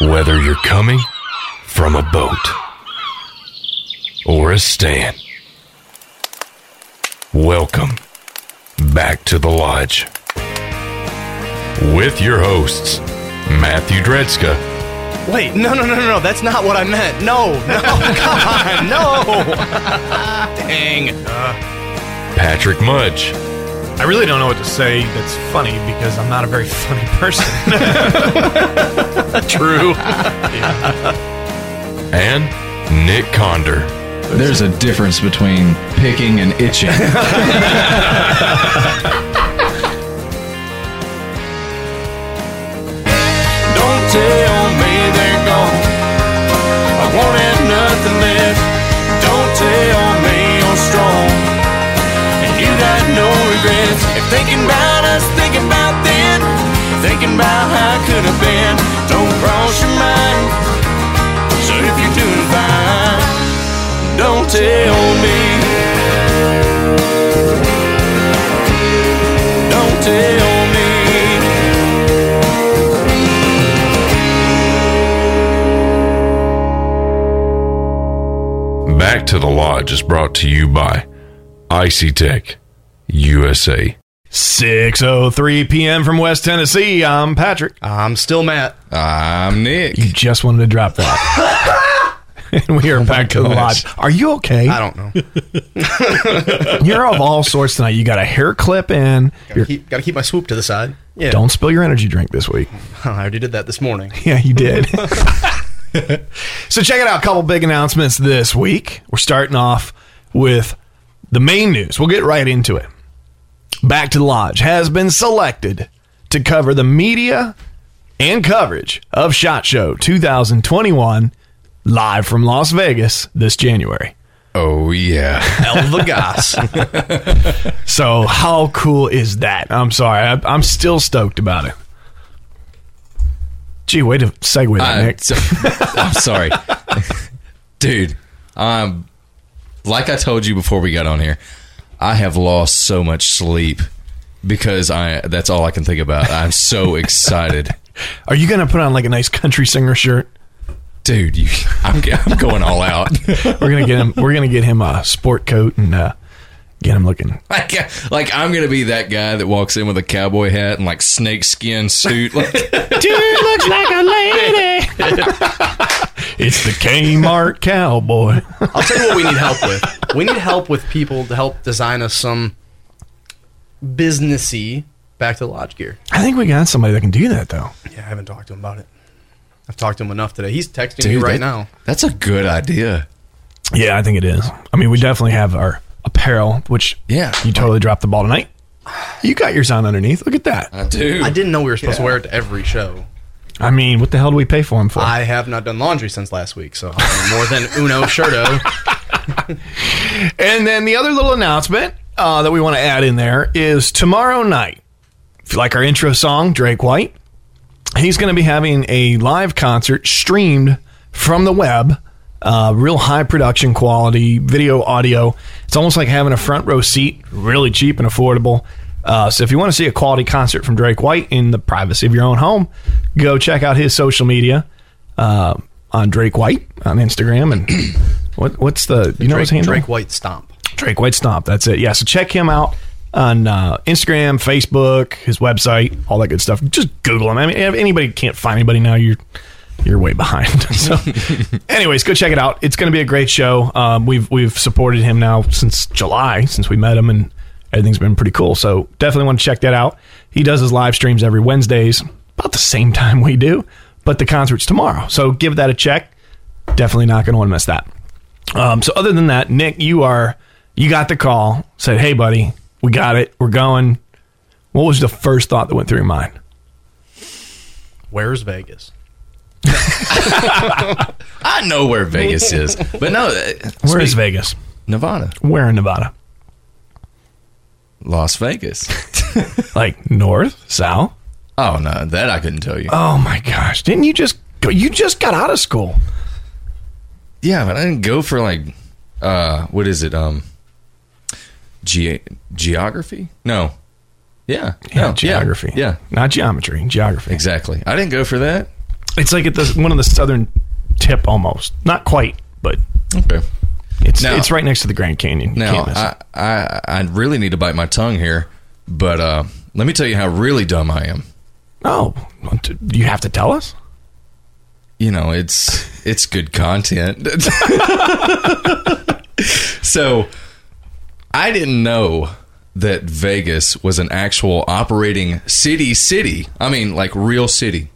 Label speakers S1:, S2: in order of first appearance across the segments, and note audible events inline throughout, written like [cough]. S1: Whether you're coming from a boat or a stand, welcome back to the lodge with your hosts, Matthew Dredska.
S2: Wait, no, no, no, no, no. That's not what I meant. No, no, [laughs] come on, no. Dang.
S1: Patrick Mudge,
S3: I really don't know what to say that's funny because I'm not a very funny person.
S1: True, [laughs] and Nick Conder.
S4: There's a difference between picking and itching.
S5: Don't tell me they're gone. I wanted nothing left. Don't tell me you're strong. And you got no regrets. If thinking about us, thinking about then, thinking about how I could have been, don't cross your mind. So if you're doing fine, don't tell me. Don't tell me.
S1: Back to the Lodge is brought to you by Icy Tech USA.
S3: 6:03 p.m. from West Tennessee. I'm Patrick.
S2: I'm still Matt.
S4: I'm Nick.
S3: You just wanted to drop that. [laughs] and we are back to the lodge. Are you okay?
S2: I don't know.
S3: You're of all sorts tonight. You got a hair clip in. You're,
S2: Keep, gotta keep my swoop to the side. [laughs] Yeah.
S3: don't spill your energy drink this week.
S2: I already did that this morning.
S3: Yeah, you did. [laughs] so check it out. A couple big announcements this week. We're starting off with the main news. We'll get right into it. Back to the Lodge has been selected to cover the media and coverage of Shot Show 2021 live from Las Vegas this January.
S1: Oh, yeah.
S2: Elva Goss.
S3: So how cool is that? I'm sorry, I, I'm still stoked about it. Gee, way to segue that,
S4: Uh,
S3: Nick.
S4: so- [laughs] I'm sorry, [laughs] dude. Um, like I told you before we got on here, I have lost so much sleep because I. That's all I can think about. I'm so excited,
S3: Are you gonna put on like a nice country singer shirt?
S4: dude. You, I'm, I'm going all out. [laughs]
S3: We're gonna get him. We're gonna get him a sport coat and uh, get him looking.
S4: Like, uh, like I'm gonna be that guy that walks in with a cowboy hat and like snakeskin suit. Like,
S3: Dude looks like a lady. [laughs] it's the Kmart cowboy.
S2: I'll tell you what we need help with. We need help with people to help design us some businessy back to the lodge gear.
S3: I think we got somebody that can do that though.
S2: Yeah, I haven't talked to him about it. I've talked to him enough today. He's texting
S4: dude,
S2: me right
S4: that-
S2: now.
S4: That's a good idea.
S3: Yeah, I think it is. I mean, we definitely have our apparel, which
S4: Yeah.
S3: you totally dropped the ball tonight. You got yours on underneath. Look at that.
S4: I do.
S2: I didn't know we were supposed to wear it to every show.
S3: I mean, what the hell do we pay for them for?
S2: I have not done laundry since last week, so I'm more than uno shirto.
S3: And then the other little announcement uh, that we want to add in there is tomorrow night, if you like our intro song, Drake White, he's going to be having a live concert streamed from the web. Uh, real high production quality, video, audio. It's almost like having a front row seat, really cheap and affordable. Uh, so if you want to see a quality concert from Drake White in the privacy of your own home, go check out his social media uh, on Drake White on Instagram and [clears throat] what what's the you know his
S2: Drake,
S3: handle
S2: Drake White Stomp.
S3: Drake White Stomp. That's it. Yeah. So check him out on uh, Instagram, Facebook, his website, all that good stuff. Just Google him. I mean, if anybody can't find anybody now, you're you're way behind. [laughs] so, anyways, go check it out. It's going to be a great show. Um, we've we've supported him now since July, since we met him, and everything's been pretty cool. So definitely want to check that out. He does his live streams every Wednesdays, about the same time we do, but the concert's tomorrow. So give that a check. Definitely not going to want to miss that. Um, so other than that, Nick, you are you got the call, said, "Hey, buddy, we got it, we're going." What was the first thought that went through your mind?
S2: Where's Vegas?
S4: I know where Vegas is, but no,
S3: Where is Vegas?
S4: Nevada,
S3: Where in Nevada?
S4: Las Vegas.
S3: Like north, south?
S4: oh no, that I couldn't tell you.
S3: Oh my gosh! Didn't you just go? You just got out of school.
S4: yeah, but I didn't go for like, uh, what is it? Um, ge- geography? No. Yeah, no,
S3: geography.
S4: Yeah,
S3: not geometry. Geography.
S4: exactly. I didn't go for that.
S3: It's like at the one of the southern tip almost. Not quite, but
S4: Okay.
S3: it's
S4: Now-
S3: it's right next to the Grand Canyon. You
S4: Now
S3: can't miss
S4: I,
S3: it.
S4: I I really need to bite my tongue here, but uh, let me tell you how really dumb I am.
S3: Oh, do you have to tell us?
S4: you know, it's it's good content. [laughs] so I didn't know that Vegas was an actual operating city city. I mean, like real city.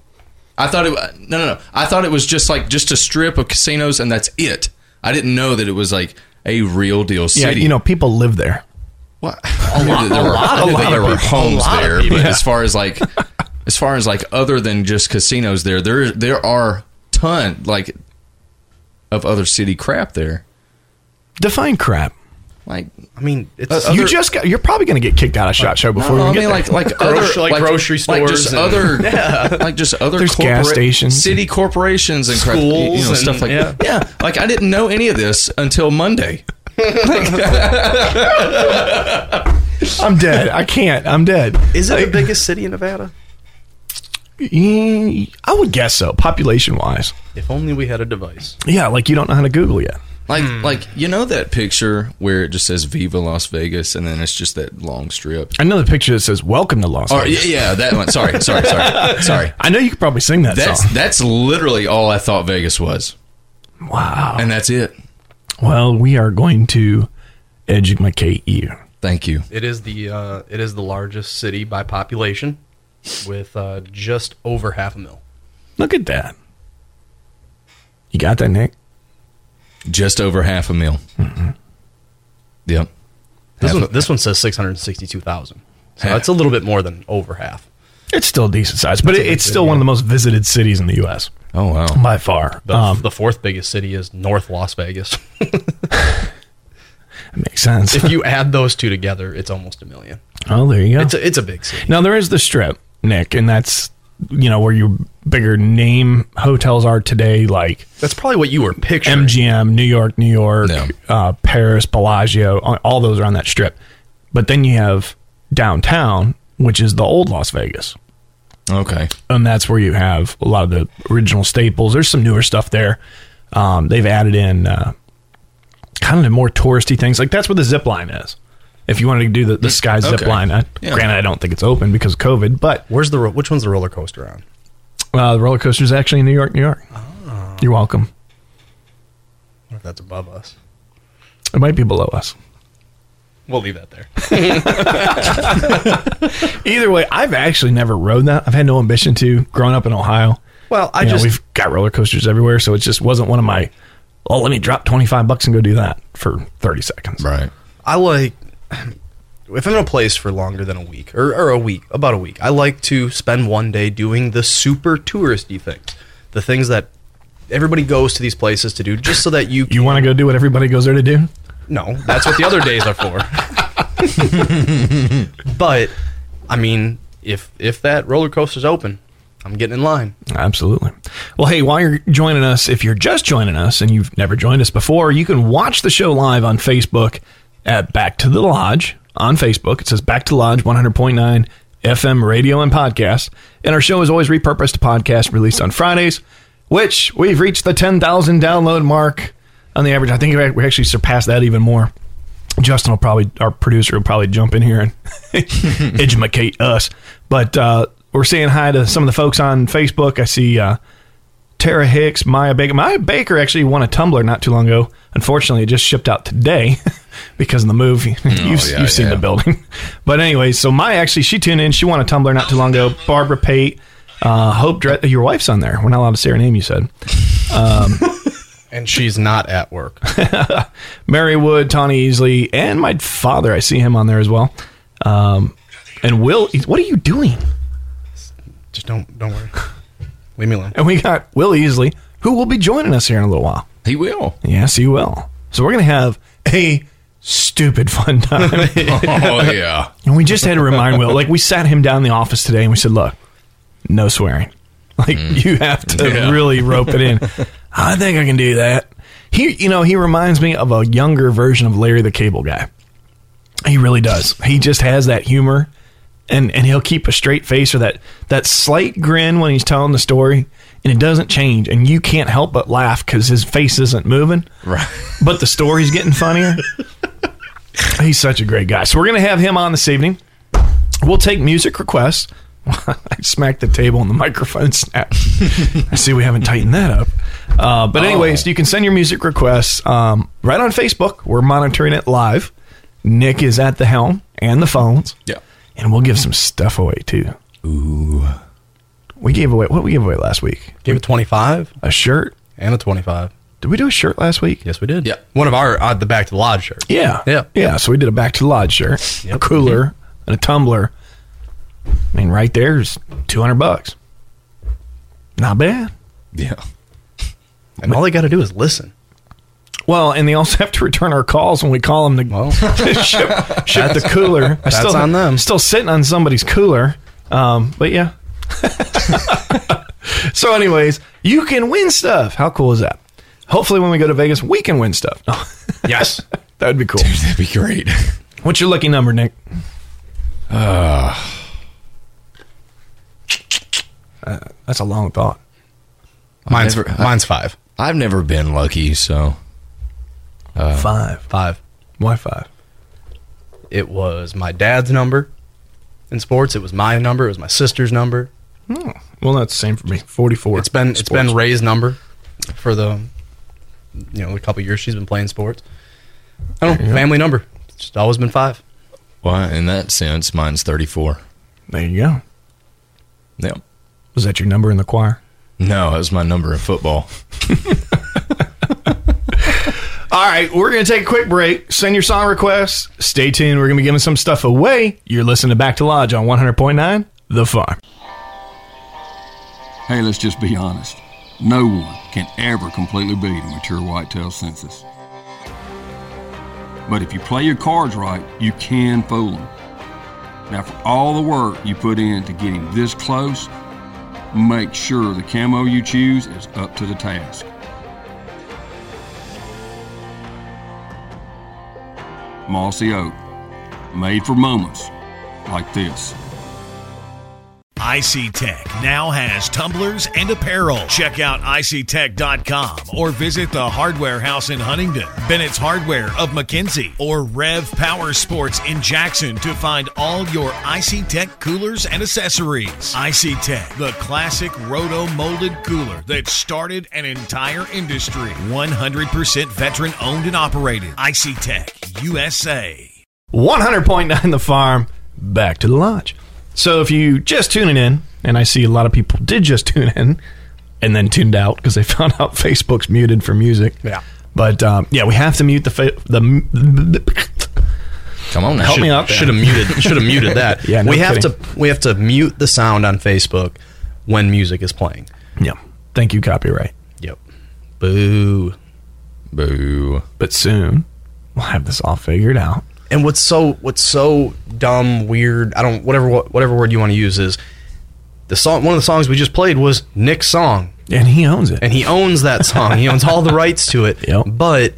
S4: I thought it wa- no no no. I thought it was just like just a strip of casinos and that's it. I didn't know that it was like a real deal
S3: Yeah,
S4: city.
S3: you know, people live there.
S4: What? A lot, there were, I knew that there were homes there, but as far as like, as far as like, other than just casinos, there, there, there are ton like of other city crap there.
S3: Define crap.
S4: Like,
S2: I mean, it's
S4: Uh,
S3: You
S4: Other-
S3: just got. You're probably going to get kicked out of Shot Show
S4: no,
S3: before we
S4: I
S3: get
S4: mean,
S3: there.
S4: like, like
S2: Grocery-
S4: other
S2: like grocery
S4: like
S2: stores
S4: just
S2: and- [laughs]
S4: other, like just other
S3: There's gas
S4: corpora-
S3: stations.
S4: city corporations and crap, you
S2: Schools
S4: know,
S2: and-
S4: stuff like
S2: yeah.
S4: that. Yeah, like I didn't know any of this until Monday.
S3: I'm dead. I can't. I'm dead.
S2: is it the biggest city in Nevada?
S3: Eh, I would guess so, population wise.
S2: If only we had a device.
S3: Yeah, like you don't know how to Google yet.
S4: Like,
S2: Hmm.
S4: like you know that picture where it just says "Viva Las Vegas" and then it's just that long strip.
S3: Another picture that says "Welcome to Los
S4: Or, yeah,
S3: Angeles."
S4: yeah, that one. Sorry, sorry, [laughs] sorry, sorry.
S3: I know you could probably sing that
S4: That's
S3: song.
S4: that's literally all I thought Vegas was,
S3: Wow.
S4: and that's it.
S3: Well, we are going to educate you.
S4: Thank you.
S2: It is the uh, it is the largest city by population, with uh, just over half a mil.
S3: Look at that. You got that, Nick?
S4: Just over half a meal.
S2: This
S4: Yep. Half
S2: one,
S4: a-
S2: this one says six hundred sixty-two thousand. So that's a little bit more than over half.
S3: It's still a decent size, but it, it's still one of the most visited cities in the U.S.
S4: Oh wow.
S3: by far.
S2: The,
S3: um,
S2: the fourth biggest city is North Las Vegas. [laughs]
S3: that makes sense.
S2: if you add those two together, it's almost a million.
S3: oh, there you go.
S2: It's a, it's a big city.
S3: Now there is the strip, Nick, and that's you know where your bigger name hotels are today, like
S2: That's probably what you were picturing.
S3: MGM, New York, New York,
S4: Yeah.
S3: uh, Paris, Bellagio. all- All those are on that strip. But then you have downtown, which is the old Las Vegas,
S4: Okay.
S3: and that's where you have a lot of the original staples. There's some newer stuff there. Um, they've added in uh, kind of the more touristy things, like that's where the zip line is. If you wanted to do the, the sky zip
S4: Mm, Okay.
S3: line, I,
S4: Yeah.
S3: granted I don't think it's open because of COVID, but
S2: Where's the ro- which one's the roller coaster on?
S3: Uh, the roller coaster is actually in New York, New York.
S2: Ah.
S3: You're welcome.
S2: I wonder if that's above us.
S3: It might be below us.
S2: We'll leave that there.
S3: Either way, I've actually never rode that. I've had no ambition to. Growing up in Ohio,
S2: Well, I
S3: you know,
S2: just
S3: we've got roller coasters everywhere, so it just wasn't one of my. Oh, let me drop twenty five bucks and go do that for thirty seconds.
S4: Right.
S2: I like [clears throat] if I'm in a place for longer than a week or, or a week, about a week, I like to spend one day doing the super touristy things, the things that everybody goes to these places to do, just so that you,
S3: You want to go do what everybody goes there to do?
S2: no, that's what the other days are for. [laughs] but I mean, if if that roller coaster's open, I'm getting in line.
S3: Absolutely. Well, hey, while you're joining us, if you're just joining us and you've never joined us before, you can watch the show live on Facebook at Back to the Lodge on Facebook. It says Back to the Lodge 100.9 FM radio and podcast. And our show is always repurposed to podcast released on Fridays, which we've reached the 10,000 download mark on the average. I think we actually surpassed that even more. Justin will probably, our producer will probably jump in here and [laughs] educate us. But uh, we're saying hi to some of the folks on Facebook. I see uh, Tara Hicks, Maya Baker. Maya Baker actually won a Tumblr not too long ago. Unfortunately, it just shipped out today [laughs] because of the move. [laughs] you've you've
S4: Oh, yeah,
S3: seen
S4: yeah.
S3: the building. [laughs] But anyway, so Maya actually, she tuned in. She won a Tumblr not too long ago. Barbara Pate, uh, Hope Dre- your wife's on there. We're not allowed to say her name, you said.
S2: And she's not at work.
S3: Mary Wood, Tawny Easley, and my father. I see him on there as well. Um, and Will, what are you doing?
S2: Just don't don't worry. Leave me alone.
S3: And we got Will Easley, who will be joining us here in a little while.
S4: He will.
S3: Yes, he will. So we're going to have a stupid fun time.
S4: [laughs] Oh yeah.
S3: and we just had to remind Will, like, we sat him down in the office today and we said, look, no swearing. [laughs] Like, you have to
S4: Yeah.
S3: really rope it in. I think I can do that. He, you know, he reminds me of a younger version of Larry the Cable Guy. He really does. He just has that humor, and and he'll keep a straight face or that that slight grin when he's telling the story. and it doesn't change, and you can't help but laugh because his face isn't moving.
S4: [laughs] Right.
S3: But the story's getting funnier. He's such a great guy. So we're gonna have him on this evening. We'll take music requests. [laughs] I smacked the table and the microphone snapped. I see we haven't tightened that up. Uh, but anyways, you can send your music requests um, right on Facebook. We're monitoring it live. Nick is at the helm and the phones.
S4: Yeah.
S3: And we'll give some stuff away too. Ooh. We gave away what we gave away last week?
S2: Gave a 25
S3: A shirt.
S2: and a 25.
S3: Did we do a shirt last week?
S2: Yes, we did.
S4: Yeah.
S2: One of our uh, the back to the lodge shirts.
S3: Yeah.
S2: Yeah.
S3: Yeah. So we did a back to the lodge shirt, a cooler, and a tumbler. I mean, right there's 200 bucks. Not bad.
S4: Yeah.
S2: And all they got to do is listen.
S3: Well, and they also [laughs] have to return our calls when we call them to
S2: Well,
S3: [laughs] ship, ship the cooler. I
S2: that's on them.
S3: Still sitting on somebody's cooler. Um, but
S2: [laughs]
S3: yeah. so, anyways, you can win stuff. How cool is that? Hopefully, when we go to Vegas, we can win stuff. No.
S2: yes.
S3: [laughs] that would be cool.
S4: That'd be great.
S3: What's your lucky number, Nick? Uh, that's a long thought.
S2: Mine's
S4: never- I-
S2: mine's 5.
S4: [laughs] I've never been lucky, so
S3: Uh. five.
S2: 5.
S3: Why five?
S2: It was my dad's number in sports, it was my number, it was my sister's number.
S3: Hmm. Well, that's the same for me. Forty-four.
S2: It's been it's been Ray's number for the you know, the couple years she's been playing sports. I don't know, family number. It's just always been 5.
S4: well, in that sense, mine's thirty-four.
S3: There you go.
S4: Yeah.
S3: Was that your number in the choir?
S4: No, that was my number in football.
S3: All right, we're going to take a quick break. Send your song requests. Stay tuned. We're going to be giving some stuff away. You're listening to Back to Lodge on 100.9 The Farm.
S6: Hey, let's just be honest. No one can ever completely beat a mature whitetail census. But if you play your cards right, you can fool them. Now, for all the work you put in to getting this close, make sure the camo you choose is up to the task. Mossy Oak, made for moments like this.
S7: IC Tech now has tumblers and apparel. Check out ictech.com or visit the Hardware House in Huntingdon, Bennett's Hardware of McKenzie, or Rev Power Sports in Jackson to find all your IC Tech coolers and accessories. IC Tech, the classic roto molded cooler that started an entire industry. 100% veteran owned and operated. IC Tech USA.
S3: 100.9 The Farm, back to the lodge. So if you just tuning in, and I see a lot of people did just tune in and then tuned out because they [laughs] found out Facebook's muted for music.
S2: Yeah.
S3: But um, yeah, we have to mute the fa- the.
S4: Come on now.
S3: Help me out. there.
S2: Should have [laughs] muted. Should have muted that.
S3: Yeah, no
S2: we have
S3: kidding.
S2: to. We have to mute the sound on Facebook when music is playing.
S3: Yeah. Thank you, copyright.
S2: Yep. Boo.
S4: Boo.
S3: But soon we'll have this all figured out.
S2: And what's so what's so dumb, weird? I don't whatever whatever word you want to use is the song. One of the songs we just played was Nick's song,
S3: And he owns it.
S2: and he owns that song. he owns all the rights to it.
S3: Yep.
S2: But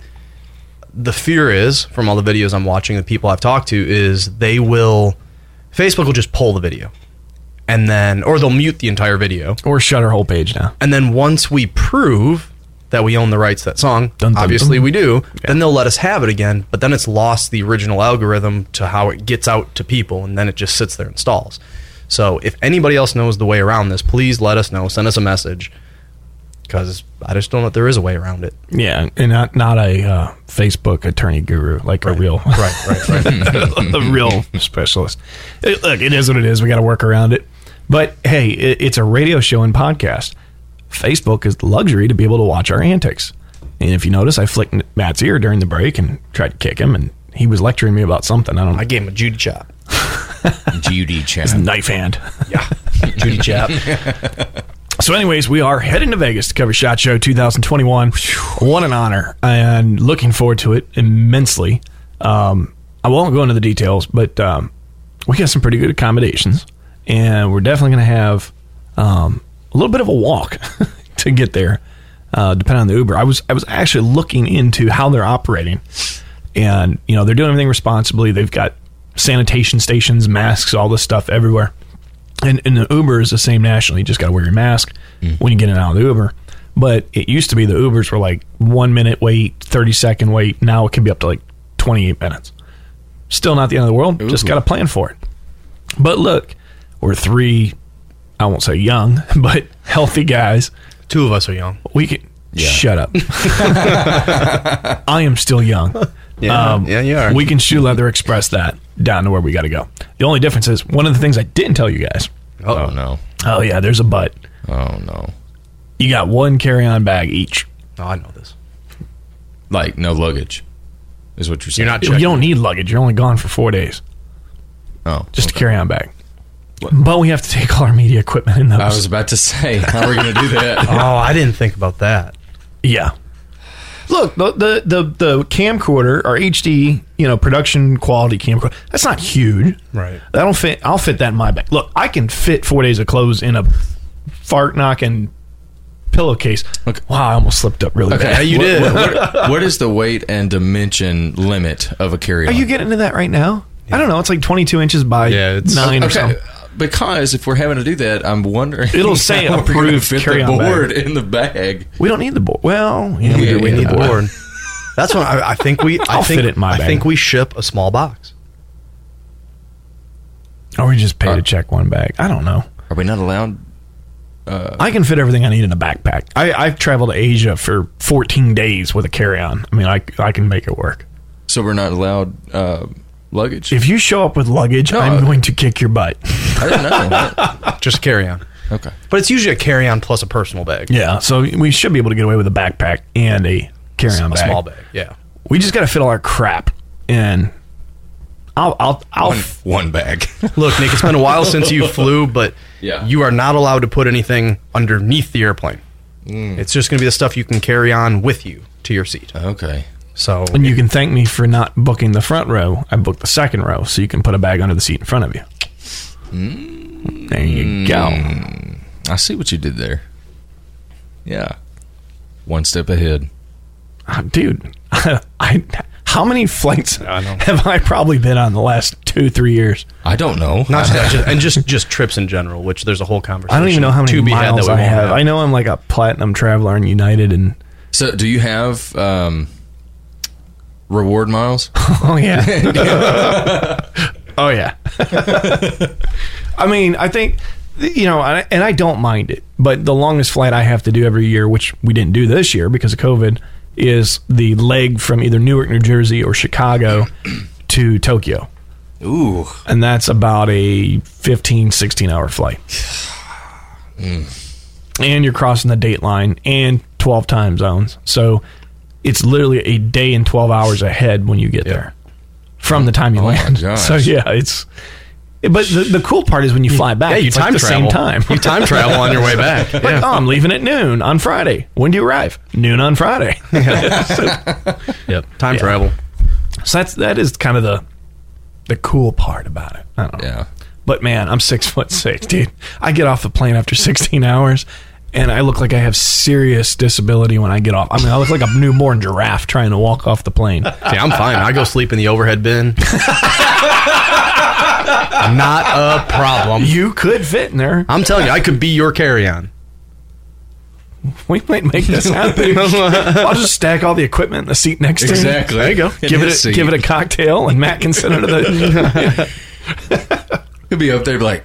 S2: the fear is from all the videos I'm watching, the people I've talked to, is they will Facebook will just pull the video, and then or they'll mute the entire video.
S3: or shut our whole page now.
S2: And then once we prove that we own the rights to that song,
S3: Dun, dun,
S2: obviously
S3: dun.
S2: we do, then they'll let us have it again. But then it's lost the original algorithm to how it gets out to people, and then it just sits there and stalls. So if anybody else knows the way around this, please let us know. Send us a message because I just don't know if there is a way around it.
S3: Yeah, and not not a uh, Facebook attorney guru like a real
S2: Right, right, right.
S3: [laughs] a real specialist. It- look, it is what it is. We got to work around it. But hey, it, it's a radio show and podcast. Facebook is the luxury to be able to watch our antics. And if you notice, I flicked Matt's ear during the break and tried to kick him, and he was lecturing me about something. I don't know.
S2: I gave him a Judy chop.
S4: Judy Chan.
S3: Knife hand. [laughs]
S2: Judy chop.
S3: So, anyways, we are heading to Vegas to cover Shot Show 2021. What an honor, and looking forward to it immensely. Um, I won't go into the details, but um, we got some pretty good accommodations, and we're definitely going to have um, a little bit of a walk [laughs] to get there, uh, depending on the Uber. I was I was actually looking into how they're operating, and you know they're doing everything responsibly. They've got sanitation stations, masks, all this stuff everywhere and and the Uber is the same nationally. You just got to wear your mask
S2: Mm.
S3: when you get in and out of the Uber. But it used to be the Ubers were like one minute wait, thirty second wait. Now it can be up to like twenty eight minutes. Still not the end of the world. Just got to plan for it. But look, we're three. I won't say young, [laughs] but healthy guys.
S2: Two of us are young.
S3: We can shut
S2: [laughs]
S3: up. I am still young.
S2: Yeah,
S3: Um,
S2: yeah, you are.
S3: We can shoe leather express that down to where we got to go. The only difference is one of the things I didn't tell you guys.
S4: Oh no.
S3: Oh yeah, there's a butt.
S4: Oh no.
S3: You got one carry-on bag each.
S2: No, Oh, I know this.
S4: Like no luggage, is what you're saying.
S2: You're not
S3: You
S2: checking.
S3: don't need luggage. You're only gone for four days.
S4: Oh,
S3: Just a carry-on bag. But we have to take all our media equipment in those.
S4: I was about to say how are we gonna do
S3: [laughs]
S4: that?
S2: Oh, I didn't think about that.
S3: yeah. Look, the, the the the camcorder or HD, you know, production quality camcorder. That's not huge.
S2: Right.
S3: That'll fit. I'll fit that in my bag. Look, I can fit four days of clothes in a fart knocking pillowcase.
S4: Okay.
S3: Wow, I almost slipped up really bad.
S4: Okay,
S2: you
S4: what-
S2: did.
S4: what- what- what is the weight and dimension limit of a carry?
S3: Are you getting into that right now? I don't know. It's like 22 inches by
S2: Yeah, it's-
S3: nine or
S4: Okay,
S3: something.
S4: because if we're having to do that, I'm wondering.
S3: It'll
S4: [laughs]
S3: say
S4: how we're gonna
S3: approved
S4: fit the
S3: carry-on bag.
S4: board in the bag.
S3: We don't need the board. Well, yeah, we do. We
S4: Yeah,
S3: need
S4: yeah.
S3: the board.
S2: Born. That's when I, I think we. I
S3: [laughs] I'll
S2: think,
S3: fit it in my
S2: I
S3: bag.
S2: think we ship a small box.
S3: Or we just pay to check one bag. I don't know.
S4: Are we not allowed?
S3: I can fit everything I need in a backpack. I, I've traveled to Asia for 14 days with a carry-on. I mean, I, I can make it work.
S4: So we're not allowed uh, luggage.
S3: If you show up with luggage,
S4: No,
S3: I'm
S4: I-
S3: going to kick your butt. [laughs]
S4: I don't know.
S2: Just carry on.
S4: okay.
S2: But it's usually a carry on plus a personal bag.
S3: Yeah, so we should be able to get away with a backpack and a carry-on
S2: a
S3: bag.
S2: small bag. Yeah.
S3: We just got to fit all our crap in. I'll, I'll, I'll.
S4: One, one bag.
S2: Look, Nick, it's been a while since
S3: [laughs]
S2: you flew, but
S4: Yeah.
S2: you are not allowed to put anything underneath the airplane.
S3: Mm.
S2: It's just going to be the stuff you can carry on with you to your seat.
S4: okay.
S2: So
S3: And you can thank me for not booking the front row. I booked the second row, so you can put a bag under the seat in front of you. There you go.
S4: I see what you did there. Yeah. One step ahead.
S3: Ah, dude, [laughs] I how many flights have I probably been on the last two, three years?
S4: I don't know.
S2: not just
S3: [laughs]
S2: that, just, and just just trips in general, which there's a whole conversation.
S3: I don't even know how many
S2: to be had
S3: miles
S2: that we
S3: I
S2: won't
S3: have. I know I'm like a platinum traveler in
S2: [laughs]
S3: United, and
S4: So, do you have um, reward
S3: [laughs]
S4: miles?
S3: oh yeah, oh yeah. [laughs] I mean, I think you know, I- and I don't mind it, but the longest flight I have to do every year, which we didn't do this year because of COVID, is the leg from either Newark, New Jersey, or Chicago [clears throat] to Tokyo.
S4: Ooh.
S3: and that's about a 15 16 hour flight
S2: [sighs]
S3: and you're crossing the date line and 12 time zones so it's literally a day and 12 hours ahead when you get there from the
S2: Oh
S3: time you
S4: my
S3: land
S4: gosh.
S3: so yeah it's but the, the cool part is when you fly back
S2: Yeah, you
S3: it's
S2: time
S3: like the
S2: travel.
S3: same time
S2: You time travel
S3: [laughs]
S2: on your way back.
S3: like, oh, I'm leaving at noon on Friday. When do you arrive? Noon on Friday. [laughs]
S2: Yep. Time travel.
S3: so that's that is kind of the the cool part about it. I don't know.
S4: Yeah.
S3: But man, I'm six foot six, dude. I get off the plane after 16 hours, and I look like I have serious disability when I get off. I mean, I look like a newborn giraffe trying to walk off the plane. [laughs]
S2: See, I'm fine. I go sleep in the overhead bin. [laughs] Not a problem.
S3: You could fit in there.
S2: I'm telling you, I could be your carry-on.
S3: We might make
S4: [laughs]
S3: this happen. I'll just stack all the equipment in the seat next to me.
S4: Exactly.
S3: There you go.
S4: In
S3: Give
S4: his
S3: it, a,
S4: seat.
S3: give it a cocktail, and Matt can send it to the.
S4: [laughs] He'll be up there, be like,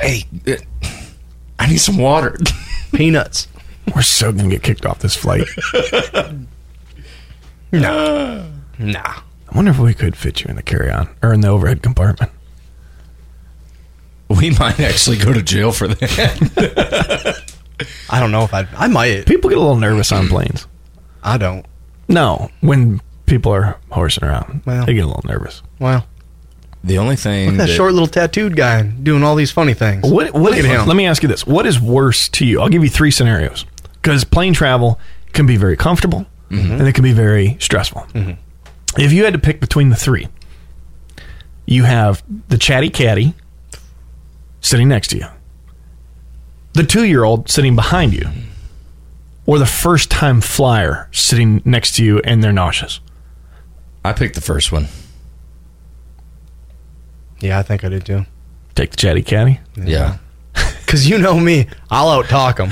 S4: "Hey, eh, I need some water." [laughs]
S2: Peanuts.
S3: We're so gonna get kicked off this flight.
S2: Nah.
S3: I wonder if we could fit you in the carry-on or in the overhead compartment.
S4: we might actually go to jail for that.
S3: [laughs]
S2: I don't know if I. I might.
S3: People get a little nervous on planes.
S2: I don't.
S3: No, when people are horsing around,
S2: Well.
S3: they get a little nervous.
S2: Well,
S4: The only thing
S2: that
S4: that-
S2: short little tattooed guy doing all these funny things.
S3: What? What?
S2: Look at
S3: if-
S2: him.
S3: Let me ask you this: What is worse to you? I'll give you three scenarios because plane travel can be very comfortable
S2: Mm-hmm.
S3: and it can be very stressful. If you had to pick between the three, you have the chatty catty sitting next to you, the two-year-old sitting behind you, or the first-time flyer sitting next to you and they're nauseous.
S4: I picked the first one.
S2: Yeah, I think I did too.
S3: Take the chatty catty.
S4: Yeah.
S2: Because you know me, I'll out talk
S4: [laughs]
S2: them.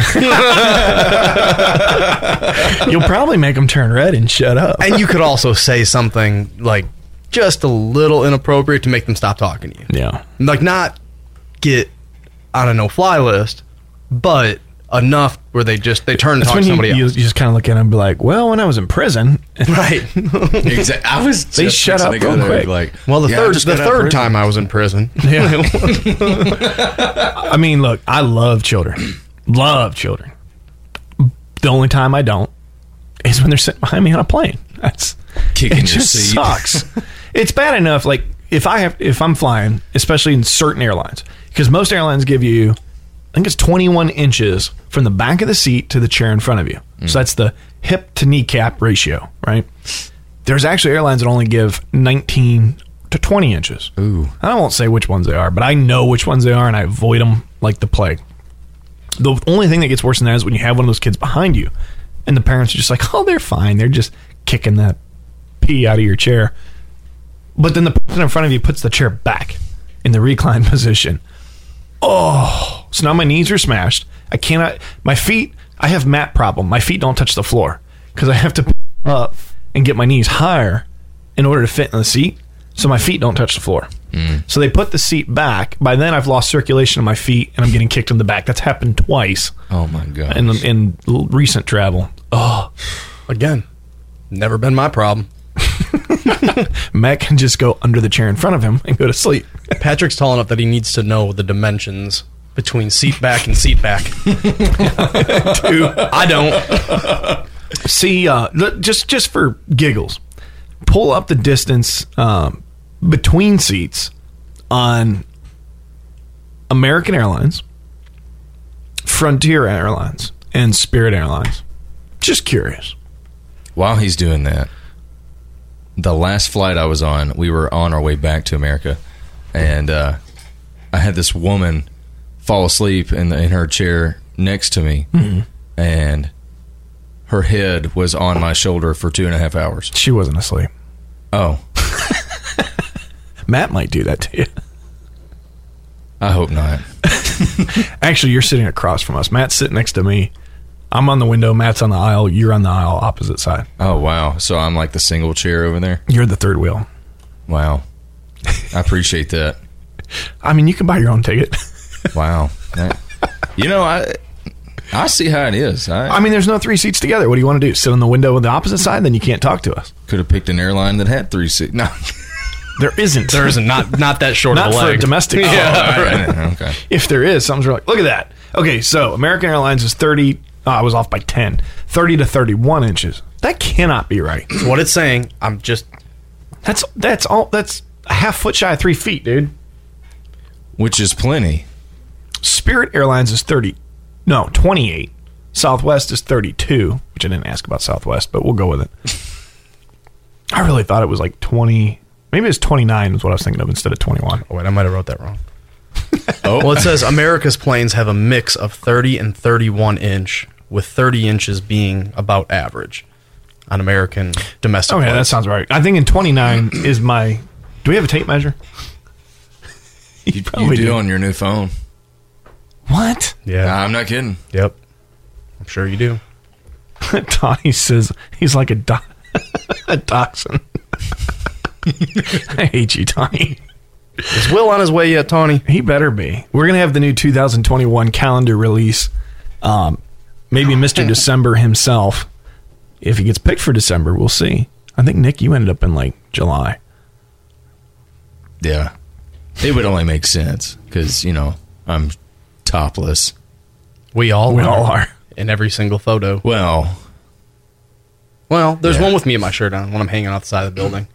S3: You'll probably make them turn red and shut up.
S2: and you could also say something like just a little inappropriate to make them stop talking to you.
S3: Yeah.
S2: Like, not get on a no fly list, but enough where they just they turn and
S3: That's
S2: talk
S3: when
S2: to
S3: you,
S2: somebody
S3: you, you
S2: else.
S3: just kind of look at them and be like, well, when I was in prison,
S2: right.
S4: Exactly. I was.
S3: They
S4: just
S3: shut
S4: fixing
S3: up
S4: to go
S3: real
S4: there,
S3: quick.
S4: Like,
S2: Well, the
S4: yeah, I
S2: third
S4: just
S2: the
S4: got out of
S2: third
S4: prison.
S2: time I was in
S4: [laughs]
S2: prison.
S3: I mean, look, I love children. [clears throat] Love children. The only time I don't is when they're sitting behind me on a plane. That's
S4: Kicking
S3: it
S4: your
S3: just
S4: seat.
S3: sucks. [laughs] it's bad enough like if I have if I'm flying, especially in certain airlines, because most airlines give you I think it's 21 inches from the back of the seat to the chair in front of you. So that's the hip to kneecap ratio, right? There's actually airlines that only give 19 to 20 inches. Ooh. I won't say which ones they are, but I know which ones they are and I avoid them like the plague. The only thing that gets worse than that is when you have one of those kids behind you and the parents are just like, oh, they're fine. They're just kicking that pee out of your chair. But then the person in front of you puts the chair back in the recline [laughs] position. Oh, so now my knees are smashed. I cannot, my feet, I have mat problem. My feet don't touch the floor because I have to p- up and get my knees higher in order to fit in the seat. So my feet don't touch the floor. So they put the seat back. By then, I've lost circulation in my feet and I'm getting kicked in the back. That's happened twice
S4: Oh my god.
S3: in, in l- recent travel. Oh,
S2: Again, never been my problem.
S3: Matt can just go under the chair in front of him and go to sleep.
S2: Patrick's tall enough that he needs to know the dimensions between seat back and seat [laughs] back. I don't.
S3: See, uh, look, just just for giggles, pull up the distance um, between seats on American Airlines, Frontier Airlines, and Spirit Airlines. Just curious.
S4: While he's doing that, the last flight I was on, we were on our way back to America, and uh, I had this woman fall asleep in, the, in her chair next to me, and her head was on my shoulder for two and a half hours.
S3: She wasn't asleep.
S4: Oh,
S3: Matt might do that to you. [laughs]
S4: I hope not.
S3: Actually, you're sitting across from us. Matt's sitting next to me. I'm on the window. Matt's on the aisle. You're on the aisle, opposite side.
S4: Oh wow! So I'm like the single chair over there.
S3: You're the third wheel.
S4: Wow, [laughs] I appreciate that.
S3: I mean, you can buy your own ticket. [laughs]
S4: Wow, That- you know I I see how it is. I,
S3: I mean, there's no three seats together. What do you want to do? Sit on the window on the opposite side? Then you can't talk to us.
S4: could have picked an airline that had three seats. No. [laughs]
S3: There isn't.
S2: There isn't not not that short
S3: Not
S2: of a
S3: for
S2: leg.
S3: a domestic.
S4: All
S3: yeah.
S4: right. Okay.
S3: If there is, something's wrong. Look at that. Okay, so American Airlines is 30. Oh, I was off by 10. 30 to 31 inches. That cannot be right.
S2: what it's saying, I'm just
S3: That's that's all. That's a half foot shy of three feet, dude.
S4: Which is plenty.
S3: Spirit Airlines is 30. No, 28. Southwest is 32, which I didn't ask about Southwest, but we'll go with it. I really thought it was like 20. Maybe it's 29 is what I was thinking of instead of 21.
S2: Oh wait, I might have wrote that [laughs] wrong. Well, it says America's planes have a mix of 30 and 31 inch, with 30 inches being about average on American domestic.
S3: Okay, that
S2: planes.
S3: sounds right. I think in 29 is my. Do we have a tape measure? You,
S4: [laughs] You do on your new phone.
S3: What?
S2: yeah.
S4: Nah, I'm not kidding.
S2: Yep. I'm sure you do.
S3: [laughs] Donnie says he's like a, do- [laughs] a dachshund. [laughs] I hate you, Donnie.
S2: Is Will on his way yet, Tawny?
S3: He better be. We're gonna have the new 2021 calendar release. Um, maybe Mr. December himself, if he gets picked for December, we'll see. I think Nick, you ended up in like July.
S4: Yeah. It would only make sense because, you know, I'm topless.
S2: We all
S3: We all are.
S2: in every single photo.
S4: Well,
S2: Well, there's
S4: Yeah.
S2: one with me and my shirt on when I'm hanging off the side of the building.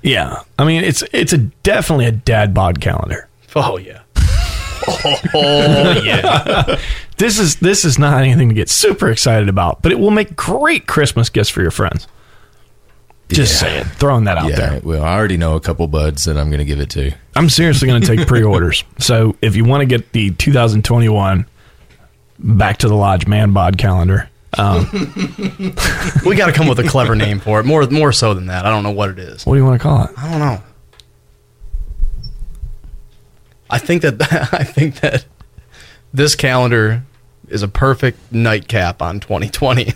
S3: Yeah, I mean it's it's a definitely a dad bod calendar.
S2: Oh yeah.
S3: This is this is not anything to get super excited about, but it will make great Christmas gifts for your friends. Just
S4: Yeah.
S3: saying, throwing that out
S4: yeah.
S3: there.
S4: Well, I already know a couple buds that I'm going to give it to.
S3: I'm seriously going to take [laughs] pre-orders. So if you want to get the 2021 Back to the Lodge Man Bod calendar,
S2: We got to come with a clever name for it. More more so than that. I don't know what it is.
S3: what do you want to call it?
S2: I don't know. I think that [laughs] I think that this calendar is a perfect nightcap on 2020.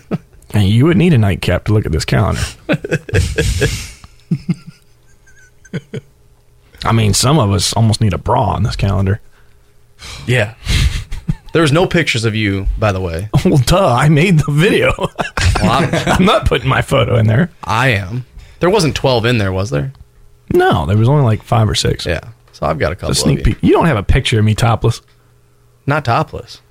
S3: And you would need a nightcap to look at this [laughs] calendar. I mean, some of us almost need a bra on this calendar. [laughs]
S2: yeah. [laughs] There's no pictures of you, by the way.
S3: Well, duh, I made the video. [laughs] I'm not putting my photo in there.
S2: I am. There wasn't 12 in there, was there?
S3: No, there was only like five or six.
S2: Yeah. So I've got a couple.
S3: A sneak
S2: of you.
S3: peek. You don't have a picture of me topless.
S2: Not topless.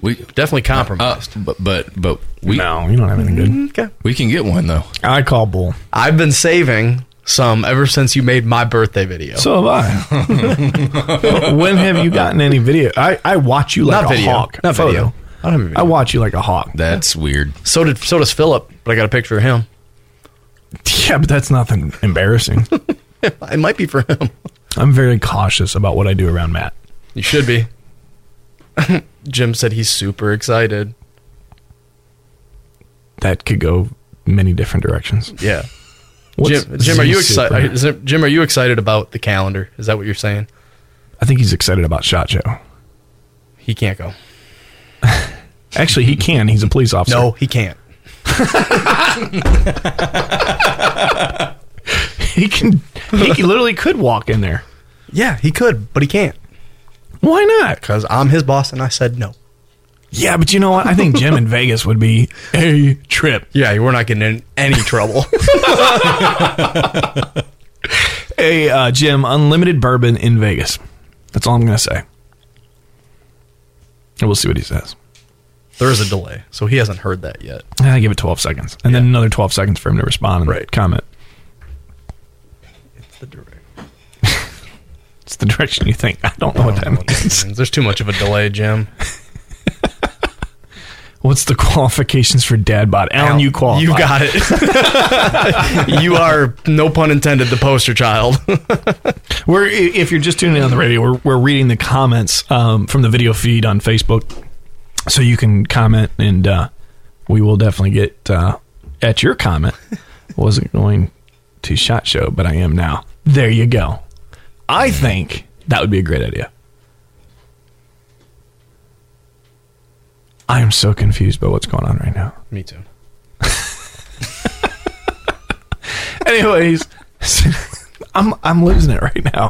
S4: We
S2: Definitely
S4: uh,
S2: compromised.
S4: but but but we
S3: No, you don't have anything good.
S2: okay.
S4: we can get one though.
S3: I call bull.
S2: I've been saving some ever since you made my birthday video.
S3: So have
S2: [laughs]
S3: I. when have you gotten any video? I, I watch you like
S2: not
S3: a
S2: video.
S3: hawk.
S2: Not
S3: Photo.
S2: video. I don't have a video.
S3: I watch you like a hawk.
S4: That's weird.
S2: so did so does Philip, but I got a picture of him.
S3: Yeah, but that's nothing embarrassing.
S2: [laughs] It might be for him.
S3: I'm very cautious about what I do around Matt.
S2: You should be. [laughs] Jim said he's super excited.
S3: That could go many different directions.
S2: Yeah.
S3: What's
S2: Jim, Jim, are you
S3: Z Super?
S2: excited? Is it, Jim, are you excited about the calendar? Is that what you're saying?
S3: I think he's excited about Shot Show.
S2: He can't go.
S3: Actually, he can. He's a police officer.
S2: No, he can't.
S3: [laughs] he can. He
S2: [laughs]
S3: can- literally could walk in there.
S2: Yeah, he could, but he can't
S3: Why not?
S2: because I'm his boss, and I said no.
S3: Yeah, but you know what? I think Jim
S2: [laughs]
S3: in Vegas would be a trip.
S2: Yeah, we're not getting in any [laughs] trouble.
S3: A uh, Jim unlimited bourbon in Vegas. That's all I'm gonna say. And we'll see what he says.
S2: there is a delay, so he hasn't heard that [laughs] yet.
S3: I give it 12 seconds, and then another 12 seconds for him to respond and
S2: Right.
S3: comment.
S2: It's the direct.
S3: [laughs] It's the direction you think. I don't know what that means.
S2: There's too much of a delay, Jim.
S3: What's the qualifications for dad bod? Alan, you qualify.
S2: You got it. [laughs] you are, no pun intended, the poster child.
S3: We're i- if you're just tuning in on the radio, we're, we're reading the comments um, from the video feed on Facebook, so you can comment, and uh, we will definitely get uh, at your comment. [laughs] Wasn't going to shot show, but I am now. There you go. I think that would be a great idea. I am so confused by what's going on right now.
S2: Me too.
S3: Anyways, [laughs] I'm I'm losing it right now.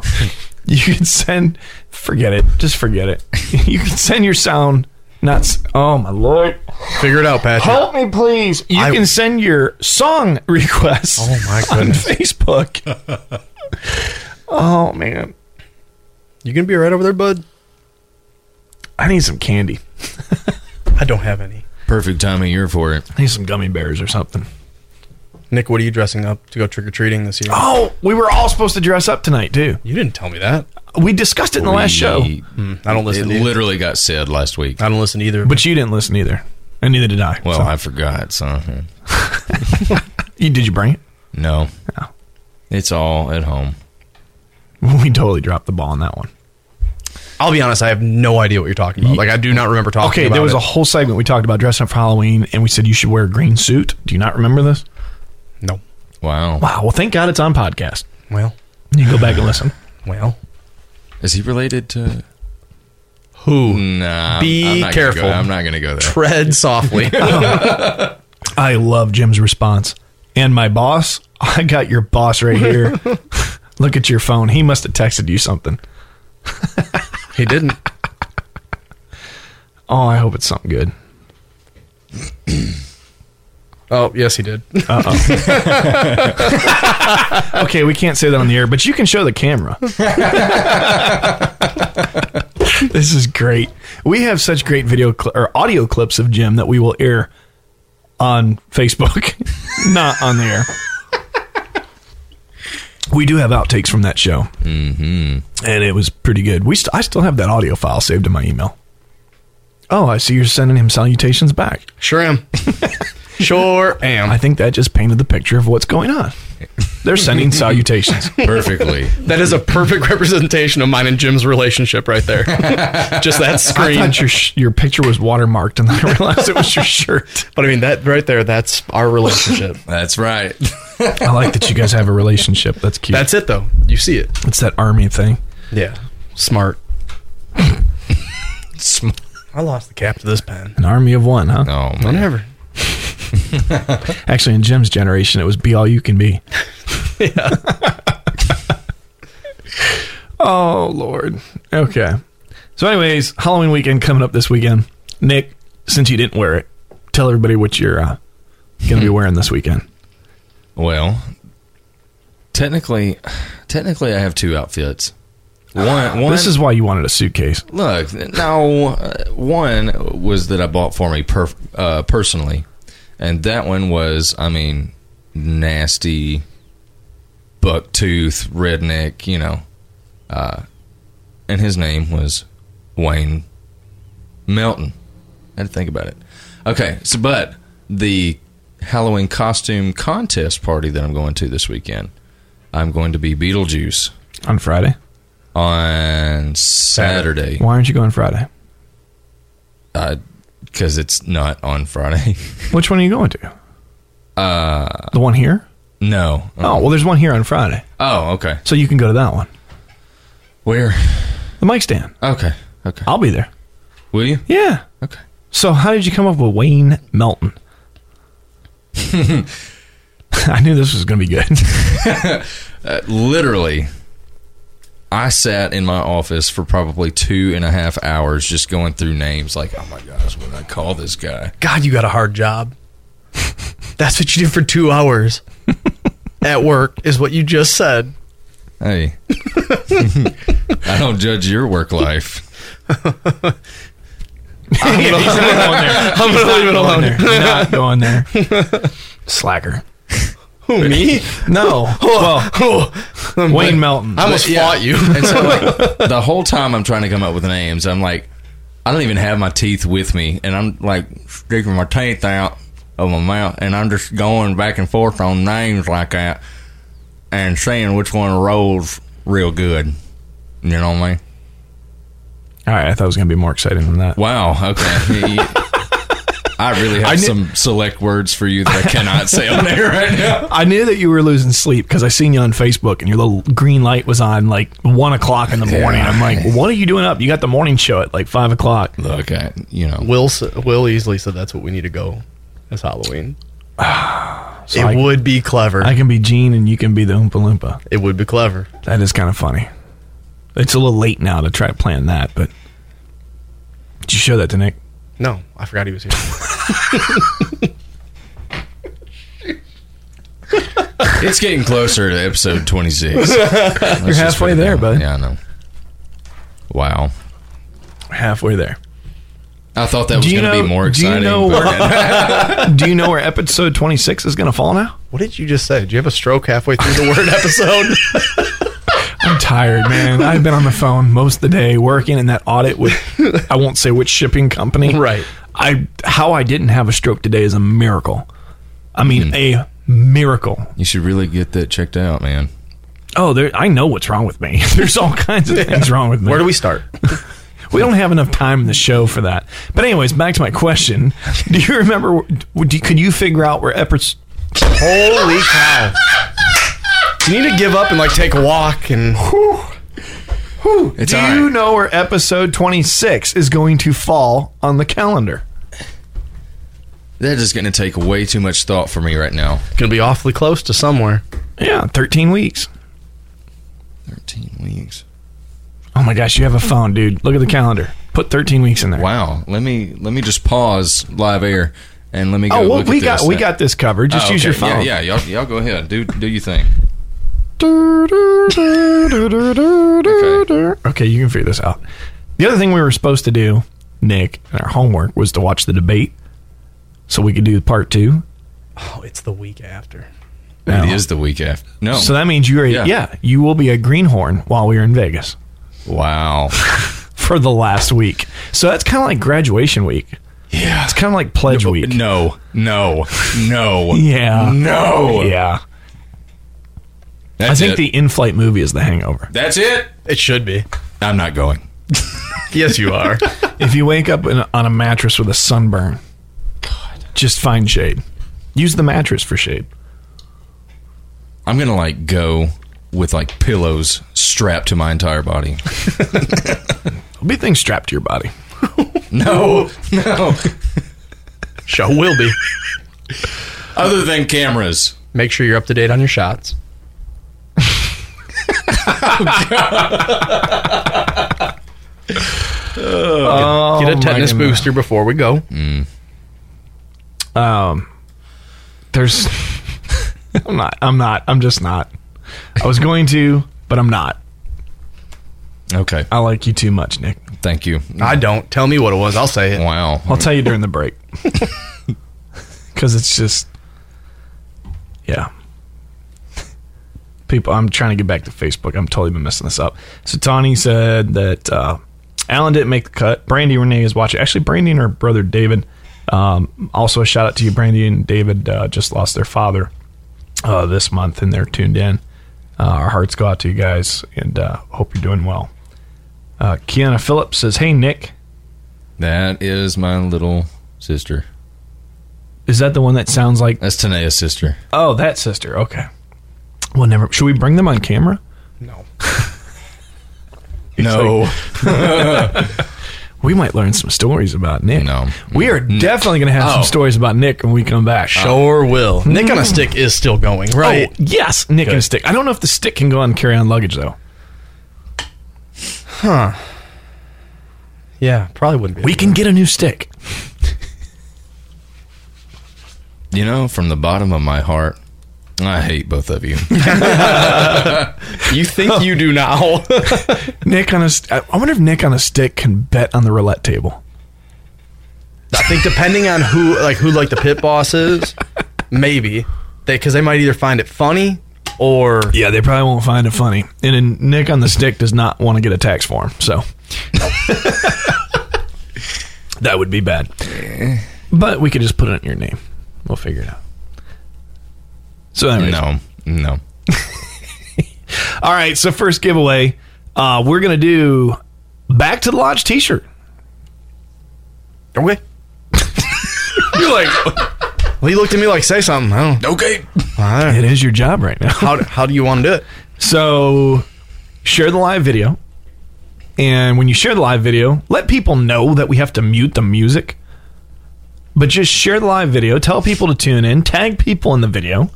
S3: You can send, forget it, just forget it. [laughs] You can send your sound. Not s- oh my lord!
S2: Figure it out, Patrick.
S3: Help me, please. You
S2: I-
S3: can send your song requests
S2: Oh, my
S3: [laughs] on
S2: goodness.
S3: Facebook. oh man,
S2: You gonna be right over there, bud?
S3: I need some candy.
S2: I don't have any.
S4: Perfect time of year for it.
S3: I need some gummy bears or something.
S2: Nick, what are you dressing up to go trick or treating this year?
S3: Oh, we were all supposed to dress up tonight too.
S2: You didn't tell me that.
S3: We discussed it in the last show,
S4: We-
S2: I don't
S4: It
S2: listen. To either.
S4: literally got said last week.
S2: I don't listen to either.
S3: but you didn't listen either, and neither did I.
S4: Well,
S3: So-
S4: I forgot. So hmm.
S3: you, did you bring it? [laughs]
S4: no, it's all at home.
S3: We totally dropped the ball on that one.
S2: I'll be honest. I have no idea what you're talking about. Like I do not remember talking.
S3: Okay,
S2: about
S3: there was
S2: it.
S3: a whole segment we talked about dressing up for Halloween, and we said you should wear a green suit. Do you not remember this?
S2: no.
S4: Wow.
S3: Wow. Well, thank God it's on podcast.
S2: Well,
S3: You can go back and listen.
S2: well.
S4: Is he related to?
S2: Who?
S4: Nah.
S2: Be
S4: I'm not gonna
S2: careful.
S4: go- I'm not going to go there.
S2: Tread softly.
S3: [laughs] I love Jim's response. And my boss, [laughs] I got your boss right [laughs] here. Look at your phone. He must have texted you something.
S2: [laughs] he didn't.
S3: Oh, I hope it's something good.
S2: Oh yes, he did.
S3: Okay, we can't say that on the air, but you can show the camera. this is great. We have such great video cl- or audio clips of Jim that we will air on Facebook, [laughs] not on the air. We do have outtakes from that show, mm-hmm. and it was pretty good. We st- I still have that audio file saved in my email. Oh, I see you're sending him salutations back.
S2: [laughs] Sure am. sure am.
S3: I think that just painted the picture of what's going on. They're sending salutations.
S4: Perfectly.
S2: That is a perfect [laughs] representation of mine and Jim's relationship right there. [laughs] Just that
S3: I
S2: screen.
S3: thought your sh- your picture was watermarked, and then I realized it was your shirt. [laughs]
S2: But I mean that right there. That's our relationship. [laughs]
S4: That's right.
S3: I like that you guys have a relationship. [laughs] That's cute.
S2: that's it though. You see it.
S3: it's that army thing.
S2: Yeah. Smart.
S3: [laughs]
S4: Sm-
S2: I lost the cap to this pen.
S3: An army of one, huh?
S4: Oh, man.
S2: Whatever.
S3: Actually, in Jim's generation, it was be all you can be. oh, Lord. Okay. So, anyways, Halloween weekend coming up this weekend. Nick, since you didn't wear it, tell everybody what you're uh, going to be wearing this weekend.
S4: Well, technically, technically, I have two outfits. One, one
S3: This is why you wanted a suitcase.
S4: look. No, uh, one was that I bought for me per, uh, personally, and that one was, I mean, nasty, buck tooth redneck. You know, uh, and his name was Wayne Melton. I had to think about it. Okay, so but the Halloween costume contest party that I'm going to this weekend, I'm going to be Beetlejuice
S3: On Friday?
S4: on Saturday
S3: Why aren't you going Friday?
S4: because Uh, it's not on Friday. [laughs]
S3: Which one are you going to? Uh, the one here?
S4: no.
S3: Oh, well, there's one here on Friday.
S4: Oh, okay.
S3: So you can go to that one.
S4: Where?
S3: The mic stand.
S4: Okay. Okay.
S3: I'll be there.
S4: Will you?
S3: Yeah.
S4: Okay.
S3: So how did you come up with Wayne Melton? [laughs] I knew this was going to be good.
S4: literally i sat in my office for probably two and a half hours just going through names like oh my gosh what do i call this guy
S2: God, you got a hard job. [laughs] That's what you did for two [laughs] hours at work, is what you just said.
S4: hey [laughs] i don't judge your work life
S3: [laughs] I'm going to leave it alone. There. Not going there. Slacker.
S2: Who, me?
S3: No.
S2: Oh, I'm like-
S3: Wayne Melton.
S2: I almost fought you.
S4: and so [laughs] like, the whole time i'm trying to come up with names i'm like i don't even have my teeth with me and i'm like sticking my teeth out of my mouth and i'm just going back and forth on names like that and seeing which one rolls real good you know what i mean
S3: All right, I thought it was going to be more exciting than that.
S4: Wow. [laughs] Okay. You- I really have
S3: knew-
S4: some select words for you that I cannot say on there right now.
S3: I knew that you were losing sleep because I seen you on Facebook and your little green light was on like one o'clock in the morning. I'm like, what are you doing up? You got the morning show at like five
S4: [laughs]
S3: o'clock.
S4: Look, I, you know,
S2: Will s- Will easily said that's what we need to go as Halloween.
S3: So
S2: it
S3: I,
S2: would be clever.
S3: I can be Gene and you can be the Oompa Loompa.
S2: it would be clever.
S3: That is kind of funny. It's a little late now to try to plan that, but did you show that to Nick?
S2: No, I forgot he was here.
S4: it's getting closer to episode 26. You're
S3: halfway there, bud.
S4: Yeah, I know. Wow.
S3: Halfway there.
S4: I thought that was
S3: you
S4: going to be
S3: know-
S4: more
S3: do you
S4: exciting.
S3: know uh,
S4: but-
S3: [laughs] Do you know where episode 26 is going to fall now?
S2: What did you just say? Did you have a stroke halfway through [laughs] the word episode?
S3: I'm tired, man. I've been on the phone most of the day working in that audit with, I won't say which shipping company.
S2: Right.
S3: I How I didn't have a stroke today is a miracle. I mean, a miracle.
S4: you should really get that checked out, man.
S3: Oh, there, I know what's wrong with me. [laughs] There's all kinds of things wrong with me.
S2: Where do we start?
S3: We don't have enough time in the show for that. But anyways, back to my question. Do you remember? Would you, could you figure out where Eppert's?
S2: Holy cow. You need to give up and like take a walk and
S4: It's
S3: do
S4: all right.
S3: you know where episode twenty six is going to fall on the calendar?
S4: That is going to take way too much thought for me right now.
S2: gonna be awfully close to somewhere.
S3: Yeah, thirteen weeks.
S4: 13 weeks.
S3: Oh my gosh, you have a phone, dude. Look at the calendar. Put thirteen weeks in there.
S4: Wow. Let me let me just pause live air and let me go
S3: Oh, well,
S4: look
S3: we
S4: at
S3: got
S4: this.
S3: we got this covered. Just
S4: Oh,
S3: use
S4: okay.
S3: your phone.
S4: Yeah, yeah. Y'all, y'all go ahead. Do do your thing.
S3: Okay. you can figure this out. The other thing we were supposed to do, Nick, and our homework was to watch the debate, so we could do part two.
S2: Oh, it's the week after.
S3: No.
S4: It is the week after. No.
S3: So that means you are
S4: Oh. Yeah.
S3: yeah. you will be a greenhorn while we are in Vegas [sighs]
S4: wow.
S3: for the last week. So that's kind of like graduation week.
S4: Yeah.
S3: It's kind of like pledge week.
S4: No. No. No.
S3: Yeah.
S4: No.
S3: [laughs] Yeah.
S4: That's
S3: I think
S4: it.
S3: the in-flight movie is The Hangover.
S4: That's it.
S2: It should be.
S4: I'm not going.
S2: Yes, you are.
S3: if you wake up in, on a mattress with a sunburn, just find shade. Use the mattress for shade.
S4: I'm gonna like go with like pillows strapped to my entire
S3: [laughs]
S4: body.
S3: There'll be things strapped to your body.
S4: No, no.
S3: Oh,
S2: Show will be.
S4: Other than cameras.
S2: Make sure you're up to date on your shots.
S3: Oh,
S2: Get a
S3: my
S2: tetanus
S3: goodness. Mm.
S2: booster before we go.
S3: There's. [laughs] I'm not. I'm not. I'm just not. I was going to, but I'm not.
S4: Okay,
S3: I like you too much, Nick.
S4: thank you.
S2: I don't. Tell me what it was. I'll say it.
S4: Wow.
S3: I'll tell you during the break. Because it's just, yeah. People, I'm trying to get back to Facebook. I'm totally been messing this up. So Tawny said that uh, Alan didn't make the cut. Brandy Renee is watching. Actually, Brandy and her brother David. Um, also, a shout out to you, Brandy and David. Uh, just lost their father uh, this month, and they're tuned in. Uh, our hearts go out to you guys, and uh, hope you're doing well. Uh, Kiana Phillips says, "Hey Nick,
S4: That is my little sister.
S3: is that the one that sounds like
S4: That's Tanea's sister.
S3: Oh, that sister. Okay. Well, never. Should we bring them on camera? [laughs]
S2: No.
S4: No,
S3: [laughs] We might learn some stories about Nick.
S4: No.
S3: We are definitely going to have
S4: Oh.
S3: some stories about Nick when we come back.
S2: Sure will. Nick on a stick is still going,
S3: Oh,
S2: right?
S3: yes. Nick and a stick. I don't know if the stick can go on carry on luggage, though.
S2: Yeah, probably wouldn't be.
S3: We can get a new stick.
S4: you know, from the bottom of my heart, I hate both
S3: [laughs]
S4: of you.
S2: you think you do [laughs] now?
S3: Nick on a. St- I- I wonder if Nick on a stick can bet on the roulette table.
S2: I think depending on who, like who, like the pit boss is, maybe they because they might either find it funny or
S3: Yeah, they probably won't find it funny. And then Nick on the stick does not want to get a tax form, so [laughs] that would be bad. But we could just put it in your name. We'll figure it out. So anyways,
S4: No, no.
S3: all right. So first giveaway, uh, we're gonna do back to the lodge T-shirt.
S2: [laughs] okay.
S3: You're like,
S2: Well, [laughs] he looked at me like say something. I don't.
S4: Okay.
S2: I don't-
S3: it is your job right now. [laughs]
S2: How do- how do you want to do it?
S3: So share the live video. And when you share the live video, let people know that we have to mute the music. But just share the live video, tell people to tune in, tag people in the video,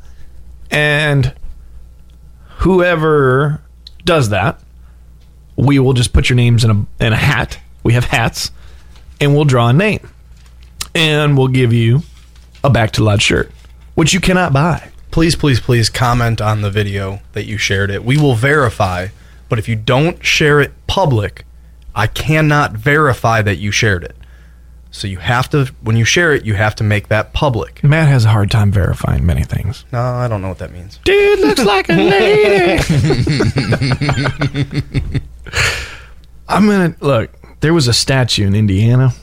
S3: and whoever does that, we will just put your names in a in a hat. We have hats, and we'll draw a name. And we'll give you a back to lodge shirt, which you cannot buy.
S2: Please, please, please comment on the video that you shared it. We will verify, but if you don't share it public, I cannot verify that you shared it. So you have to when you share it, you have to make that public.
S3: Matt has a hard time verifying many things.
S2: No, I don't know what that means.
S3: Dude looks like a lady. [laughs] I'm gonna look. There was a statue in Indiana.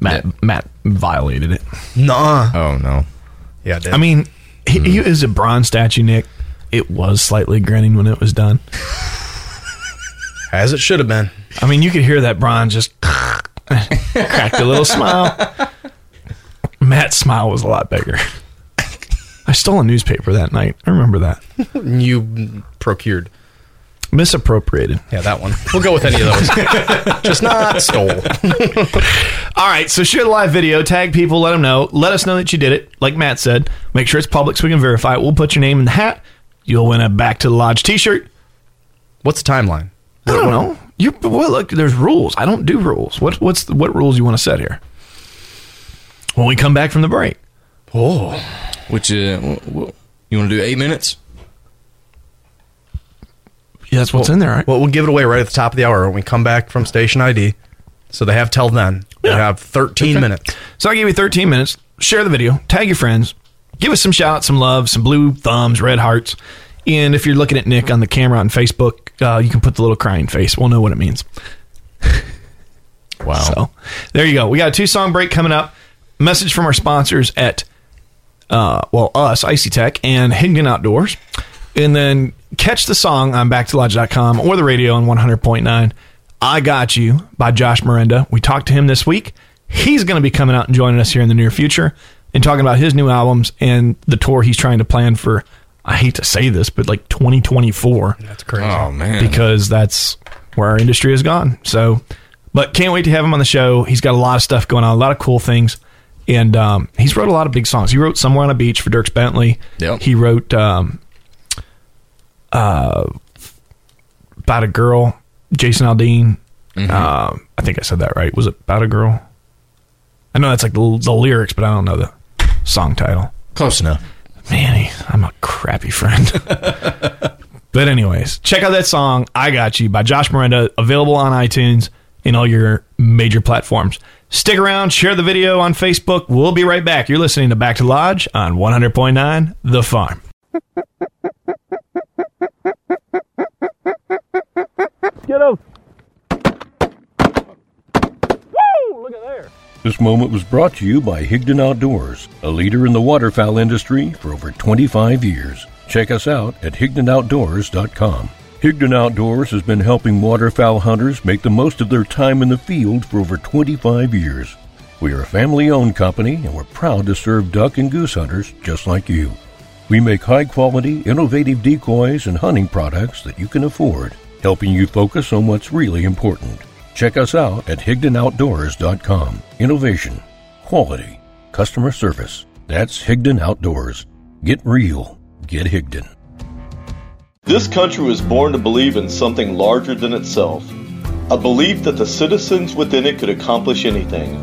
S3: Matt Matt violated it.
S2: Nah.
S4: Oh no.
S2: Yeah,
S3: I mean, he, he is a bronze statue, Nick. It was slightly grinning when it was done.
S2: as it should have been.
S3: I mean, you could hear that bronze just [laughs] cracked a little smile. Matt's smile was a lot bigger. I stole a newspaper that night. I remember that.
S2: You procured.
S3: Misappropriated.
S2: Yeah, that one. We'll go with any of those. [laughs] Just not stole.
S3: All right, so share the live video, tag people, let them know, let us know that you did it. Like Matt said, make sure it's public so we can verify it. We'll put your name in the hat. You'll win a back to the lodge T-shirt.
S2: What's the timeline?
S3: I don't know. You well, look, there's rules. I don't do rules. What what's the, what rules you want to set here? When we come back from the break,
S2: Oh.
S4: Which uh, wh- wh- you want to do eight minutes?
S3: yeah, that's what's in there, right?
S2: Well, we'll give it away right at the top of the hour when we come back from station ID. So they have till then. They
S3: Yeah.
S2: have 13 minutes.
S3: So I'll give you 13 minutes. Share the video, tag your friends, give us some shout, some love, some blue thumbs, red hearts. And if you're looking at Nick on the camera on Facebook, uh, you can put the little crying face. We'll know what it means.
S4: Wow.
S3: So there you go. We got a two song break coming up. Message from our sponsors at, uh, well, us, Icy Tech, and Higdon Outdoors. And then catch the song on backtolodge.com or the radio on 100.9. I Got You by Josh Miranda. We talked to him this week. He's going to be coming out and joining us here in the near future and talking about his new albums and the tour he's trying to plan for I hate to say this, but like 2024
S2: That's crazy.
S4: Oh man,
S3: because that's where our industry has gone. So, but can't wait to have him on the show. He's got a lot of stuff going on, a lot of cool things, and um, he's wrote a lot of big songs. He wrote "Somewhere on a Beach" for Dirks Bentley.
S4: Yep.
S3: He wrote um, uh, about a girl, Jason Aldean. Um, I think I said that right. Was it about a girl? I know that's like the, the lyrics, but I don't know the song title.
S4: close enough.
S3: Man, he- I'm a crappy friend.
S2: [laughs]
S3: but anyways, check out that song "I Got You" by Josh Miranda, available on iTunes and all your major platforms. Stick around, share the video on Facebook. We'll be right back. You're listening to Back to Lodge on 100.9 The Farm. [laughs]
S8: This moment was brought to you by Higdon Outdoors, a leader in the waterfowl industry for over 25 years. Check us out at HigdonOutdoors.com. Higdon Outdoors has been helping waterfowl hunters make the most of their time in the field for over 25 years. We are a family owned company and we're proud to serve duck and goose hunters just like you. We make high quality, innovative decoys and hunting products that you can afford, helping you focus on what's really important. Check us out at HigdonOutdoors.com. Innovation, quality, customer service. That's Higdon Outdoors. Get real. Get Higdon.
S9: This country was born to believe in something larger than itself, a belief that the citizens within it could accomplish anything.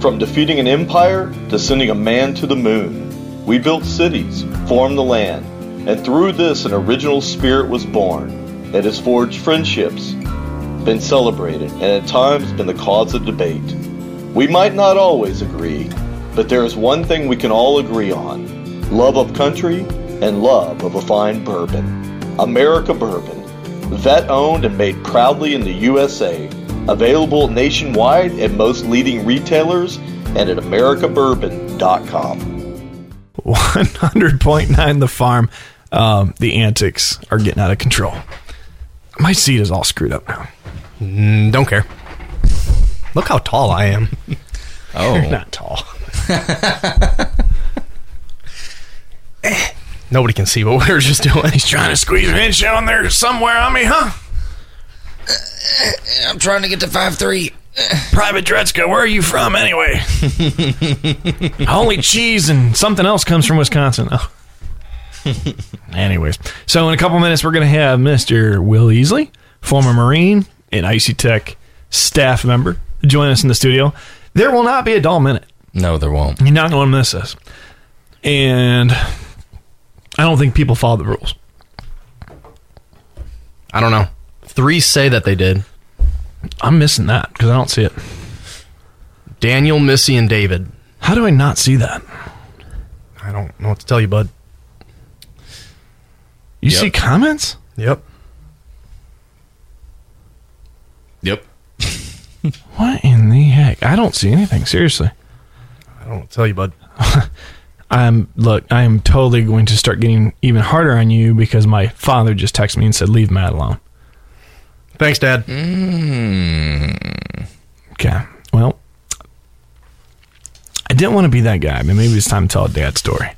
S9: From defeating an empire to sending a man to the moon, we built cities, farmed the land, and through this, an original spirit was born. It has forged friendships, been celebrated, and at times been the cause of debate. We might not always agree, but there is one thing we can all agree on love of country and love of a fine bourbon. America Bourbon, vet owned and made proudly in the USA, available nationwide at most leading retailers and at americabourbon.com.
S3: 100.9 The Farm. Um, the antics are getting out of control. My seat is all screwed up now.
S2: Mm, don't care. Look how tall I am.
S4: Oh, [laughs]
S3: Not tall.
S2: Nobody can see what we were just doing. He's
S3: Trying to squeeze an inch down there somewhere on me, huh?
S4: I'm trying to get to five three.
S3: Private Dretzka, where are you from [laughs] anyway? Holy cheese and something else comes from Wisconsin. Oh. Anyways, so in a couple minutes, we're going to have Mr. Will Easley, former Marine and Icy Tech E staff member, join us in the studio. There will not be a dull minute.
S4: No, there won't.
S3: You're not going to miss us. And I don't think people follow the rules.
S2: I don't know. Three say that they did.
S3: I'm missing that because I don't see it.
S2: Daniel, Missy, and David.
S3: How do I not see that?
S2: I don't know what to tell you, bud.
S3: You
S4: Yep.
S3: see comments?
S2: Yep.
S4: Yep.
S3: What in the heck? I don't see anything. Seriously.
S2: I don't know what to tell you, bud.
S3: I'm look, I am totally going to start getting even harder on you because my father just texted me and said, "Leave Matt alone."
S2: Thanks, Dad.
S3: Okay. Well, I didn't want to be that guy, but maybe it's time to tell a dad story.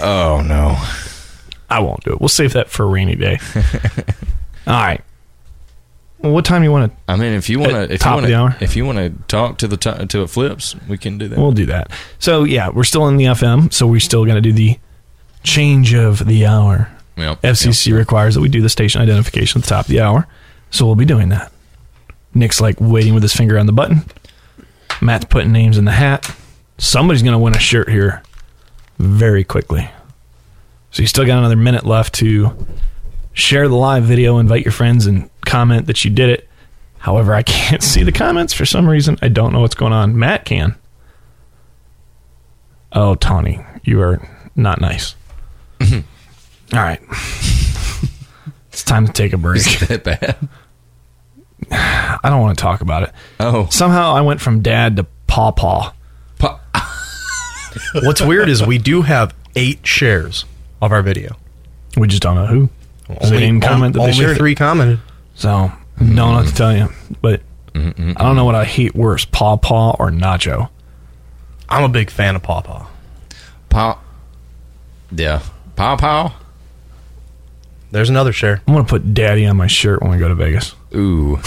S4: Oh no.
S3: I won't do it. We'll save that for a rainy
S4: [laughs]
S3: day. All right. Well, what time do you want to?
S4: I mean, if you want
S3: At
S4: to, if
S3: top
S4: you
S3: of
S4: want
S3: the hour?
S4: to, if you want to talk to the t- to it flips, we can do that.
S3: We'll do that. So yeah, we're still in the FM, so we're still going to do the change of the hour.
S4: Yep.
S3: FCC requires that we do the station identification at the top of the hour, so we'll be doing that. Nick's like waiting with his finger on the button. Matt's putting names in the hat. Somebody's going to win a shirt here very quickly. So you still got another minute left to share the live video, invite your friends, and comment that you did it. However, I [laughs] can't see the comments for some reason. I don't know what's going on. Matt can. Oh, Tawny, you are not nice. All right. it's time to take a break.
S4: Is that bad?
S3: [laughs] I don't want to talk about it.
S4: Oh,
S3: Somehow I went from dad to pawpaw.
S4: Pa-
S2: What's weird is we do have eight shares of our video.
S3: We just don't know who. Only, they didn't comment that
S2: only
S3: they shared it.
S2: three commented.
S3: So don't know what to tell you. But I don't know what I hate worse, pawpaw or nacho.
S2: I'm a big fan of Pawpaw.
S4: pa- yeah, Pow pow.
S2: There's another share.
S3: I'm gonna put daddy on my shirt when we go to Vegas.
S4: Ooh.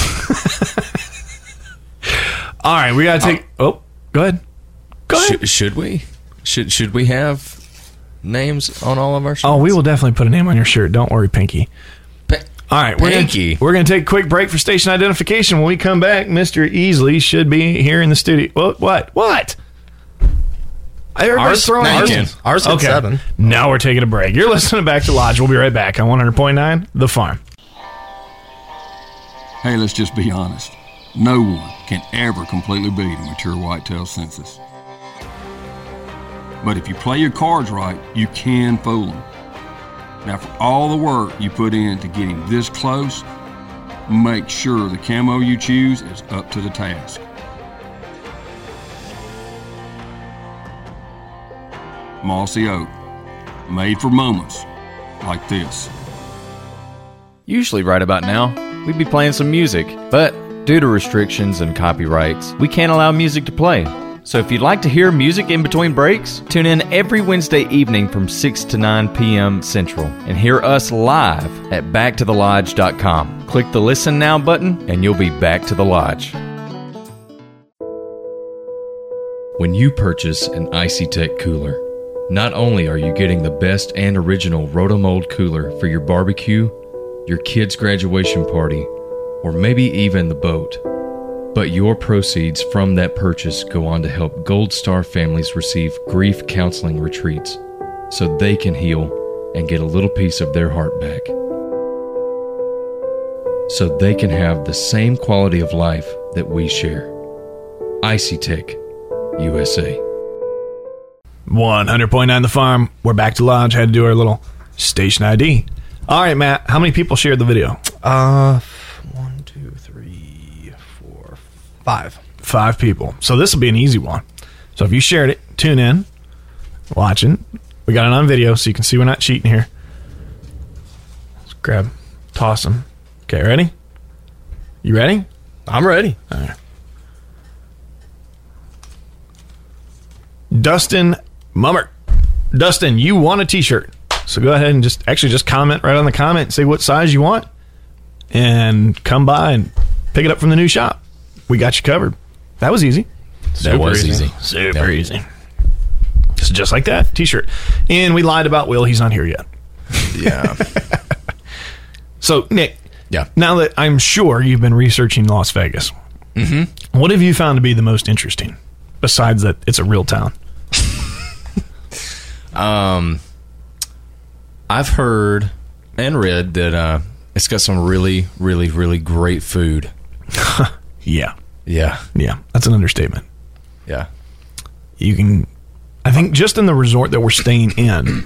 S3: All right, we gotta take. Oh, go ahead. Go ahead.
S4: Should, should we? Should should we have names on all of our shirts?
S3: Oh, we will definitely put a name on your shirt. Don't worry, Pinky.
S4: Pe-
S3: All right, we're
S4: Pinky.
S3: Gonna, we're going to take a quick break for station identification. When we come back, Mister Easley should be here in the studio. What? What? What? Everybody's
S2: Ours-
S3: throwing
S4: ours-
S3: hands.
S2: ours at seven.
S3: Now we're taking a break. You're listening back to Lodge. We'll be right back on 100.9 The Farm.
S6: Hey, let's just be honest. No one can ever completely beat a mature whitetail census. But if you play your cards right, you can fool them. Now, for all the work you put into getting this close, make sure the camo you choose is up to the task. Mossy Oak, made for moments like this.
S10: Usually, right about now, we'd be playing some music, but due to restrictions and copyrights, we can't allow music to play. So, if you'd like to hear music in between breaks, tune in every Wednesday evening from 6 to 9 p.m. Central and hear us live at backtothelodge.com. Click the Listen Now button, and you'll be back to the lodge.
S4: When you purchase an Icy Tech cooler, not only are you getting the best and original Rotomold cooler for your barbecue, your kids' graduation party, or maybe even the boat, but your proceeds from that purchase go on to help Gold Star families receive grief counseling retreats so they can heal and get a little piece of their heart back. So they can have the same quality of life that we share. Icy Tech. USA.
S3: 100.9 The Farm. We're back to Lodge. Had to do our little station ID. All right, Matt. How many people shared the video?
S2: Uh, f- one, two, three, four, five.
S3: five people. So this will be an easy one. So if you shared it, tune in, watching. We got it on video, so you can see we're not cheating here. Let's grab, toss them. Okay, ready? You ready?
S2: I'm ready.
S3: Dustin Mummer. Dustin, you want a T-shirt? So go ahead and just actually just comment right on the comment, say what size you want, and come by and pick it up from the new shop. We got you covered. That was easy.
S4: That was easy.
S3: Super easy. So just like that, t-shirt. And we lied about Will. He's not here yet.
S4: Yeah.
S3: [laughs] So Nick,
S4: Yeah.
S3: now that I'm sure you've been researching Las Vegas, mm-hmm. what have you found to be the most interesting? Besides that, it's a real town.
S4: I've heard and read that uh, it's got some really, really, really great food.
S3: Yeah,
S4: Yeah.
S3: yeah, that's an understatement.
S4: Yeah.
S3: You can, I think, just in the resort that we're staying in, [clears throat]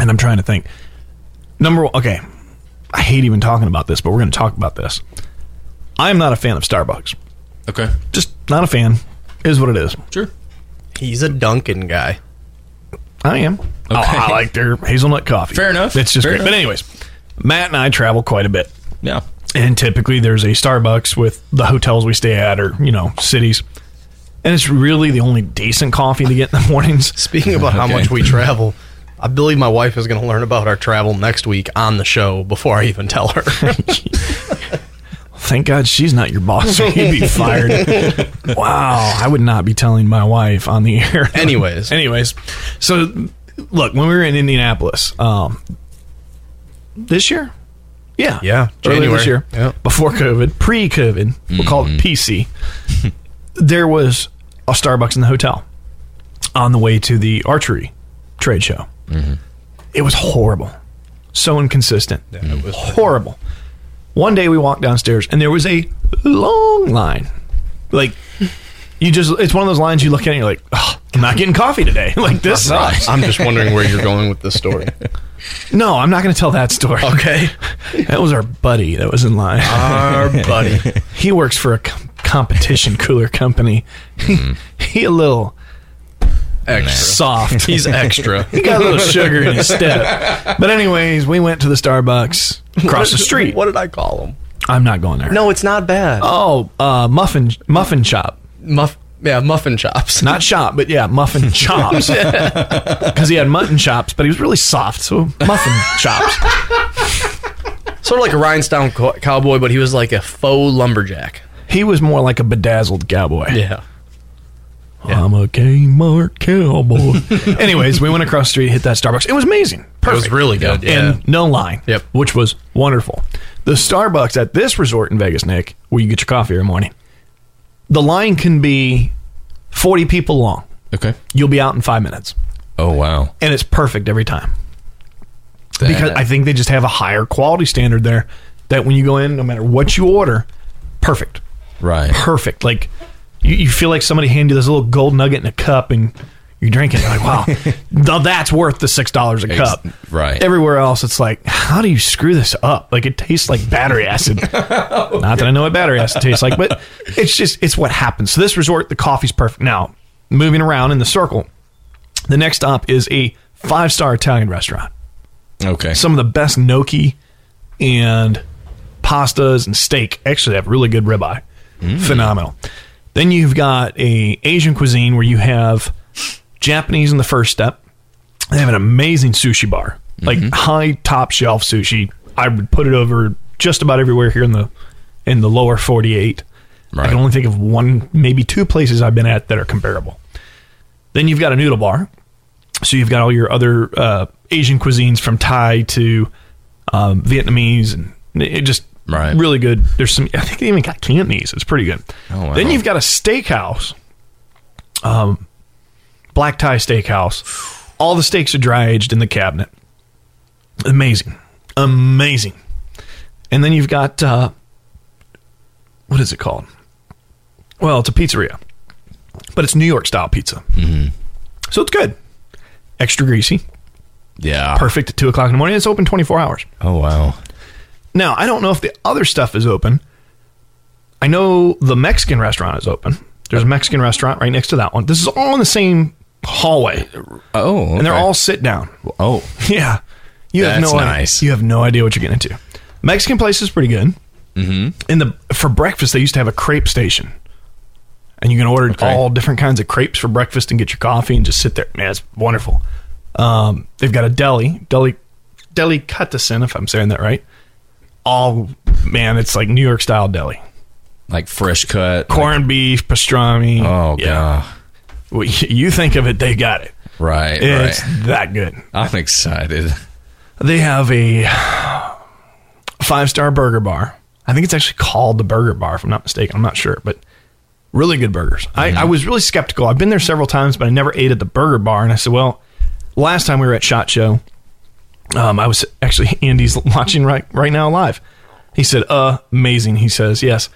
S3: and I'm trying to think. Number one, okay, I hate even talking about this, but we're going to talk about this. I am not a fan of Starbucks.
S4: Okay.
S3: Just not a fan. Is what it is.
S4: Sure.
S2: He's a Duncan guy.
S3: I am. Oh, I like their hazelnut coffee.
S4: Fair enough.
S3: It's just
S4: Fair
S3: great. But anyways, Matt and I travel quite a bit,
S4: Yeah.
S3: and typically there's a Starbucks with the hotels we stay at, or you know, cities, and it's really the only decent coffee to get in the [laughs] mornings.
S2: Speaking about how
S4: Okay.
S2: much we travel, I believe my wife is going to learn about our travel next week on the show before I even tell her.
S3: Thank God she's not your boss. [laughs] or You'd be fired. wow, I would not be telling my wife on the air.
S2: Anyways,
S3: [laughs] Anyways, so look, when we were in Indianapolis, um, this year, yeah,
S2: Yeah,
S3: earlier
S2: January.
S3: this year,
S2: Yeah.
S3: before COVID, pre-COVID, we'll call it PC. there was a Starbucks in the hotel on the way to the archery trade show. It was horrible, so inconsistent, it was horrible. One day we walked downstairs and there was a long line, like. You just—it's one of those lines you look at and you're like, oh, "I'm not getting coffee today." [laughs] like this sucks.
S2: I'm just wondering where you're going with this story.
S3: No, I'm not going to tell that story.
S2: Okay,
S3: [laughs] That was our buddy that was in line.
S2: our
S3: [laughs]
S2: buddy.
S3: he works for a com- competition cooler company. he a little
S2: Mm-hmm. Extra.
S3: soft.
S2: [laughs] He's extra.
S3: he got a little sugar in his step. But anyways, we went to the Starbucks across the street.
S2: What did I call him?
S3: I'm not going there.
S2: No, it's not bad.
S3: Oh, uh, muffin muffin shop.
S2: Muff. Yeah, muffin chops.
S3: Not shop, but yeah,
S2: [laughs]
S3: muffin chops. [laughs] Because he had mutton chops, but he was really soft, so
S2: [laughs]
S3: muffin chops.
S2: sort of like a rhinestone co- cowboy, but he was like a faux lumberjack.
S3: He was more like a bedazzled cowboy.
S2: Yeah.
S3: I'm a Kmart cowboy.
S2: [laughs]
S3: Anyways, we went across the street, hit that Starbucks. It was amazing. Perfect.
S2: was really good, yeah.
S3: And no line.
S2: Yep.
S3: Which was wonderful. The Starbucks at this resort in Vegas, Nick, where you get your coffee every morning, the line can be 40 people long.
S4: Okay.
S3: You'll be out in five minutes.
S4: Oh wow.
S3: And it's perfect every time.
S4: That-
S3: because I think they just have a higher quality standard there that when you go in, no matter what you order, perfect,
S4: right.
S3: perfect. Like you, you feel like somebody handed you this little gold nugget in a cup and you're drinking. You're like,
S4: [laughs]
S3: wow, now that's worth the six dollars a
S4: Ex-
S3: cup.
S4: right.
S3: Everywhere else, it's like, how do you screw this up? Like it tastes like battery acid.
S4: [laughs]
S3: Not that I know what battery acid tastes like, but it's just it's what happens. So this resort, the coffee's perfect. Now moving around in the circle, the next stop is a five star Italian restaurant
S4: Okay.
S3: some of the best gnocchi and pastas and steak. Actually, they have really good ribeye. Phenomenal. Then you've got a Asian cuisine where you have Japanese in the first step. They have an amazing sushi bar, like
S4: Mm-hmm.
S3: high top shelf sushi. I would put it over just about everywhere here in the in the lower 48. I
S4: Right.
S3: can only think of one, maybe two places I've been at that are comparable. Then you've got a noodle bar, so you've got all your other uh, Asian cuisines from Thai to um, Vietnamese, and it just
S4: Right.
S3: really good. There's some. I think they even got Cantonese. It's pretty good.
S4: Oh, wow.
S3: Then you've got a steakhouse, um, black Thai steakhouse. All the steaks are dry aged in the cabinet. Amazing, amazing. And then you've got uh, what is it called? Well, it's a pizzeria, but it's New York style pizza. Mm-hmm. So it's good. Extra greasy,
S4: yeah.
S3: perfect at two o'clock in the morning. It's open twenty four hours.
S4: Oh wow.
S3: Now, I don't know if the other stuff is open. I know the Mexican restaurant is open. There's a Mexican restaurant right next to that one. This is all in the same hallway,
S4: Oh.
S3: and they're
S4: okay.
S3: all sit down.
S4: Oh.
S3: [laughs] Yeah, you have
S4: That's
S3: no
S4: nice.
S3: idea. you have no idea what you're getting into. Mexican place is pretty good. Mm-hmm. And the for breakfast they used to have a crepe station, and you can order all different kinds of crepes for breakfast and get your coffee and just sit there. Man, it's wonderful. Um, they've got a deli, deli, delicatessen if I'm saying that right. All man, it's like New York style deli,
S4: Like fresh cut.
S3: corned beef, pastrami.
S4: Oh god.
S3: Well, [laughs] y- you think of it, they got it.
S4: Right.
S3: It's
S4: Right.
S3: that good.
S4: I'm excited.
S3: They have a five star burger bar. I think it's actually called the Burger Bar, if I'm not mistaken. I'm not sure, but really good burgers. I, I was really skeptical. I've been there several times, but I never ate at the Burger Bar. And I said, well, last time we were at Shot Show, um, I was actually [laughs] Andy's watching right right now live. He said, uh, "Amazing." He says, "Yes."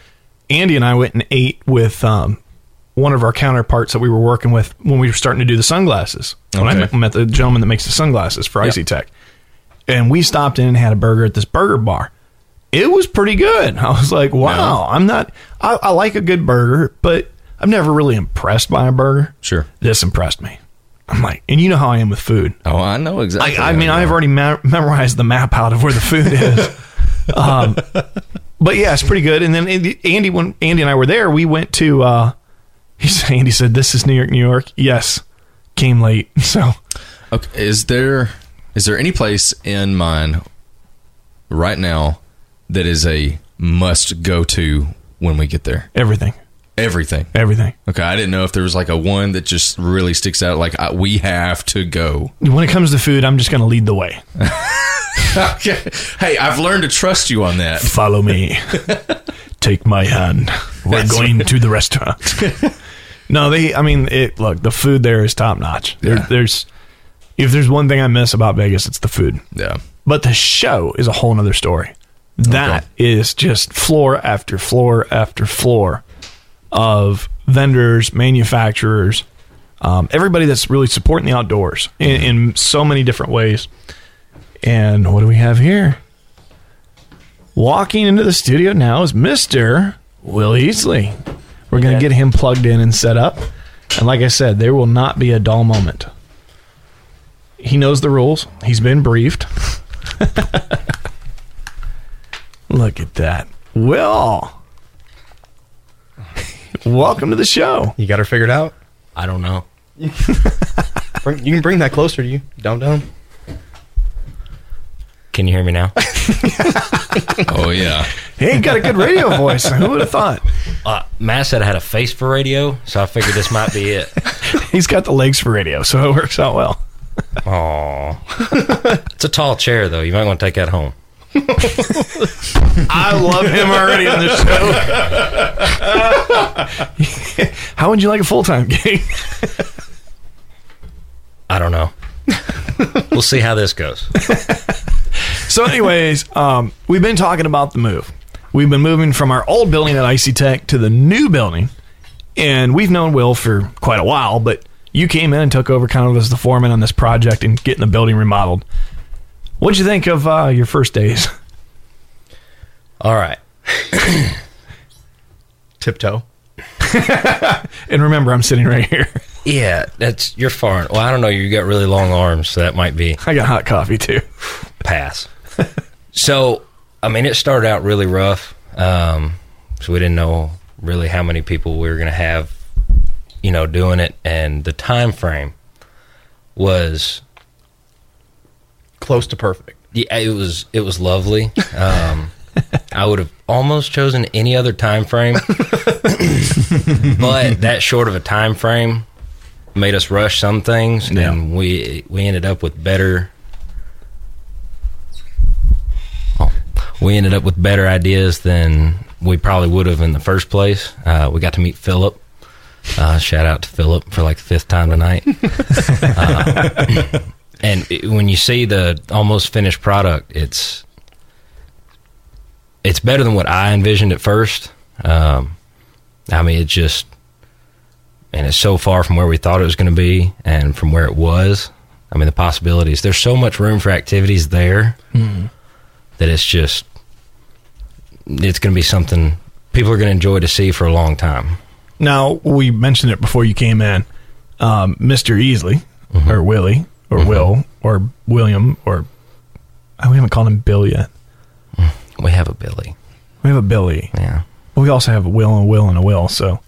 S3: Andy and I went and ate with um, one of our counterparts that we were working with when we were starting to do the sunglasses. When I
S4: Okay.
S3: met, met the gentleman that makes the sunglasses for Icy Tech, and we stopped in and had a burger at this burger bar. It was pretty good. [laughs] I was like, "Wow, I'm not. I, I like a good burger, but I'm never really impressed by a burger."
S4: Sure.
S3: This impressed me. I'm like, and you know how I am with food.
S4: Oh, I know exactly.
S3: I, I mean,
S4: how you
S3: I've
S4: are.
S3: already ma- memorized the map out of where the food is. um, but yeah, it's pretty good. And then Andy, Andy, when Andy and I were there, we went to. Uh, he said, Andy said, "This is New York, New York." Yes, came late, [laughs] so
S4: Okay, is there is there any place in mind right now that is a must go to when we get there?
S3: everything,
S4: Everything.
S3: everything.
S4: Okay, I didn't know if there was like a one that just really sticks out. Like I, we have to go.
S3: When it comes to food, I'm just going to lead the way.
S4: Okay. Hey, I've learned to trust you on that.
S3: Follow me. Take my hand. We're going to the restaurant. no, they. I mean, it. Look, the food there is top notch. There,
S4: Yeah.
S3: There's, if there's one thing I miss about Vegas, it's the food.
S4: Yeah.
S3: But the show is a whole nother story. That is just floor after floor after floor of vendors, manufacturers, um, everybody that's really supporting the outdoors in, in so many different ways. And what do we have here? Walking into the studio now is Mr. Will Easley. We're going to get him plugged in and set up. And like I said, there will not be a dull moment. He knows the rules, he's been briefed. Look at that. Will. Welcome to the show.
S2: You got her figured out.
S4: I don't know.
S2: [laughs] Bring, you can bring that closer to you. Down, down.
S11: Can you hear me now?
S4: Oh yeah.
S3: He ain't got a good radio voice. Who would have thought?
S11: Uh, Matt said I had a face for radio, so I figured this might be it.
S3: [laughs] He's got the legs for radio, so it works out well. [laughs]
S11: It's a tall chair, though. You might want to take that home.
S3: I love him already on the show. [laughs] How would you like a full time gig?
S11: I don't know. we'll see how this goes.
S3: So, anyways, um, we've been talking about the move. We've been moving from our old building at IC Tech to the new building, and we've known Will for quite a while. But you came in and took over kind of as the foreman on this project and getting the building remodeled. What'd you think of uh, your first days? [laughs]
S11: All right.
S2: Tiptoe.
S3: And remember, I'm sitting right here.
S11: Yeah, that's you're foreign. Well, I don't know. You got really long arms, so that might be.
S3: I got hot coffee too.
S11: pass. so, I mean, it started out really rough. Um, so we didn't know really how many people we were going to have, you know, doing it, and the time frame was
S2: Close to perfect.
S11: yeah, it was it was lovely. Um, I would have almost chosen any other time frame, but that short of a time frame made us rush some things, and we we ended up with better. Oh, we ended up with better ideas than we probably would have in the first place. Uh, we got to meet Philip. Uh, shout out to Philip for like the fifth time tonight. Uh, and it, when you see the almost finished product, it's it's better than what I envisioned at first. Um, I mean, it just and it's so far from where we thought it was going to be, and from where it was. I mean, the possibilities. There's so much room for activities there that it's just it's going to be something people are going to enjoy to see for a long time.
S3: Now we mentioned it before you came in, um, Mister Easley
S11: Mm-hmm.
S3: or Willie or Will or William or oh, we haven't called him Bill yet.
S11: Mm, We have a Billy.
S3: We have a Billy.
S11: Yeah, Mm,
S3: But we also have a Will and a Will and a Will. So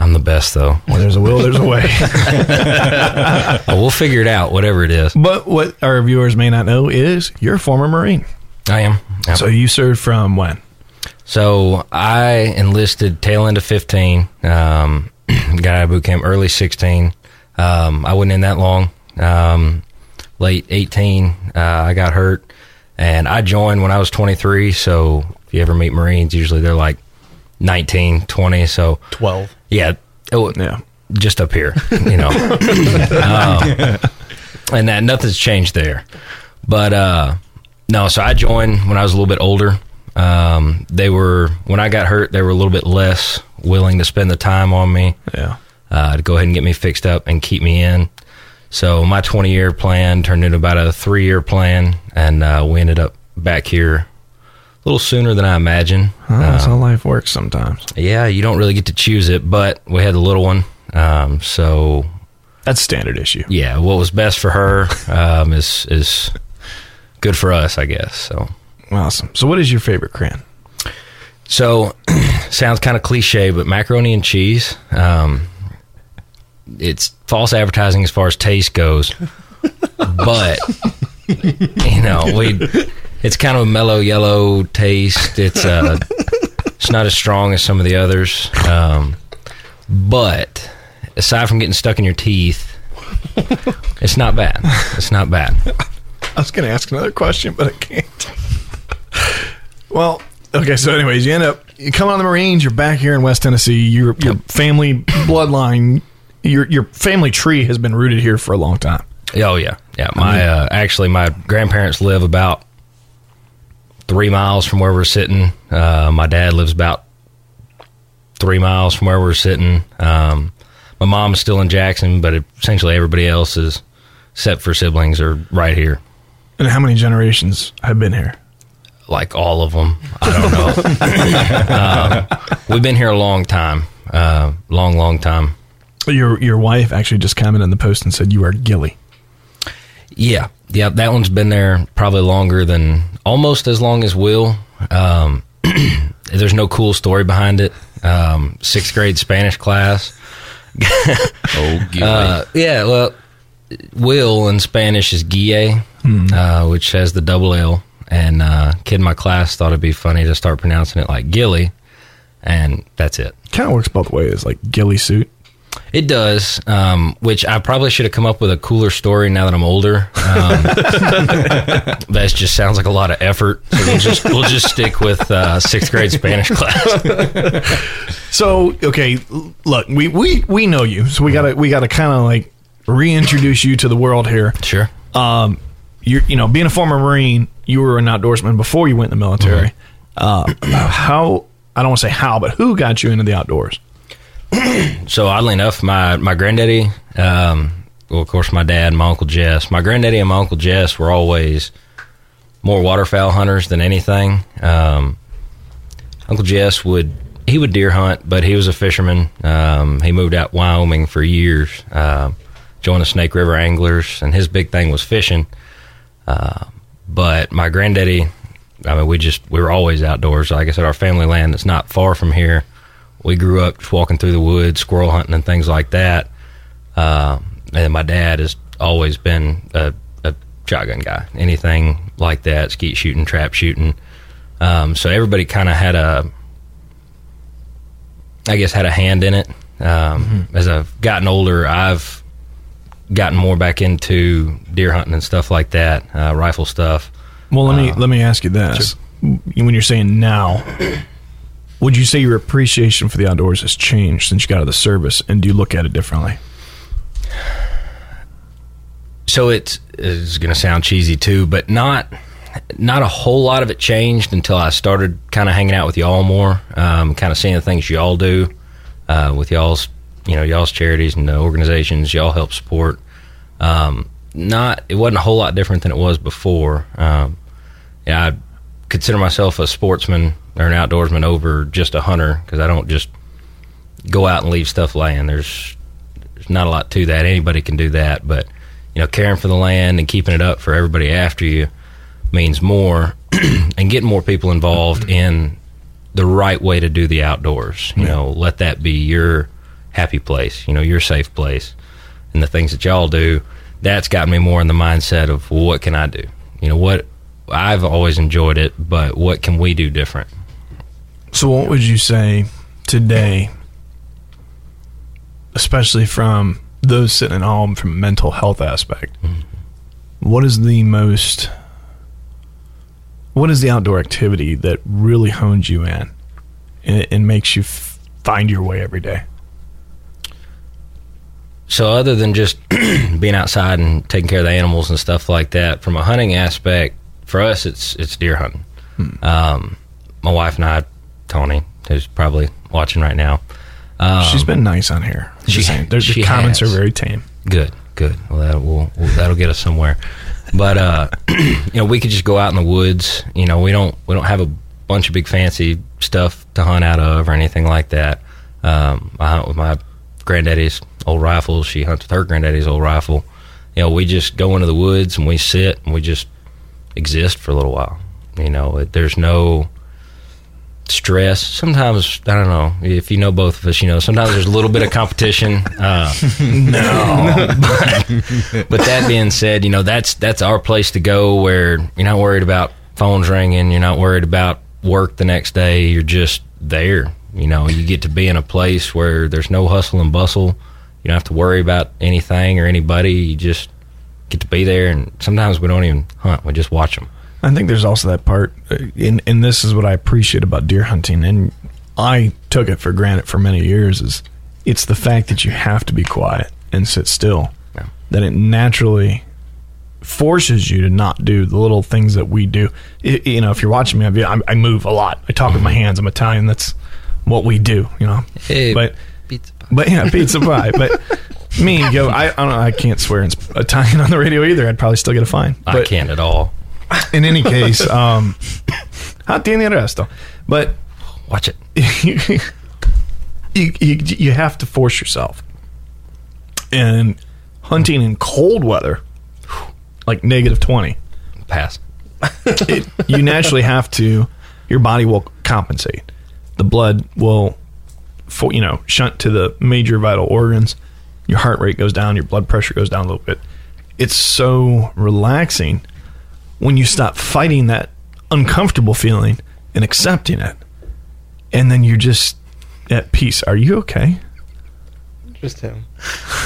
S11: I'm the best though.
S3: when there's a will, there's a way.
S11: Oh, [laughs] we'll figure it out, whatever it is.
S3: but what our viewers may not know is you're a former Marine.
S11: I am. I'm-
S3: So you served from when?
S11: So I enlisted tail end of 15, um, got out of boot camp early 16. Um, I wasn't in that long. Um, late 18, uh, I got hurt and I joined when I was 23. So if you ever meet Marines, usually they're like 19, 20. So
S2: 12.
S11: yeah. Oh,
S3: Yeah.
S11: just up here, you know. Um, and that nothing's changed there. But uh, no, so I joined when I was a little bit older. Um, they were when I got hurt, they were a little bit less willing to spend the time on me
S3: Yeah.
S11: uh, to go ahead and get me fixed up and keep me in. So my 20 year plan turned into about a three year plan, and uh, we ended up back here a little sooner than I imagined.
S3: Well,
S11: Uh,
S3: that's how life works sometimes.
S11: Yeah, you don't really get to choose it, but we had the little one. Um, so
S3: That's standard issue.
S11: yeah, what was best for her um, is is good for us, I guess. So
S3: Awesome. So what is your favorite crayon?
S11: so [clears throat] sounds kind of cliche, but macaroni and cheese. Um, it's false advertising as far as taste goes, but you know we. It's kind of a mellow yellow taste. It's uh, it's not as strong as some of the others, um, but aside from getting stuck in your teeth, it's not bad. It's not bad.
S3: I was going to ask another question, but I can't. [laughs] well, okay. So, anyways, you end up you come out of the Marines. You're back here in West Tennessee. Your your family bloodline, your your family tree has been rooted here for a long time.
S11: Oh yeah, yeah. My uh, actually, my grandparents live about three miles from where we're sitting. Uh, my dad lives about three miles from where we're sitting. Um, my mom's still in Jackson, but essentially everybody else is, except for siblings, are right here.
S3: And how many generations have been here?
S11: Like all of them. I don't know. um, we've been here a long time, uh, long, long time.
S3: Your your wife actually just commented in the post and said you are Gilly.
S11: Yeah, yeah, that one's been there probably longer than almost as long as Will. Um, there's no cool story behind it. um, sixth grade Spanish class.
S4: Oh, give
S11: Uh, yeah, well, Will in Spanish is Guille, uh, which has the double L. And uh, kid in my class thought it'd be funny to start pronouncing it like Gilly, and that's it.
S3: Kind of works both ways, like ghillie suit.
S11: It does, um, which I probably should have come up with a cooler story now that I'm older. Um, that just sounds like a lot of effort. So we'll just we'll just stick with uh, sixth grade Spanish class.
S3: So okay, l- look, we we we know you, so we gotta we gotta kind of like reintroduce you to the world here.
S11: Sure.
S3: Um, you you know, being a former Marine, you were an outdoorsman before you went in the military. Uh, [clears throat] how I don't want to say how, but who got you into the outdoors?
S11: so oddly enough, my my granddaddy, um, well, of course, my dad, and my uncle Jess, my granddaddy and my uncle Jess were always more waterfowl hunters than anything. Um, uncle Jess would he would deer hunt, but he was a fisherman. Um, he moved out Wyoming for years, uh, joined the Snake River Anglers, and his big thing was fishing. Uh, but my granddaddy i mean we just we were always outdoors like i said our family land that's not far from here we grew up just walking through the woods squirrel hunting and things like that uh, and my dad has always been a, a shotgun guy anything like that skeet shooting trap shooting um, so everybody kind of had a i guess had a hand in it um, as i've gotten older i've gotten more back into deer hunting and stuff like that uh, rifle stuff
S3: Well, let me let me ask you this: when you're saying now, would you say your appreciation for the outdoors has changed since you got out of the service, and do you look at it differently?
S11: so it's, it's going to sound cheesy too, but not not a whole lot of it changed until I started kind of hanging out with y'all more, um, kind of seeing the things y'all do uh, with y'all's you know y'all's charities and the organizations y'all help support. Um, not it wasn't a whole lot different than it was before. Um, yeah, I consider myself a sportsman or an outdoorsman over just a hunter because I don't just go out and leave stuff laying. There's there's not a lot to that. Anybody can do that, but you know, caring for the land and keeping it up for everybody after you means more, and getting more people involved in the right way to do the outdoors. You know, let that be your happy place. You know, your safe place, and the things that y'all do. That's gotten me more in the mindset of well, what can I do? You know, what I've always enjoyed it, but what can we do different?
S3: So, what would you say today, especially from those sitting at home from a mental health aspect?
S11: Mm-hmm.
S3: What is the most, what is the outdoor activity that really hones you in and, and makes you f- find your way every day?
S11: so other than just [clears throat] being outside and taking care of the animals and stuff like that, from a hunting aspect, for us it's it's deer hunting. Um, my wife and I, Tony, who's probably watching right now,
S3: She's been nice on here. I'm just
S11: Um, she-
S3: saying. There's-
S11: she
S3: the comments
S11: has.
S3: are very tame.
S11: Good, good. Well, that will will that'll get us somewhere. But uh, [clears throat] you know, we could just go out in the woods. You know, we don't we don't have a bunch of big fancy stuff to hunt out of or anything like that. Um, I hunt with my granddaddy's old rifle. She hunts with her granddaddy's old rifle. You know, we just go into the woods and we sit and we just exist for a little while. You know, it, there's no stress. Sometimes I don't know if you know both of us. You know, sometimes there's a little bit of competition. Uh, [laughs] but that being said, you know that's that's our place to go where you're not worried about phones ringing, you're not worried about work the next day. You're just there. You know, you get to be in a place where there's no hustle and bustle. You don't have to worry about anything or anybody. You just get to be there, and sometimes we don't even hunt. We just watch them.
S3: I think there's also that part, uh, and, and this is what I appreciate about deer hunting, and I took it for granted for many years, is it's the fact that you have to be quiet and sit still.
S11: Yeah.
S3: That it naturally forces you to not do the little things that we do. I you know, if you're watching me, I, I move a lot. I talk with
S11: Mm-hmm.
S3: my hands. I'm Italian. That's what we do, you know. but But yeah, pizza pie.
S11: [laughs]
S3: But me, yo, I, I don't know. I can't swear in Sp- Italian on the radio either. I'd probably still get a fine.
S11: I
S3: But-
S11: can't at all.
S3: in any case, um, how tiene resto? But
S11: Watch it.
S3: you, [laughs] you you have to force yourself. And hunting in cold weather, like negative twenty,
S11: Pass.
S3: it, you naturally have to. Your body will compensate. The blood will for, you know shunt to the major vital organs. Your heart rate goes down, your blood pressure goes down a little bit. It's so relaxing when you stop fighting that uncomfortable feeling and accepting it, and then you're just at peace. Are you okay?
S2: Just him.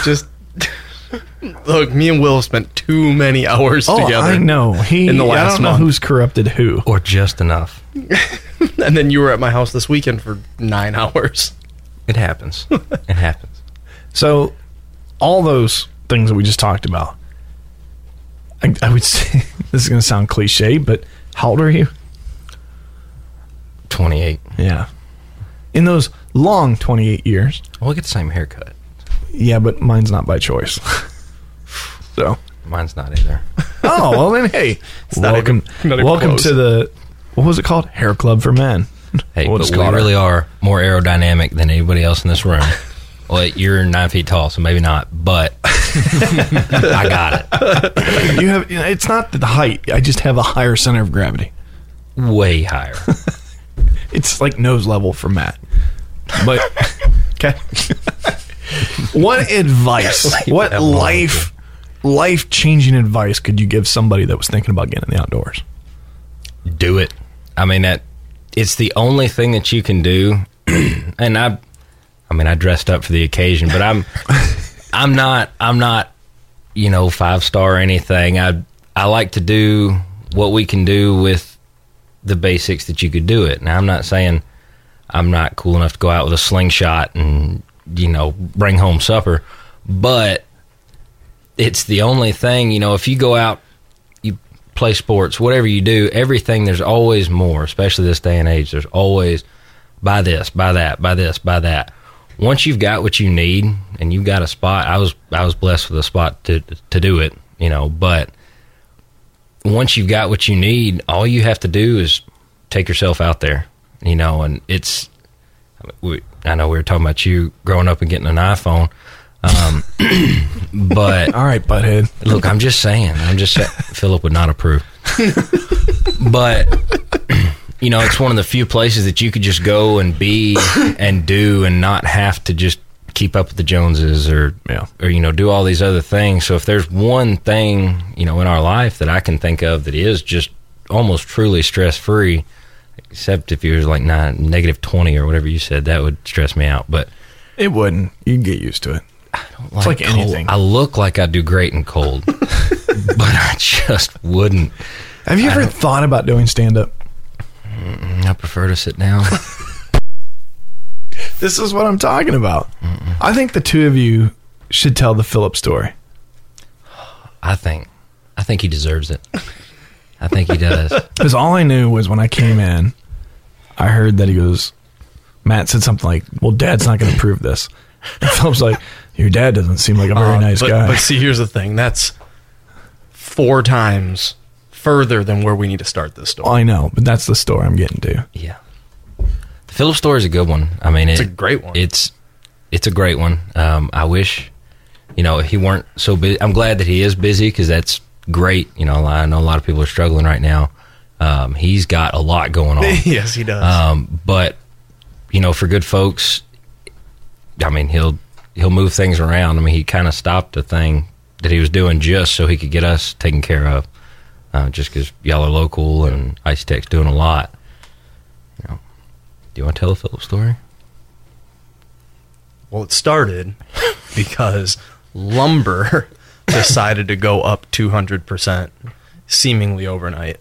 S2: Just [laughs] look. Me and Will have spent too many hours together.
S3: Oh, I know. He.
S2: in the
S3: I
S2: last
S3: don't know
S2: month.
S3: who's corrupted who.
S11: or [laughs] just enough.
S2: And then you were at my house this weekend for nine [laughs] hours.
S11: It happens. it happens.
S3: So, all those things that we just talked about, I, I would [laughs] say this is going to sound cliche, but how old are you?
S11: 28.
S3: Yeah. In those long 28 years.
S11: Well, we get the same haircut.
S3: Yeah, but mine's not by choice. [laughs] so,
S11: Mine's not either.
S3: [laughs] oh, well then, hey,
S2: not
S3: welcome,
S2: even- not even
S3: welcome
S2: close.
S3: to the, what was it called? Hair Club for Men.
S11: Hey,
S3: What a
S11: but we
S3: slaughter.
S11: really are more aerodynamic than anybody else in this room. well, you're nine feet tall, so maybe not, but I got it.
S3: you have, you know, it's not the height. I just have a higher center of gravity.
S11: Way higher.
S3: [laughs] It's like nose level for Matt.
S11: [laughs]
S3: But okay. what advice? what life life changing advice could you give somebody that was thinking about getting in the outdoors?
S11: do it. I mean that it's the only thing that you can do. [clears throat] and I I mean I dressed up for the occasion, but I'm I'm not I'm not you know five star or anything. I I like to do what we can do with the basics that you could do it. Now I'm not saying I'm not cool enough to go out with a slingshot and you know bring home supper, but it's the only thing, you know, if you go out you play sports, whatever you do, everything, there's always more, especially this day and age. There's always buy this, buy that, buy this, buy that. Once you've got what you need and you've got a spot, I was I was blessed with a spot to to do it, you know, but once you've got what you need, all you have to do is take yourself out there, you know, and it's we, I know we were talking about you growing up and getting an iPhone. Um, but
S3: All right, butthead.
S11: Look, I'm just saying. I'm just saying. Philip would not approve. but you know, it's one of the few places that you could just go and be and do and not have to just keep up with the Joneses or
S3: Yeah.
S11: or you know do all these other things. So if there's one thing you know in our life that I can think of that is just almost truly stress free, except if you're like nine, negative twenty or whatever you said, that would stress me out. But
S3: It wouldn't. You'd get used to it. It's like
S11: cold.
S3: anything.
S11: I look like I do great in
S3: [laughs]
S11: cold, but I just wouldn't.
S3: Have you ever thought about doing stand up?
S11: I prefer to sit down.
S3: [laughs] This is what I'm talking about. I think the two of you should tell the Philip story.
S11: I think, I think he deserves it. I think
S3: [laughs]
S11: he does.
S3: Because all I knew was when I came in, I heard that he goes, Matt said something like, Well, dad's not going to approve this. And [laughs] Philip's like, Your dad doesn't seem like a very
S2: Uh,
S3: nice
S2: but,
S3: guy.
S2: But see, here's the thing. That's four times further than where we need to start this
S3: [laughs] Well,
S2: story.
S3: I know, but that's the story I'm getting to.
S11: Yeah, the Philip story is a good one. I mean,
S2: It's
S11: it-
S2: a great [laughs] one.
S11: It's it's a great one. Um, I wish, you know, he weren't so busy. I'm glad that he is busy because that's great. You know, I know a lot of people are struggling right now. Um, he's got a lot
S2: [laughs]
S11: going on.
S2: yes, he does.
S11: Um, but you know, for good folks, I mean, he'll he'll move things around. I mean, he kind of stopped a thing that he was doing just so he could get us taken care of, uh, just because y'all are local and Ice Tech's doing a lot. You know, do you want to tell a Philip story?
S2: Well, it started because lumber [laughs] decided to go up 200% seemingly overnight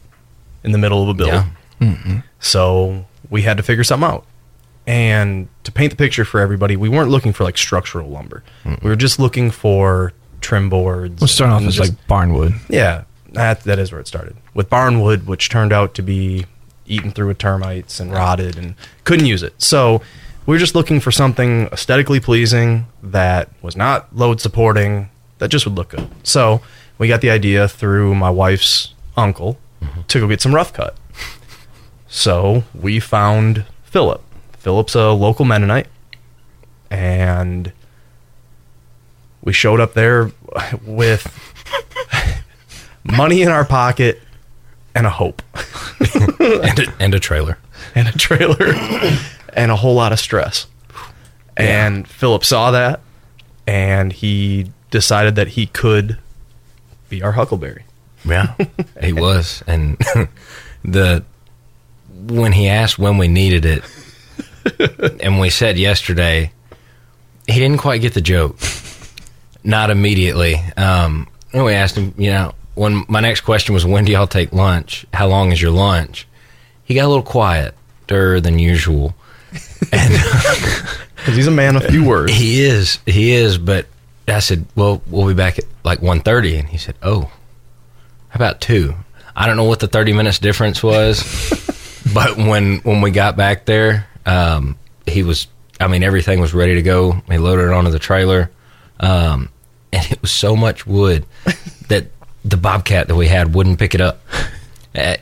S2: in the middle of a build.
S11: Yeah.
S3: Mm-hmm.
S2: So we had to figure something out. And to paint the picture for everybody, we weren't looking for like structural lumber. We were just looking for trim boards.
S3: Let's Mm. start off
S2: and
S3: as
S2: just-
S3: like Barnwood.
S2: yeah, that, that is where it started with barnwood, which turned out to be eaten through with termites and rotted and couldn't use it. So we were just looking for something aesthetically pleasing that was not load supporting, that just would look good. So we got the idea through my wife's uncle to go get some rough cut. So we found Philip. Philip's a local Mennonite, and we showed up there with money in our pocket and a hope
S11: And a, and a trailer.
S2: and a trailer and a whole lot of stress. And Philip saw that and he decided that he could be our Huckleberry.
S11: Yeah, he was, and [laughs] the when he asked when we needed it,
S2: [laughs]
S11: and we said yesterday, he didn't quite get the joke. Not immediately. Um, and we asked him, you know, when my next question was, when do y'all take lunch? How long is your lunch? He got a little quieter
S2: [laughs]
S11: than usual.
S2: Because he's a man of few words.
S11: He is, he is. But I said, "Well, we'll be back at like 1.30. and he said, "Oh, how about two? I don't know what the thirty minutes difference was, but when when we got back there, um, he was. I mean, everything was ready to go. He loaded it onto the trailer, um, and it was so much wood that the bobcat that we had wouldn't pick it up.
S2: It-
S11: It,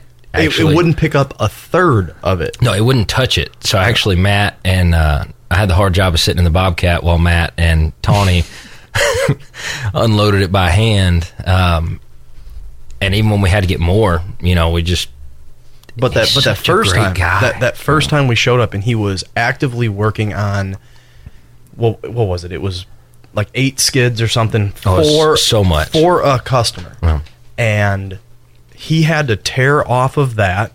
S2: it wouldn't pick up a third of it.
S11: no, it wouldn't touch it. So actually, Matt and uh, I had the hard job of sitting in the Bobcat while Matt and Tawny [laughs] unloaded it by hand. Um, and even when we had to get more, you know, we just
S2: But that
S11: He's
S2: but that
S11: such a
S2: first
S11: great
S2: time
S11: guy.
S2: that that first time we showed up and he was actively working on what what was it? It was like eight skids or something
S11: Oh, it's
S2: for
S11: so much.
S2: for a customer. And he had to tear off of that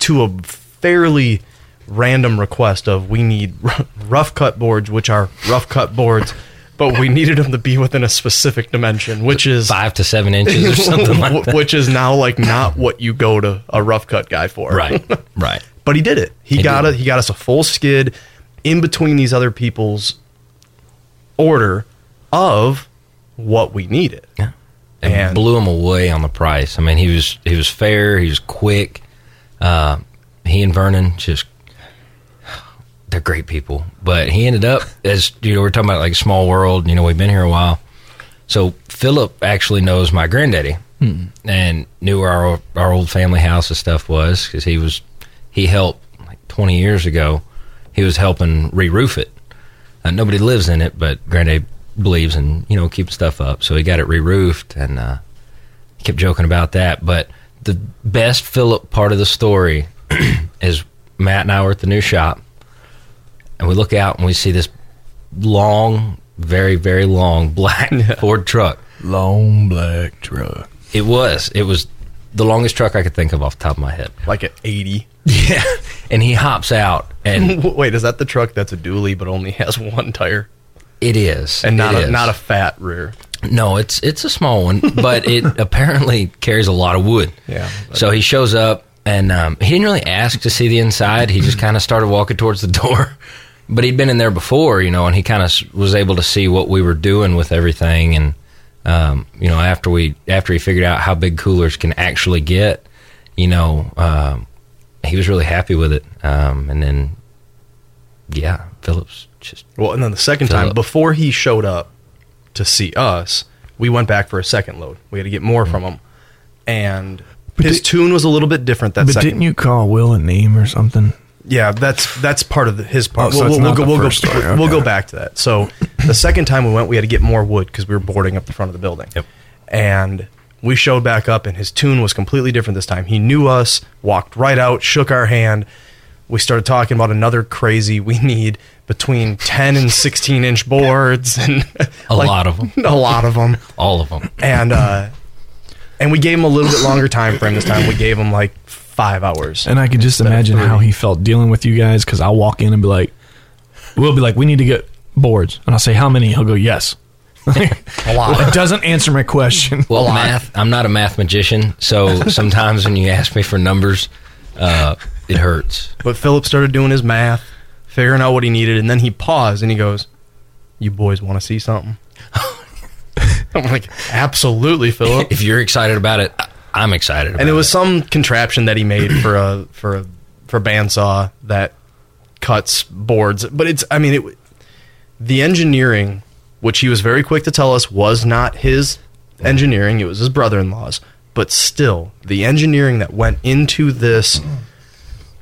S2: to a fairly random request of we need [laughs] r- rough cut boards which are rough cut boards but we needed them to be within a specific dimension which is
S11: five to seven inches [laughs] or something like that.
S2: which is now like not what you go to a rough cut guy for [laughs]
S11: Right, right.
S2: but he did it. He, got
S11: did.
S2: it. He got us a full skid in between these other people's order of what we needed.
S11: Yeah. And,
S2: And-
S11: blew him away on the price. I mean, he was he was fair. He was quick. Uh, he and Vernon just they're great people. But he ended up as you know we're talking about like small world. You know we've been here a while. So Philip actually knows my granddaddy and knew where our our old family house and stuff was because he was he helped like 20 years ago. He was helping re-roof it. Uh, nobody lives in it, but Granddad believes in you know keeping stuff up. So he got it re-roofed, and uh, he kept joking about that. But the best Philip part of the story is Matt and I were at the new shop, and we look out and we see this long, very very long black Ford truck.
S3: Long black truck.
S11: It was it was the longest truck I could think of off the top of my head.
S2: Like an 80.
S11: [laughs] Yeah, and he hops out, and
S2: [laughs] Wait, is that the truck that's a dually but only has one tire
S11: it is
S2: and not
S11: it
S2: a,
S11: is.
S2: not a fat rear?
S11: No, it's it's a small one, but [laughs] it apparently carries a lot of wood.
S2: Yeah.
S11: So he shows up, and um, he didn't really ask to see the inside.
S2: [clears throat]
S11: He just kind of started walking towards the door. But he'd been in there before, you know, and he kind of was able to see what we were doing with everything. And um, you know, after we after he figured out how big coolers can actually get, you know, um, he was really happy with it. Um, and then, yeah, Phillips just
S2: Well, and then the second time
S11: Philip.
S2: before he showed up to see us, we went back for a second load. We had to get more from him, and
S3: But
S2: his
S3: di-
S2: tune was a little bit different that
S3: But
S2: second.
S3: didn't you call Will a name or something?
S2: Yeah, that's that's part of the, his part.
S3: Oh, so
S2: we'll,
S3: it's
S2: we'll
S3: not
S2: go,
S3: the
S2: we'll, go,
S3: first story,
S2: we'll go
S3: okay.
S2: back to that. So the second time we went, we had to get more wood because we were boarding up the front of the building. Yep. And we showed back up, and his tune was completely different this time. He knew us, walked right out, shook our hand. We started talking about another crazy we need between 10 and 16 inch boards and
S11: A lot of 'em.
S2: [laughs] A lot of them
S11: all of them.
S2: and uh, and we gave him a little bit longer time frame this time. We gave him like five hours.
S3: And I could just imagine how he felt dealing with you guys because I'll walk in and be like, we'll be like, we need to get boards. And I'll say, how many? He'll go, yes. a
S2: lot.
S3: It doesn't answer my
S11: [laughs]
S3: question.
S11: Well, math. I'm not a math magician, so sometimes when you ask me for numbers, uh, it hurts.
S2: But Philip started doing his math, figuring out what he needed, and then he paused and he goes, "You boys want to see something?" [laughs] I'm like, "Absolutely, Philip."
S11: If you're excited about it, I- I'm excited. About
S2: And it was some contraption that he made for a for a for bandsaw that cuts boards. But it's I mean it the engineering, which he was very quick to tell us was not his engineering, it was his brother-in-law's. But still, the engineering that went into this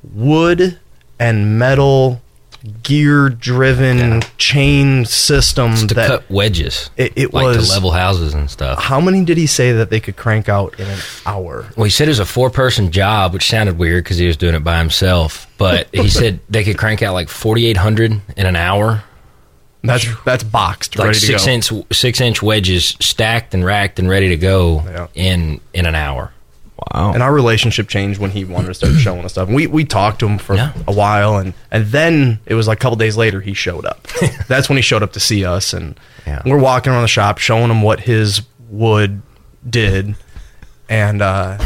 S2: wood and metal gear-driven chain system
S11: to
S2: that
S11: cut wedges.
S2: it, it
S11: like
S2: was
S11: to level houses and stuff.
S2: how many did he say that they could crank out in an hour?
S11: Well, he said it was a four-person job, which sounded weird because he
S2: [laughs]
S11: was doing it by himself. But he said they could crank out like 4,800 in an hour.
S2: That's that's boxed,
S11: like
S2: ready to
S11: six
S2: go.
S11: inch six inch wedges stacked and racked and ready to go
S2: Yeah.
S11: in in an hour.
S3: Wow.
S2: And our relationship changed when he wanted to start showing us stuff. And we we talked to him for
S11: Mm. Yeah.
S2: a while, and and then it was like a couple days later he showed
S11: [laughs]
S2: up. That's when he showed up to see us, and
S11: Yeah.
S2: we're walking around the shop showing him what his wood did, and uh,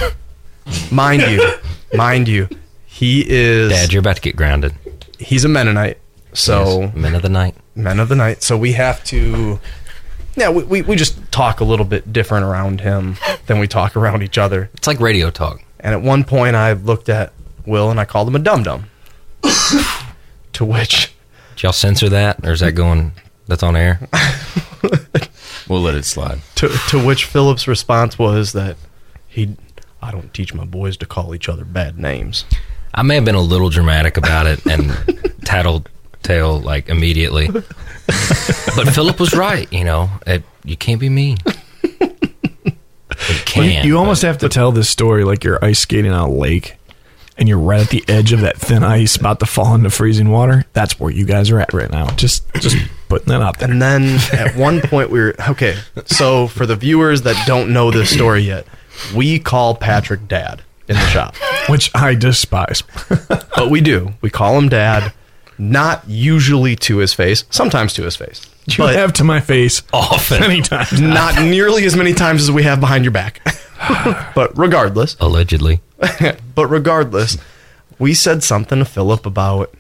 S2: mind you, mind you, he is
S11: Dad, you're about to get grounded.
S2: he's a Mennonite, so
S11: Yes, men of the night.
S2: men of the night. So we have to. Yeah, we, we, we just talk a little bit different around him than we talk around each other.
S11: It's like radio talk.
S2: And at one point, I looked at Will and I called him a dum dum. [coughs] to which
S11: Did y'all censor that, or is that going? That's
S2: [laughs]
S11: on air.
S4: We'll let it slide.
S2: to, to which Philip's response was that he I don't teach my boys to call each other bad names.
S11: I may have been a little dramatic about it and tattled tale
S2: [laughs]
S11: like immediately, but Philip was right. You know, it, you can't be mean. You
S3: Well,
S11: can.
S3: you, you almost have to tell this story like you're ice skating on a lake and you're right at the edge of that thin ice about to fall into freezing water. That's where you guys are at right now. Just
S11: [clears throat]
S3: just putting that out there.
S2: And then
S11: [laughs]
S2: at one point we were okay. So for the viewers that don't know this story yet, we call Patrick Dad in the shop.
S3: Which I
S11: [laughs]
S3: despise.
S2: but we do. We call him dad, not usually to his face, sometimes to his face,
S3: You
S2: but
S3: have to my face often many times.
S2: not
S11: [laughs]
S2: nearly as many times as we have behind your back. [laughs] but regardless,
S11: allegedly.
S2: [laughs] but regardless, we said something to Philip about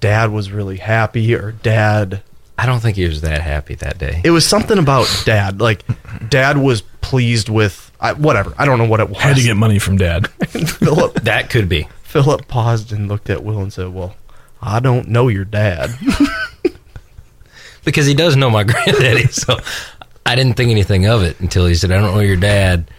S2: dad was really happy or dad.
S11: I don't think he was that happy that day.
S2: It was something about dad. Like dad was pleased with I, whatever. I don't know what it was.
S3: Had to get money from dad.
S2: Philip
S11: that could be.
S2: Philip paused and looked at Will and said, "Well, I don't know your dad."
S11: because he does know my [laughs] granddaddy. So I didn't think anything of it until he said, "I don't know your dad."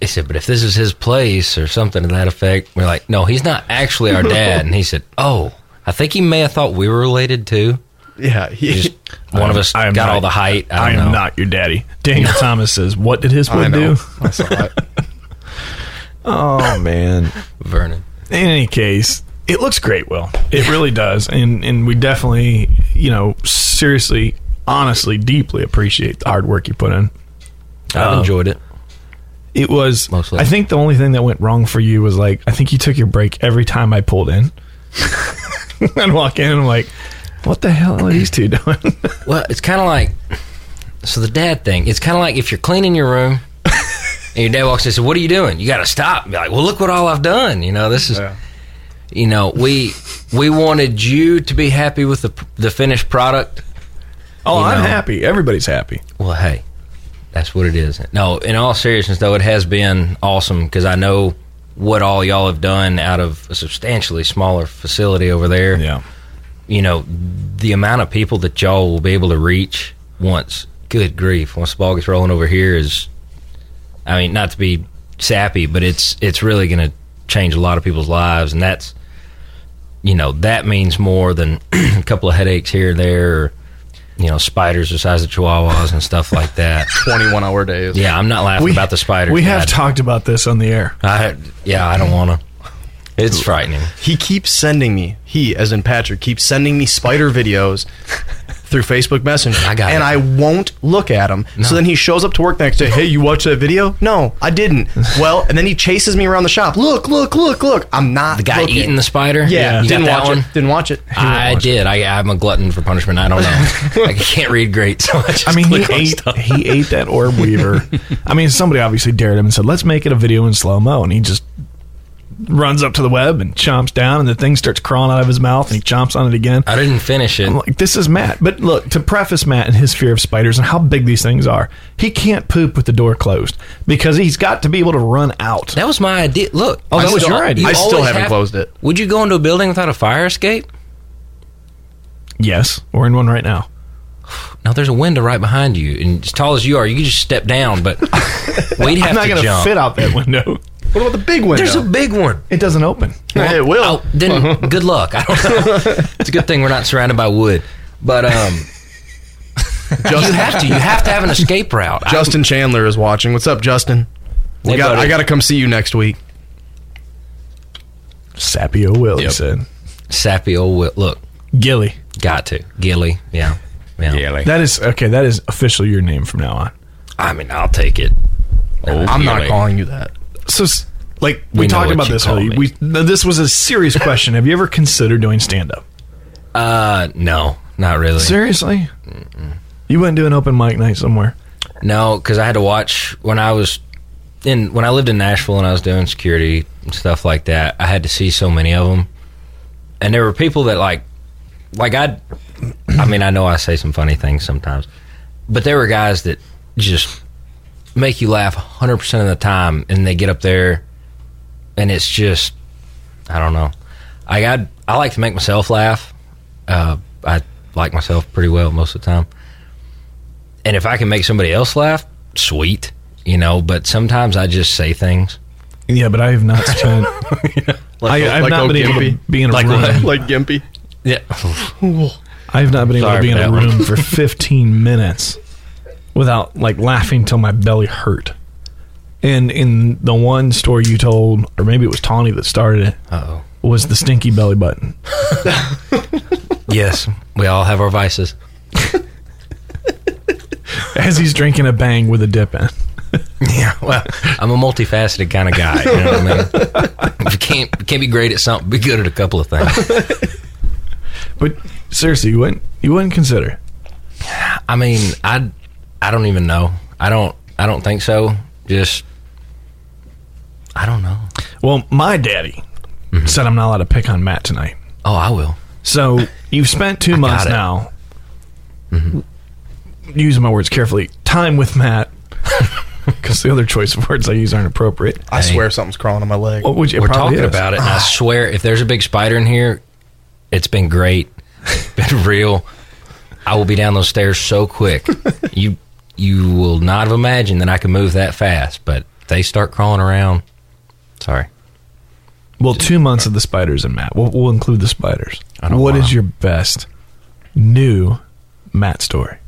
S11: He said, "But if this is his place or something to that effect," we're like, "No, he's not actually our dad." And he said, "Oh, I think he may have thought we were related too.
S2: Yeah, he, [laughs]
S11: Just one of us
S3: I
S11: got
S3: am not-
S11: all the height. I,
S3: I
S11: don't
S3: am
S11: know.
S3: not your daddy. Daniel
S11: [laughs]
S3: Thomas says, What did his
S2: I
S3: one
S2: know.
S3: do?
S2: I saw it.
S3: Oh man.
S11: Vernon.
S3: in any case, it looks great, Will. It really does. And and we definitely, you know, seriously, honestly, deeply appreciate the hard work you put in. Uh,
S11: I've enjoyed it.
S3: It was
S11: Mostly.
S3: I think the only thing that went wrong for you was like I think you took your break every time I pulled in. [laughs] I'd walk in and I'm like, what the hell are these two
S11: [laughs]
S3: doing?
S11: Well, it's kind of like so the dad thing. It's kind of like if you're cleaning your room and your dad walks in and says, "What are you doing?" You got to stop. And be like, "Well, look what all I've done." You know, this is. You know, we we wanted you to be happy with the the finished product.
S3: oh,
S11: You
S3: I'm
S11: know.
S3: happy. Everybody's happy.
S11: Well, hey, that's what it is. No, in all seriousness, though, it has been awesome because I know what all y'all have done out of a substantially smaller facility over there
S3: Yeah.
S11: you know, the amount of people that y'all will be able to reach once, good grief, once the ball gets rolling over here is, I mean, not to be sappy, but it's it's really going to change a lot of people's lives, and that's, you know, that means more than [clears throat] a couple of headaches here and there, or, you know, spiders the size of chihuahuas and stuff like that.
S2: [laughs] Twenty-one hour days.
S11: Yeah, I'm not laughing about the spiders.
S3: We have
S11: I-
S3: talked about this on the air.
S11: I- yeah, I don't want to. It's frightening.
S2: he keeps sending me he as in patrick keeps sending me spider videos through facebook messenger
S11: I got
S2: and
S11: it.
S2: i won't look at him so then he shows up to work the next day hey you watch that video no i didn't well and then he chases me around the shop look look look look i'm not
S11: The guy
S2: looking.
S11: eating the spider.
S2: yeah,
S11: you
S2: didn't
S11: got that
S2: watch
S11: one?
S2: it didn't watch it
S11: I did. I, I'm a glutton for punishment. I don't know. I can't read great, so I just
S3: I mean, he
S11: click on
S3: ate,
S11: stuff.
S3: he ate
S2: [laughs]
S3: that orb weaver. I mean, somebody obviously dared him and said, let's make it a video in slow mo. And he just runs up to the web and chomps down, and the thing starts crawling out of his mouth, and he chomps on it again.
S11: I didn't finish it.
S3: I'm like, this is Matt. But look, to preface Matt and his fear of spiders and how big these things are, he can't poop with the door closed because he's got to be able to run out.
S11: That was my idea. Look,
S3: Oh, that
S11: you
S3: was
S11: still-
S3: your idea.
S11: you
S2: I still
S11: always
S2: haven't
S11: have-
S2: closed it.
S11: Would you go into a building without a fire escape?
S3: Yes, we're in one right now.
S11: No, there's a window right behind you, and as tall as you are, you can just step
S2: [laughs]
S11: down. But we'd have
S3: I'm not
S11: to
S3: going to
S11: jump.
S3: fit out that window.
S2: what about the big window
S11: there's a big one.
S3: It doesn't open.
S2: Hey, it will
S11: Oh, then good luck. I don't know. it's a good thing we're not surrounded by wood. But um, you have to. You have to have an escape route. I-
S2: justin chandler is watching what's up justin we
S11: Hey,
S2: got,
S11: buddy.
S2: i gotta come see you next week
S3: Sapio will, he
S4: Yep.
S3: said.
S11: sappy old Will. Look,
S3: Gilly.
S11: Got to. Gilly. Yeah. Yeah.
S4: Gilly.
S3: That is okay. That is officially your name from now on.
S11: I mean, I'll take it.
S4: Oh,
S2: I'm not
S4: Gilly.
S2: calling you that.
S3: So, s- like we,
S11: We know
S3: talked
S11: what
S3: about
S11: you
S3: this
S11: call
S3: whole.
S11: me.
S3: We th- this was a serious question. Have you ever considered doing stand up?
S11: Uh, no, not really.
S3: Seriously, you wouldn't do an open mic night somewhere.
S11: No, because I had to watch when I was in when I lived in Nashville and I was doing security and stuff like that. I had to see so many of them, and there were people that like, like I, I mean, I know I say some funny things sometimes, but there were guys that just make you laugh hundred percent of the time, and they get up there, and it's just, I don't know. I got I like to make myself laugh. Uh, I like myself pretty well most of the time and if I can make somebody else laugh, sweet, you know. But sometimes I just say things.
S3: Yeah, but I have not spent. I, I have not been able to be in a
S2: like, [laughs]
S3: room.
S2: like Gimpy.
S11: Yeah,
S3: I have not been able to
S11: Sorry
S3: be in
S11: for
S3: a
S11: that one.
S3: room
S11: [laughs]
S3: for 15 minutes without like laughing till my belly hurt. And in the one story you told, or maybe it was Tawny that started it,
S11: Uh-oh.
S3: was the stinky belly button. [laughs]
S11: yes, we all have our vices.
S3: As he's drinking a bang with a dip in.
S11: [laughs] Yeah, well, I'm a multifaceted kind of guy. You know what I mean? If you can't you can't be great at something, be good at a couple of things.
S3: [laughs] But seriously, you wouldn't you wouldn't consider.
S11: I mean, I I don't even know. I don't I don't think so. Just I don't know.
S3: Well, my daddy said I'm not allowed to pick on Matt tonight.
S11: Mm-hmm. Oh, I will.
S3: So you've spent two months
S11: it. Mm-hmm.
S3: now using my words carefully. Time with Matt. [laughs] Because the other choice of words I use aren't appropriate.
S2: I swear something's crawling on my leg.
S3: Well, which it
S11: We're
S3: probably
S11: talking
S3: is.
S11: about it, and I swear, if there's a big spider in here, it's been great, [laughs] It's been real. I will be down those stairs so quick. you you will not have imagined that I could move that fast. But if they start crawling around. Sorry,
S3: Well, two months of the spiders and Matt. We'll, we'll include the spiders. What is your best new Matt story?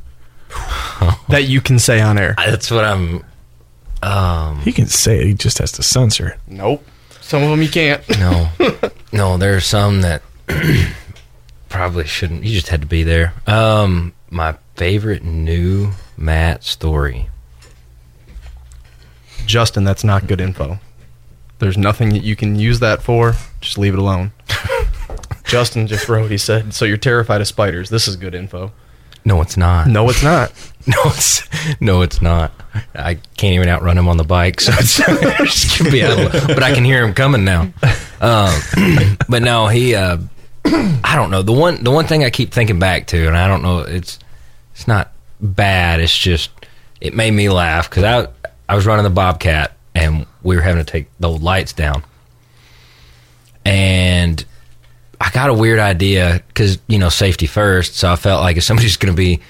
S2: that you can say on air.
S11: I- that's what I'm.
S3: He can say it. He just has to censor it.
S2: Nope. Some of them you can't.
S11: No, no, there's some that [clears throat] probably shouldn't. You just had to be there. Um, my favorite new Matt story.
S2: Justin, that's not good info. There's nothing that you can use that for. Just leave it [laughs] alone. Justin just wrote, he said, So you're terrified of spiders. This is good info.
S11: No, it's not.
S2: No, it's not.
S11: No, it's [laughs] no, it's not. I can't even outrun him on the bike, so it's, [laughs] it's gonna be out of luck. but I can hear him coming now. Um, [clears throat] but no, he. Uh, I don't know the one. The one thing I keep thinking back to, and I don't know. It's it's not bad. It's just it made me laugh because I I was running the Bobcat and we were having to take the old lights down, and I got a weird idea because you know safety first. So I felt like if somebody's going to be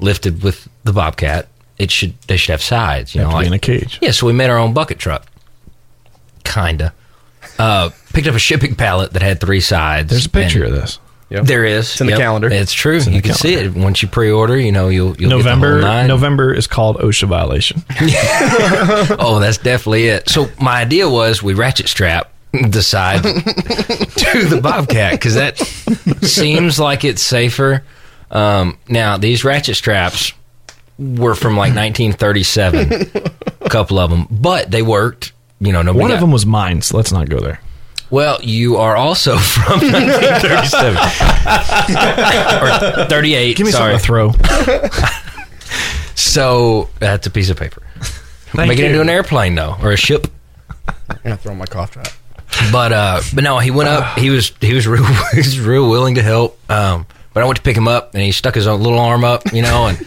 S11: lifted with the Bobcat, it should they should have sides. You
S3: Have
S11: know,
S3: to be
S11: like
S3: in a cage.
S11: yeah, so we made our own bucket truck. Kinda. Uh, picked up a shipping pallet that had three sides.
S3: There's a picture
S11: and-
S3: of this.
S2: Yep.
S11: There is. It's
S2: in the calendar.
S11: It's true.
S3: in
S11: you
S3: the
S11: can see it once you pre-order. You know, you'll you'll
S3: November
S11: Get the whole nine.
S3: November is called OSHA violation.
S11: Oh, that's definitely it. So my idea was we ratchet strap the side [laughs] to the Bobcat because that seems like it's safer. Um, now these ratchet straps were from like 1937, a couple of them, but they worked. You know, nobody
S3: One
S11: got-
S3: of them was mine, so let's not go there.
S11: Well, you are also [laughs] from 1937 or 38.
S3: Give me something
S11: sorry.
S3: to throw.
S11: So that's a piece of paper. Make it
S3: you.
S11: into an airplane though, or a ship.
S2: I'm going to throw my cough drop.
S11: But uh, but no, he went up. He was he was real he was real willing to help. Um, but I went to pick him up, and he stuck his own little arm up, you know, and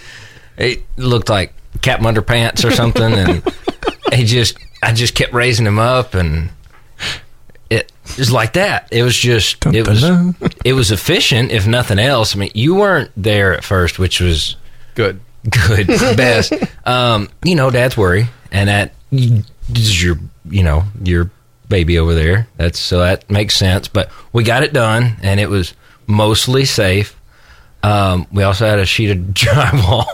S11: it looked like cap underpants or something. And he just I just kept raising him up, and it was like that. It was just it was
S3: dun,
S11: it was efficient, if nothing else. I mean, you weren't there at first, which was
S2: Good.
S11: good best um you know dad's worry and that this is your you know your baby over there that's so that makes sense but we got it done and it was mostly safe um we also had a sheet of drywall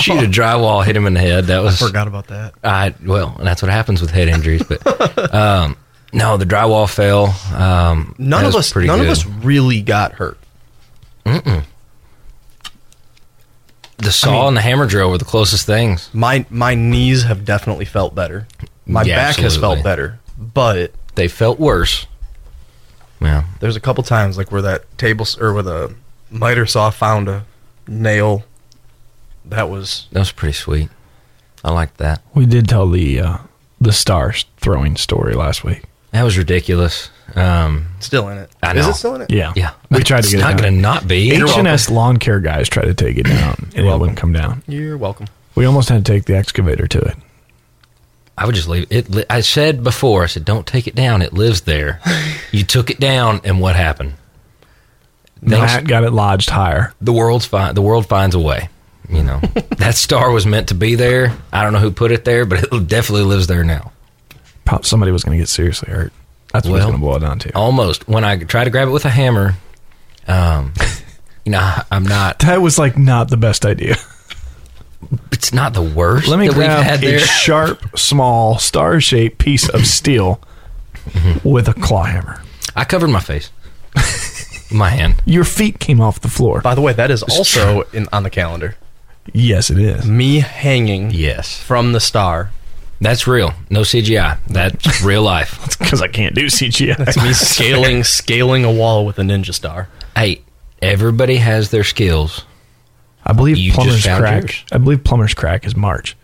S11: sheet of drywall hit him in the head that was
S2: Forgot about that.
S11: I well that's what happens with head injuries but um
S2: [laughs]
S11: no the drywall fell um
S2: None
S11: that
S2: of
S11: was
S2: us
S11: pretty
S2: none of
S11: good.
S2: us really got hurt.
S11: The saw and the hammer drill were the closest things.
S2: My my knees have definitely felt better. My
S11: Yeah,
S2: back has
S11: absolutely.
S2: felt better, but
S11: They felt worse. Yeah.
S2: there's a couple times like where that table s- or where the miter saw found a nail. That was
S11: That was pretty sweet. I liked that.
S3: We did tell the uh, the star throwing story last week.
S11: That was ridiculous. Um,
S2: still in it. Is
S11: I know.
S2: it still in it?
S3: Yeah,
S11: yeah.
S3: We tried to
S11: it's
S3: get it
S11: not
S3: down.
S11: going to not be.
S3: H and S lawn care guys tried to take it
S11: [coughs]
S3: down, and it wouldn't come down.
S2: You're welcome.
S3: We almost had to take the excavator to it.
S11: I would just leave it. li- I said before, I said, don't take it down. It lives there. you took it down, and what happened? Things-
S3: Matt got it lodged higher.
S11: the world's fi- the world finds a way. You know that star was meant to be there. I don't know who put it there, but it definitely lives there now.
S3: Pop, somebody was going to get seriously hurt. That's what it's
S11: Well,
S3: going to boil down to.
S11: Almost when I try to grab it with a hammer, um, you know I- I'm not.
S3: That was like not the best idea. [laughs]
S11: It's not the worst
S3: Let me
S11: that we've had
S3: grab a
S11: there.
S3: sharp, small, star-shaped piece of steel
S11: Mm-hmm.
S3: with a claw hammer.
S11: I covered my face, my hand.
S3: Your feet came off the floor.
S2: By the way, that is also in on the calendar.
S3: Yes, it is.
S2: Me hanging
S11: Yes,
S2: from the star.
S11: that's real. No CGI. That's real life.
S3: [laughs] Because I can't do CGI.
S2: It's me scaling scaling a wall with a ninja star.
S11: Hey, everybody has their skills.
S3: I believe
S11: You just
S3: plumber's
S11: found
S3: crack.
S11: yours.
S3: I believe plumber's crack is March.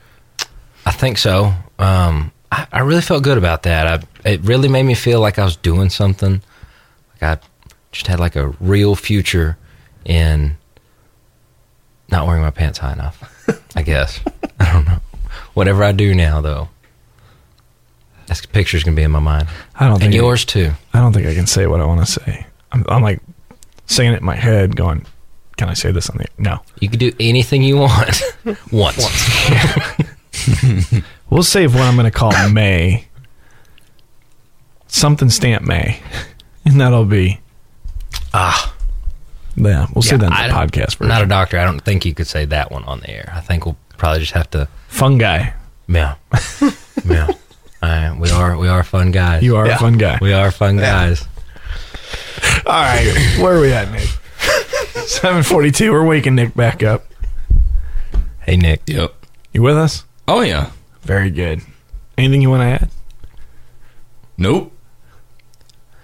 S11: I think so. Um, I, I really felt good about that. I, it really made me feel like I was doing something. Like I just had like a real future in not wearing my pants high enough. [laughs] I guess I don't know. Whatever I do now, though, this picture's gonna be in my mind
S3: I don't
S11: and
S3: think
S11: yours too.
S3: I don't think I can say what I want to say. I'm, I'm like saying it in my head, going, "Can I say this on the?" No,
S11: You can do anything you want [laughs] once.
S3: [laughs] we'll save what I'm going to call May. Something stamp May, and that'll be ah. Yeah, we'll say that in the
S11: I don't-
S3: podcast version.
S11: Not a doctor. I don't think you could say that one on the air. I think we'll probably just have to.
S3: fungi.
S11: Yeah. yeah. All right. We are we are fun guys.
S3: You are
S2: Yeah.
S3: a fun guy.
S11: We are fun guys.
S3: All right, where are we at,
S11: [laughs]
S3: Nick? Seven forty-two. We're waking Nick back up.
S11: Hey Nick.
S4: Yep.
S3: You with us?
S4: Oh yeah.
S3: Very good. Anything you want to add?
S4: Nope.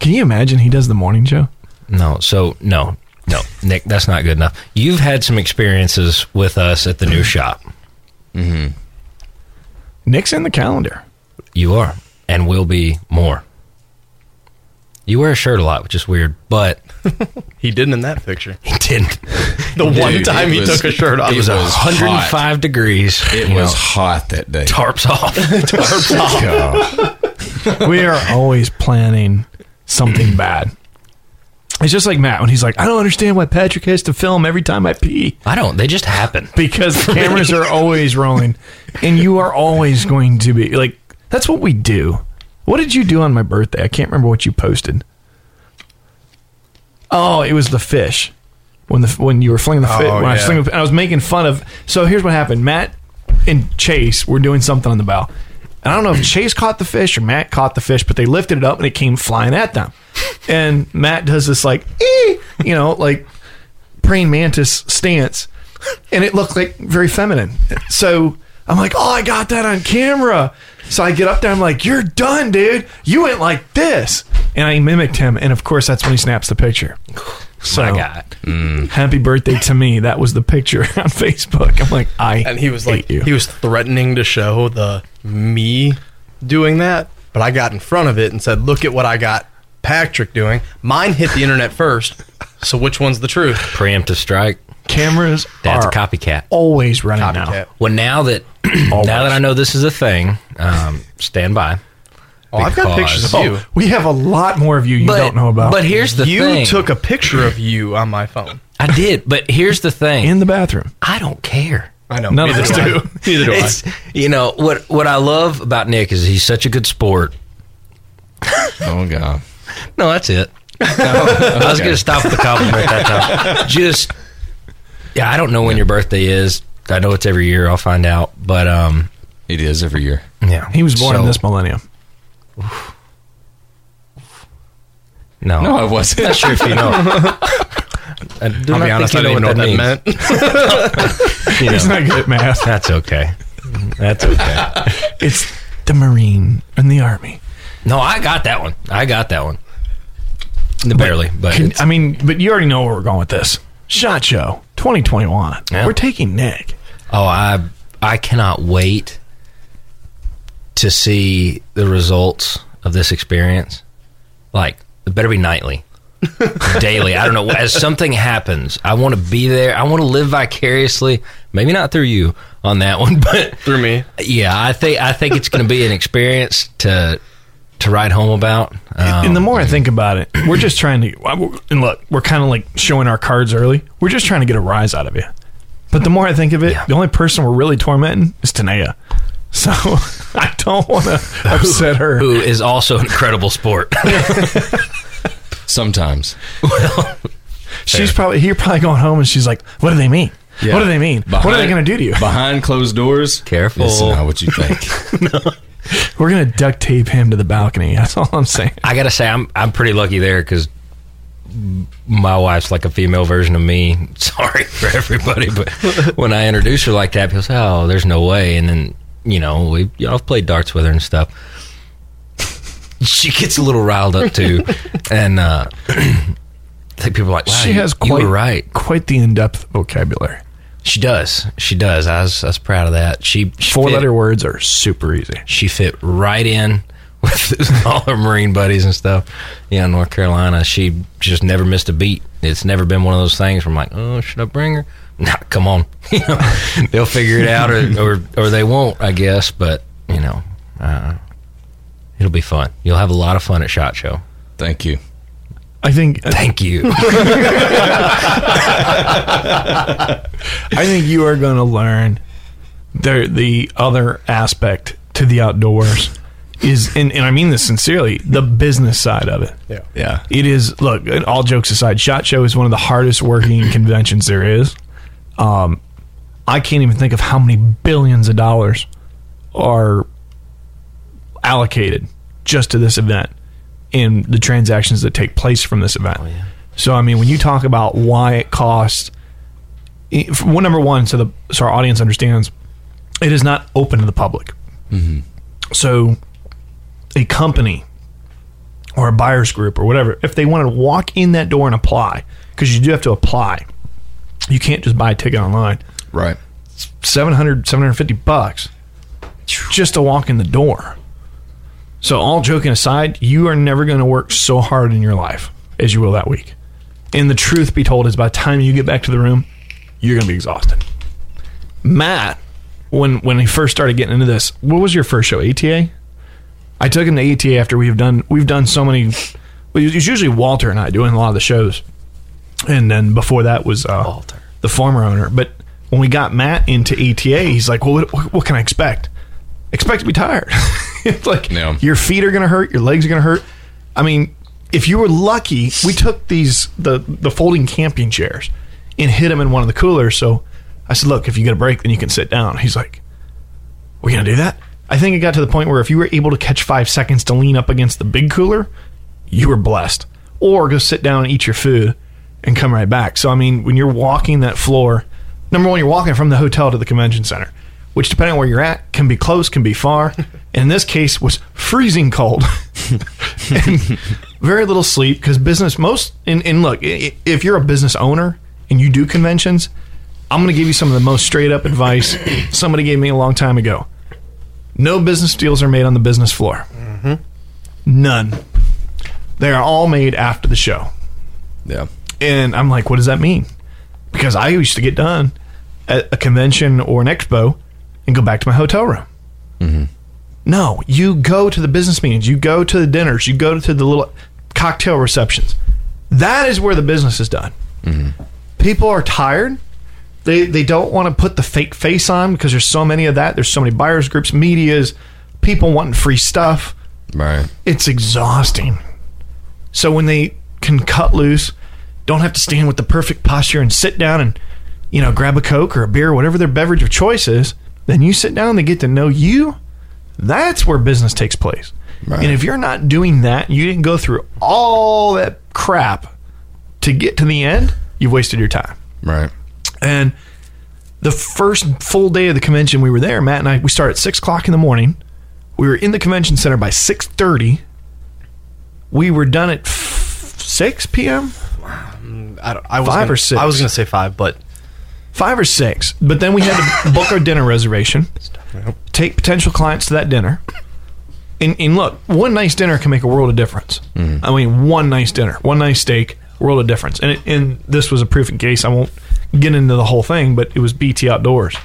S3: Can you imagine he does the morning show?
S11: No. So no. No, Nick, that's not good enough. You've had some experiences with us at the
S3: Mm-hmm.
S11: new shop.
S3: Nick's in the calendar.
S11: You are, and will be more. You wear a shirt a lot, which is weird, but
S2: He didn't in that picture.
S11: he didn't.
S2: [laughs] The one
S4: Dude,
S2: time
S4: it
S2: he
S4: was-
S2: took a shirt off
S4: it
S2: was
S4: was
S2: a
S4: hot.
S11: 105 degrees.
S4: It
S11: you
S4: was
S11: know,
S4: hot that day. Oh,
S11: tarps
S2: [laughs]
S11: off.
S4: God.
S3: we are always planning
S11: [clears throat]
S3: something bad. It's just like Matt when he's like, I don't understand why Patrick has to film every time I pee
S11: I don't. They just happen.
S3: because the
S11: [laughs]
S3: cameras are always rolling and you are always going to be like, that's what we do. What did you do on my birthday? I can't remember what you posted. Oh, it was the fish. When the when you were flinging the fish,
S2: Oh,
S3: when I was
S2: yeah.
S3: flinging, the- and I was making fun of. So here's what happened: Matt and Chase were doing something on the bow, and I don't know if Chase caught the fish or Matt caught the fish, but they lifted it up and it came flying at them. And Matt does this like, "Eh," you know, like praying mantis stance, and it looked like very feminine. So I'm like, oh, I got that on camera. So I get up there, I'm like, you're done, dude. You went like this, and I mimicked him, and of course, that's when he snaps the picture. So
S11: I got.
S3: happy birthday to me. That was the picture [laughs] on Facebook. I'm like, I
S2: and he was
S3: hate
S2: like
S3: you.
S2: he was threatening to show the me doing that, but I got in front of it and said, "Look at what I got Patrick doing. Mine hit the internet first. So which one's the truth?"
S11: Preemptive strike.
S3: cameras
S11: That's
S3: are
S11: a copycat.
S3: always running now.
S2: Copycat.
S11: Well, now that now that I know this is a thing, um,
S2: [laughs]
S11: stand by.
S2: Oh, I've got
S11: Because-
S2: pictures of you.
S3: Oh, we have a lot more of you you don't know about.
S11: But here's the
S2: you
S11: thing.
S2: took a picture of you on my phone.
S11: I did. But here's the thing.
S3: in the bathroom,
S11: I don't care.
S2: I know.
S3: none of us do.
S2: Neither do I.
S11: It's, you know what? What I love about Nick is he's such a good sport.
S4: Oh god.
S11: No,
S4: [laughs]
S11: that's it. I was gonna stop with the compliment that
S4: [laughs]
S11: time. Just yeah, I don't know when your birthday is. I know it's every year. I'll find out. But um,
S4: It is every year.
S11: yeah,
S3: He was born
S11: So-
S3: in this millennium.
S11: No,
S4: No, I wasn't.
S11: Sure, if you know. I do
S2: I'll
S11: not
S2: be honest, I
S11: think
S2: didn't
S11: you
S2: even
S11: know
S2: know
S11: what that, means.
S2: meant.
S11: You
S3: He's
S11: know,
S3: not good at math.
S11: that's okay. That's okay.
S3: [laughs] It's the Marine and the Army.
S11: No, I got that one. I got that one. Barely, but
S3: Can-
S11: it's-
S3: I mean, but you already know where we're going with this. Shot Show 2021.
S11: Yeah.
S3: We're taking Nick.
S11: Oh, I I cannot wait to see the results of this experience. Like, it better be nightly. Daily. I don't know. As something happens, I want to be there. I want to live vicariously. Maybe not through you on that one, [laughs] but
S2: Through me.
S11: yeah, I think I think it's going to be an experience to to write home about. Um,
S3: and the more I think about it, we're just trying to. And look, we're kind of like showing our cards early. We're just trying to get a rise out of you. But the more I think of it, the only person we're really tormenting is Tanea. So [laughs] I don't want to upset her.
S11: who is also an incredible sport.
S4: [laughs] Sometimes.
S3: She's probably here, probably going home, and she's like, "What do they mean? What do they mean? what are they
S4: Behind-
S3: going to do to you?
S4: Behind closed doors.
S11: Careful.
S4: It's not what you think.
S11: [laughs]
S3: We're going to duct tape him to the balcony." [laughs] That's all I'm saying.
S11: I gotta say, I'm I'm pretty lucky there because my wife's like a female version of me. [laughs] Sorry for everybody, but when I introduce her like that, people say, "Oh, there's no way." And then you know, we you know, I've played darts with her and stuff. [laughs] She gets a little riled up too, and uh, [clears throat] I think people are like, wow,
S3: she
S11: you-
S3: has
S11: you
S3: quite
S11: were right."
S3: quite the in-depth vocabulary.
S11: She does. She does. I was I was proud of that. She, she
S3: Four
S11: fit-
S3: letter words are super easy.
S11: she fit right in with all her Marine buddies and stuff. Yeah, in North Carolina, she just never missed a beat. It's never been one of those things where I'm like, oh, should I bring her? Nah, come on. You know, they'll figure it out, or, or or they won't, I guess. But you know, uh, it'll be fun. You'll have a lot of fun at Shot Show.
S4: Thank you.
S3: I think uh,
S11: Thank you.
S3: I think you are going to learn the the other aspect to the outdoors is, and, and I mean this sincerely, the business side of it. Yeah.
S4: Yeah.
S3: It is. Look, and all jokes aside, Shot Show is one of the hardest working conventions there is. Um, I can't even think of how many billions of dollars are allocated just to this event and the transactions that take place from this event. So, I mean, when you talk about why it costs, eh, f- well, number one, so the so our audience understands, it is not open to the public. So, a company or a buyer's group or whatever, if they want to walk in that door and apply, because you do have to apply, you can't just buy a ticket online.
S4: Right.
S3: 700 750 bucks just to walk in the door so all joking aside you are never going to work so hard in your life as you will that week and the truth be told is by the time you get back to the room you're going to be exhausted matt when when he first started getting into this what was your first show eta i took him to eta after we've done we've done so many well, it's usually walter and i doing a lot of the shows and then before that was uh, Walter, the former owner. But when we got Matt into ETA, he's like, "Well, what, what, what can I expect? Expect to be tired. [laughs] it's like
S4: Yeah.
S3: your feet are going to hurt, your legs are going to hurt. I mean, if you were lucky, we took these the the folding camping chairs and hid them in one of the coolers. So I said, "Look, if you get a break, then you can sit down." He's like, "We're going to do that." I think it got to the point where if you were able to catch five seconds to lean up against the big cooler, you were blessed. Or go sit down and eat your food and come right back. So, I mean, when you're walking that floor, number one, you're walking from the hotel to the convention center, which, depending on where you're at, can be close, can be far. In this case, was freezing cold [laughs] and very little sleep because business, most, and, and look, i- i- if you're a business owner and you do conventions, I'm going to give you some of the most straight up advice somebody gave me a long time ago. No business deals are made on the business floor. None. They are all made after the show.
S4: Yeah.
S3: And I'm like, what does that mean? Because I used to get done at a convention or an expo and go back to my hotel room. No, you go to the business meetings, you go to the dinners, you go to the little cocktail receptions. That is where the business is done. People are tired. They, they don't want to put the fake face on because there's so many of that. There's so many buyers groups, medias, people wanting free stuff
S4: Right.
S3: it's exhausting. So when they can cut loose, don't have to stand with the perfect posture and sit down and, you know, grab a Coke or a beer, whatever their beverage of choice is, then you sit down, they get to know you. That's where business takes place. And if you're not doing that, you didn't go through all that crap to get to the end, you've wasted your time.
S4: Right.
S3: And the first full day of the convention, we were there. Matt and I, we started at six o'clock in the morning. We were in the convention center by six thirty. We were done at f- six p.m.
S2: I, don't- I was
S3: Five
S2: gonna,
S3: or six?
S2: I was gonna say five, but [laughs]
S3: five or six. But then we had to [laughs] book our dinner reservation, take potential clients to that dinner. And, and look, one nice dinner can make a world of difference. I mean, one nice dinner, one nice steak, world of difference. And it, and this was a proof in case. I won't get into the whole thing, but it was BT Outdoors,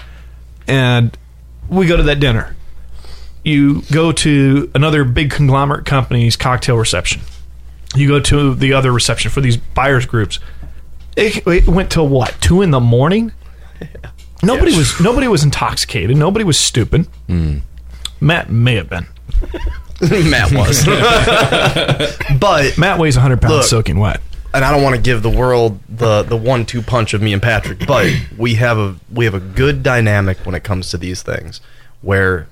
S3: and we go to that dinner. You go to another big conglomerate company's cocktail reception. You go to the other reception for these buyers groups. It, it went till what two in the morning. Nobody was nobody was intoxicated. Nobody was stupid. Matt may have been.
S2: Matt
S11: [laughs]
S2: was. but
S3: Matt weighs 100 pounds
S2: Look.
S3: soaking wet.
S2: and I don't want to give the world the the one two punch of me and Patrick, but we have a we have a good dynamic when it comes to these things, where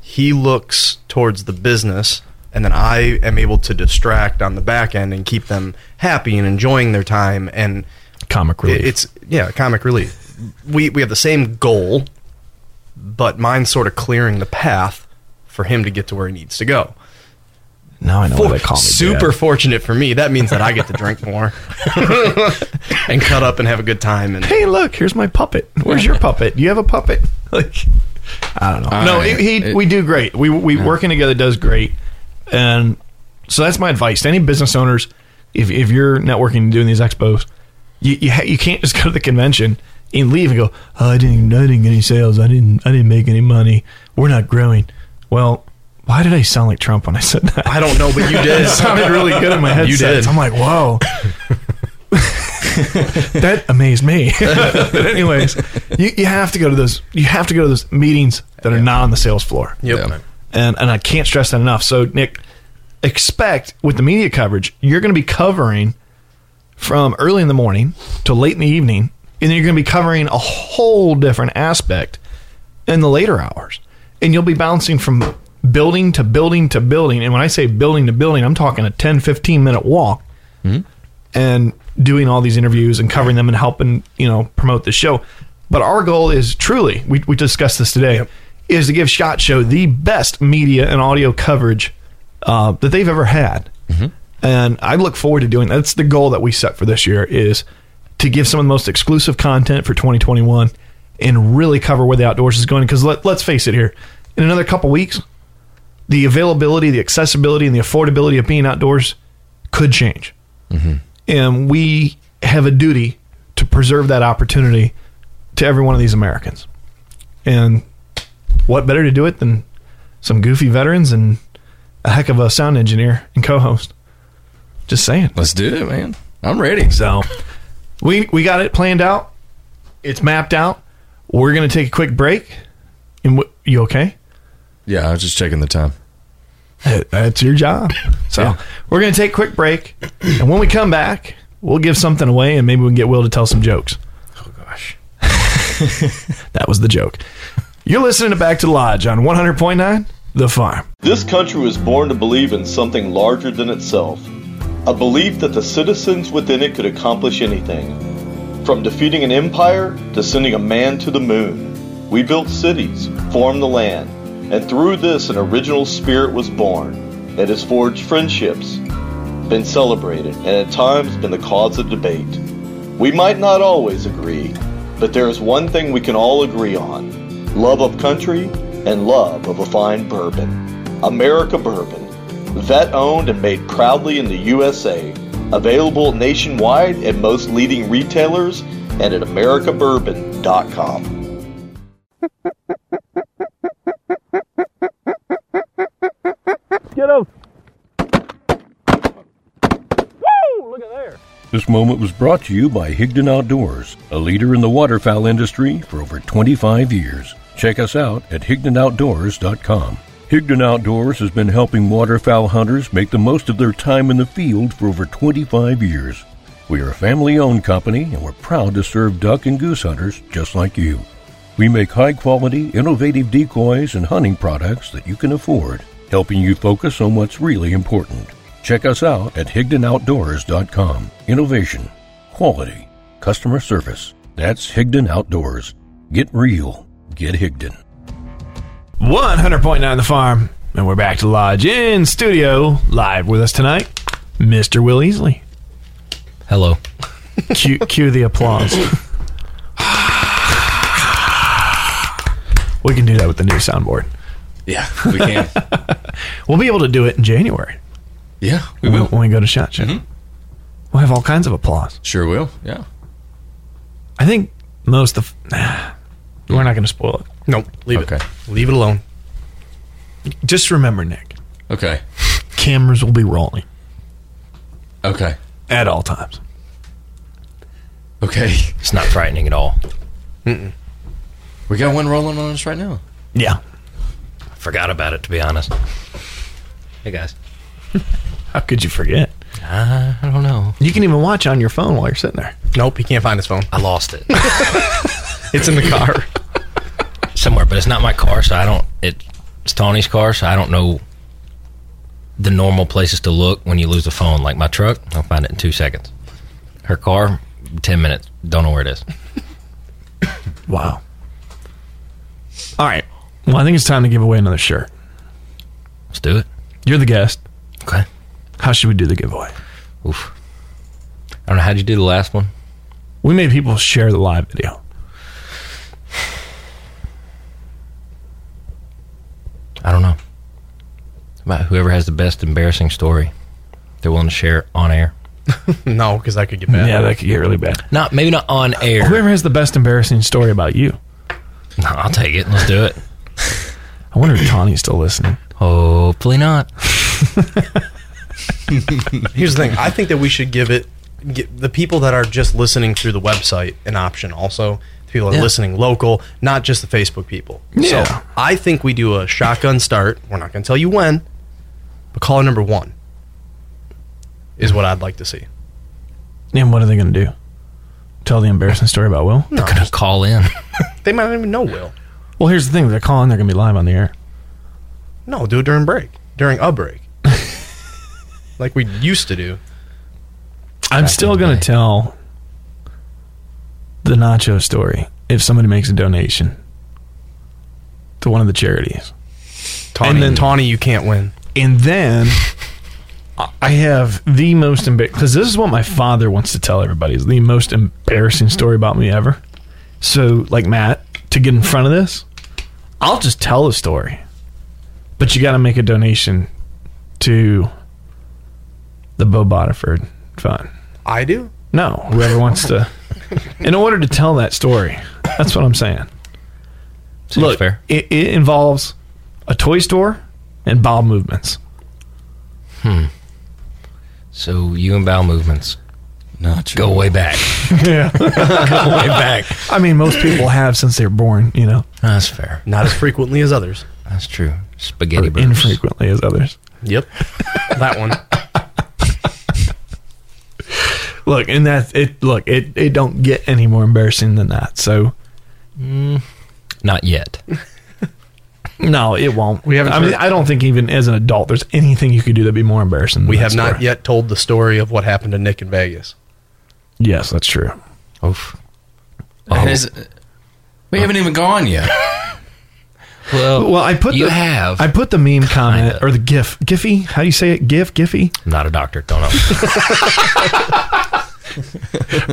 S2: he looks towards the business, and then I am able to distract on the back end and keep them happy and enjoying their time, and
S3: Comic relief.
S2: it- it's yeah, comic relief. We we have the same goal, but mine's sort of clearing the path for him to get to where he needs to go.
S3: now I know why
S2: For-
S3: they call me
S2: super
S3: Dad.
S2: fortunate for me. That means that I get to drink
S11: [laughs]
S2: more and cut up and have a good time. And
S3: Hey, look, here's my puppet. Where's your puppet? Do you have a puppet? [laughs] Like, I don't know. no,
S4: I-
S3: he, he-
S4: it-
S3: we do great. We we working together does great, and so that's my advice to any business owners. If if you're networking and doing these expos, you you, ha- you can't just [laughs] go to the convention and leave and go. Oh, I didn't I didn't get any sales. I didn't I didn't make any money. We're not growing. Well, why did I sound like Trump when I said that?
S2: I don't know, but you
S3: it
S2: did.
S3: sounded really good in my head.
S2: You did.
S3: I'm like,
S2: [laughs]
S3: whoa. that amazed
S2: [laughs]
S3: me. but anyways, you, you have to go to those you have to go to those meetings that are not on the sales floor.
S2: Yep.
S4: Yeah.
S3: And and I can't stress that enough. So Nick, expect with the media coverage, you're gonna be covering from early in the morning to late in the evening, and then you're gonna be covering a whole different aspect in the later hours. And you'll be bouncing from building to building to building. And when I say building to building, I'm talking a 10, 15 minute walk and doing all these interviews and covering them and helping, you know, promote the show. But our goal is truly, we, we discussed this today, is to give SHOT Show the best media and audio coverage uh, that they've ever had. And I look forward to doing that's the goal that we set for this year is to give some of the most exclusive content for 2021 and really cover where the outdoors is going. Because let, let's face it here, in another couple weeks, the availability, the accessibility, and the affordability of being outdoors could change. And we have a duty to preserve that opportunity to every one of these Americans. And what better to do it than some goofy veterans and a heck of a sound engineer and co host? Just saying.
S4: Let's do it, man. I'm ready.
S3: So we we got it planned out. It's mapped out. We're gonna take a quick break. And wh- you okay?
S4: Yeah, I was just checking the time.
S3: That's your job. So we're gonna take a quick break, and when we come back, we'll give something away, and maybe we can get Will to tell some jokes. Oh gosh, [laughs] that was the joke. You're listening to Back to the Lodge on 100.9 The Farm.
S9: This country was born to believe in something larger than itself, a belief that the citizens within it could accomplish anything. From defeating an empire to sending a man to the moon, we built cities, farmed the land, and through this an original spirit was born that has forged friendships, been celebrated, and at times been the cause of debate. We might not always agree, but there is one thing we can all agree on love of country and love of a fine bourbon. America Bourbon, vet owned and made proudly in the USA, available nationwide at most leading retailers and at AmericaBourbon.com.
S8: This moment was brought to you by Higdon Outdoors, a leader in the waterfowl industry for over 25 years. Check us out at HigdonOutdoors.com. Higdon Outdoors has been helping waterfowl hunters make the most of their time in the field for over 25 years. We are a family owned company and we're proud to serve duck and goose hunters just like you. We make high quality, innovative decoys and hunting products that you can afford, helping you focus on what's really important. Check us out at HigdonOutdoors.com. Innovation, quality, customer service. That's Higdon Outdoors. Get real. Get Higdon.
S3: 100.9 The Farm. And we're back to Lodge in studio, live with us tonight, Mr. Will Easley.
S11: Hello.
S3: Cue, cue the applause. we can do that with the new soundboard.
S4: Yeah, we can.
S3: We'll be able to do it in January
S4: yeah, we
S3: when-
S4: will.
S3: when we go to SHOT Show.
S11: Mm-hmm.
S3: We'll have all kinds of applause.
S4: Sure will. Yeah.
S3: I think most of. Nah, we're not going to spoil it.
S2: Nope. Leave
S4: Okay.
S2: it. Leave it alone.
S3: Just remember, Nick,
S4: Okay.
S3: cameras will be rolling
S4: Okay.
S3: at all times.
S4: Okay.
S11: It's not frightening at all.
S4: We got one rolling on us right now.
S3: Yeah.
S11: I forgot about it, to be honest. Hey, guys.
S3: How could you forget?
S11: Uh, I don't know.
S3: You can even watch on your phone while you're sitting there.
S2: Nope. He can't find his phone.
S11: I lost it
S2: [laughs] It's in the car.
S11: somewhere, but it's not my car, so I don't. It, it's Tawny's car, so I don't know the normal places to look when you lose a phone. Like my truck, I'll find it in two seconds. Her car, 10 minutes. Don't know where it is.
S3: Wow. All right. Well, I think it's time to give away another shirt.
S11: Let's do it.
S3: You're the guest.
S11: Okay.
S3: How should we do the giveaway?
S11: Oof. I don't know. How'd you do the last one?
S3: We made people share the live video.
S11: I don't know. About whoever has the best embarrassing story, they're willing to share it on air.
S2: no, because I could get mad.
S3: Yeah, that could get really bad.
S11: Not maybe not on air.
S3: Whoever has the best embarrassing story about you.
S11: No, I'll take it. Let's do it.
S3: I wonder if Tawny's still listening.
S11: Hopefully not.
S2: Here's the thing. I think that we should give it get the people that are just listening through the website an option. Also, the people that are listening local, not just the Facebook people.
S3: Yeah.
S2: So I think we do a shotgun start. We're not going to tell you when, but caller number one is what I'd like to see.
S3: And what are they going to do? Tell the embarrassing story about Will?
S11: They're gonna call in.
S2: They might not even know Will.
S3: Well, here's the thing. They're calling. They're going to be live on the air.
S2: No, do it during break, during a break, [laughs] like we used to do.
S3: I'm still going to tell the nacho story if somebody makes a donation to one of the charities.
S2: Tawny,
S3: then-
S2: Tawny, you can't win.
S3: And then I- I have the most embarrassing because this is what my father wants to tell everybody is the most embarrassing story about me ever. So, like Matt, to get in front of this, I'll just tell the story, but you got to make a donation to the Bo Bodiford Fund.
S2: I do.
S3: No, whoever wants
S11: [laughs]
S3: to. In order to tell that story, that's what I'm saying.
S11: Seems
S3: Look,
S11: fair.
S3: It, it involves a toy store and bowel movements.
S11: So you and bowel movements
S4: Not
S11: go way back.
S3: Yeah.
S11: Go way back.
S3: I mean, most people have since they were born, you know,
S11: That's fair.
S2: Not as frequently as others.
S11: That's true. Spaghetti
S3: or
S11: burgers.
S3: infrequently as others.
S2: [laughs] Yep, that one.
S3: Look, and that it look it it don't get any more embarrassing than that. So
S11: Mm, Not yet.
S3: [laughs] no, it won't.
S2: We haven't
S3: I mean,
S2: heard-
S3: I don't think even as an adult, there's anything you could do that'd be more embarrassing. Than
S2: We
S3: that
S2: have not
S3: story.
S2: yet told the story of what happened to Nick in Vegas.
S3: Yes, that's true.
S11: Oof. Oh.
S4: And is- we haven't even gone yet.
S11: [laughs] Well,
S3: Well, I put
S11: you
S3: the,
S11: have.
S3: I put the meme comment
S11: Kinda.
S3: or the GIF, Giphy. How do you say it? GIF, Giphy.
S11: I'm not a doctor. Don't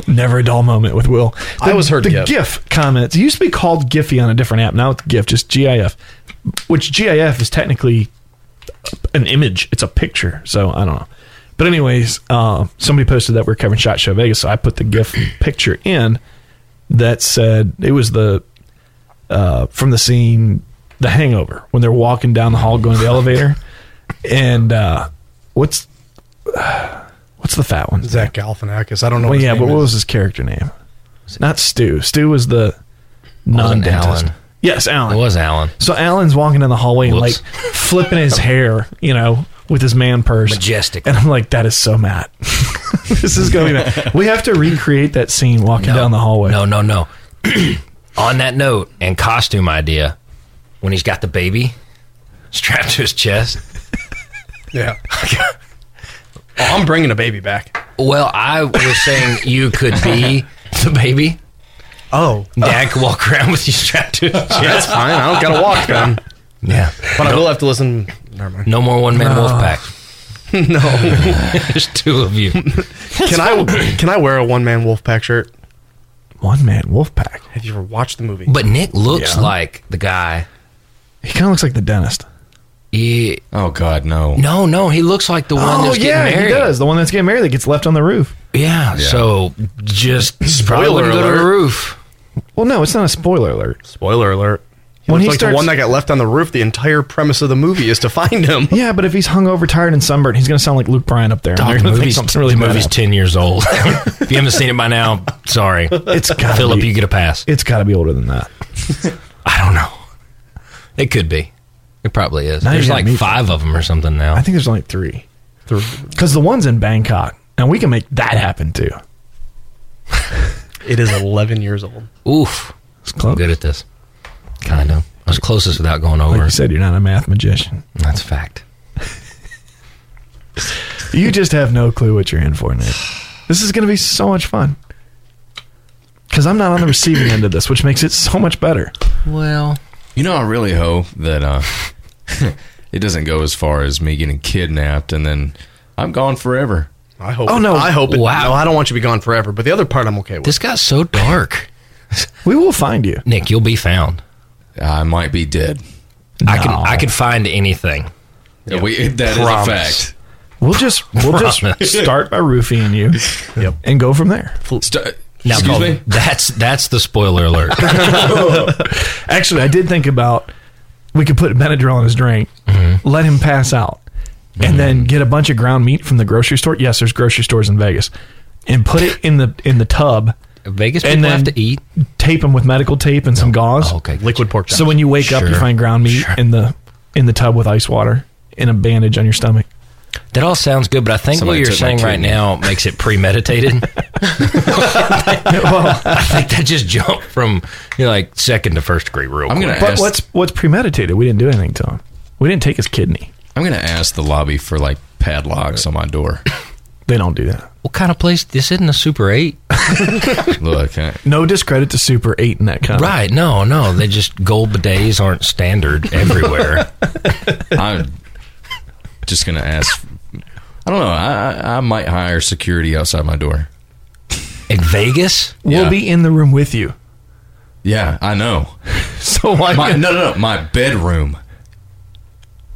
S11: know.
S3: [laughs] Never a dull moment with Will. The,
S2: I always heard
S3: the
S2: GIF.
S3: GIF comments. It used to be called Giphy on a different app. Now it's GIF, just GIF, which GIF is technically an image. It's a picture. So I don't know. But anyways, uh, somebody posted that we're covering Shot Show Vegas, so I put the GIF picture in that said it was the uh, from the scene The Hangover when they're walking down the hall going to the elevator, and uh, what's [sighs] what's the fat one?
S2: Zach Galifianakis. I don't know.
S3: Well,
S2: his
S3: yeah,
S2: name
S3: but what
S2: is.
S3: was his character name? Not Stu. Stu was the non dentist.
S11: Alan.
S3: Yes,
S11: It
S3: Alan.
S11: was Alan.
S3: So Alan's walking down the hallway
S11: Whoops.
S3: and like [laughs] flipping his hair, you know, with his man purse.
S11: Majestic.
S3: And I'm like, that is so Matt. [laughs] this is going to be Matt. We have to recreate that scene walking down the hallway.
S11: No, no, [clears throat] no. On that note, and costume idea, when he's got the baby strapped to his chest.
S2: Yeah. oh, I'm bringing a baby back.
S11: Well, I was saying you could be
S1: the baby.
S2: Oh,
S1: Dad can walk around with you strapped to his
S2: that's
S1: chest.
S2: fine. I don't gotta [laughs] walk then.
S1: Yeah.
S2: But I will have to listen. Never mind.
S1: No more one man wolf pack.
S2: [laughs] No.
S1: [laughs] There's two of you.
S2: [laughs] can I can I wear a one man Wolfpack shirt?
S3: One man wolf pack.
S2: Have you ever watched the movie?
S1: But Nick looks like the guy.
S3: He kind of looks like the dentist.
S1: He,
S4: Oh God, no.
S1: no, no, he looks like the one that's getting
S3: Oh, he
S1: married.
S3: does. The one that's getting married that gets left on the roof.
S1: Yeah, so just probably
S2: Spoiler
S1: wouldn't go to the
S2: alert.
S1: roof.
S3: Well, no, it's not a spoiler alert.
S2: Spoiler alert. He
S3: When
S2: looks
S3: he
S2: like
S3: starts-
S2: the one that got left on the roof, the entire premise of the movie is to find
S1: [laughs]
S2: him.
S3: Yeah, but if he's hungover, tired, and sunburned, he's going to sound like Luke Bryan up there. and they're
S1: Dog,
S3: gonna
S1: the
S3: think
S1: movie's,
S3: something really
S1: the
S3: bad
S1: movie's
S3: happened.
S1: 10 years
S3: [laughs]
S1: old. if you haven't seen it by now, sorry.
S3: It's got
S1: Philip,
S3: be,
S1: you get a pass.
S3: It's got to be older than that.
S1: I don't know. It could be. It probably is.
S3: Now
S1: There's
S3: you got
S1: like
S3: me-
S1: five of them or something now.
S3: I think there's only three. Because the one's in Bangkok, and we can make that happen too.
S2: It is 11 years old.
S1: Oof.
S3: It's close.
S1: I'm good at this. Kind of. I was closest without going
S3: Like
S1: over.
S3: you
S1: it.
S3: said, you're not a math magician.
S1: That's a fact.
S3: [laughs] You just have no clue what you're in for, Nick. This is going to be so much fun. Because I'm not on the receiving end of this, which makes it so much better.
S1: Well,
S4: You know, I really hope that uh, [laughs] it doesn't go as far as me getting kidnapped and then I'm gone forever.
S2: I hope.
S3: Oh, no.
S2: I hope. It,
S1: Wow.
S2: No, I don't want you to be gone forever. But the other part, I'm okay with.
S1: this got so dark.
S3: We will find you.
S1: Nick, you'll be found.
S4: I might be dead.
S1: I can
S3: No.
S1: I can find anything.
S4: We, that is a fact.
S3: We'll just we'll just
S1: Promise.
S3: start by roofing
S1: [laughs]
S3: you, and go from there.
S4: St-
S1: Now,
S4: excuse
S1: Colton,
S4: me.
S1: That's that's the spoiler alert.
S3: Actually, I did think about we could put Benadryl in his drink,
S1: Mm-hmm.
S3: let him pass out, and then get a bunch of ground meat from the grocery store. Yes, there's grocery stores in Vegas, and put it in the in the tub,
S1: Vegas people
S3: And then-
S1: have to eat.
S3: tape him with medical tape and some gauze.
S1: Oh, Okay.
S2: Liquid pork chop.
S3: So when you wake up, you
S1: Sure.
S3: find ground meat in the in the tub with ice water and a bandage on your stomach.
S1: That all sounds good, but I think
S4: Somebody
S1: what you're
S4: took my
S1: saying right
S4: kidney.
S1: now makes it
S3: [laughs]
S1: premeditated.
S3: well,
S1: I think that just jumped from you know, like second to first degree real
S4: I'm
S1: quick.
S4: gonna
S3: but
S4: ask.
S3: what's what's premeditated? We didn't do anything to him. We didn't take his kidney.
S4: I'm gonna ask the lobby for like padlocks on my
S11: [laughs]
S4: door.
S3: They don't do that.
S1: What kind of place? This isn't a Super Eight,
S4: Look, I,
S3: No discredit to Super Eight in that kind.
S1: right? No, no. They just gold bidets aren't standard
S2: [laughs]
S1: everywhere.
S4: I'm just gonna ask. I don't know. I, I I might hire security outside my door.
S1: In Vegas,
S3: We'll
S4: Yeah.
S3: be in the room with you. [laughs]
S4: Yeah, I know.
S3: So why?
S4: My, no, no, no. My bedroom.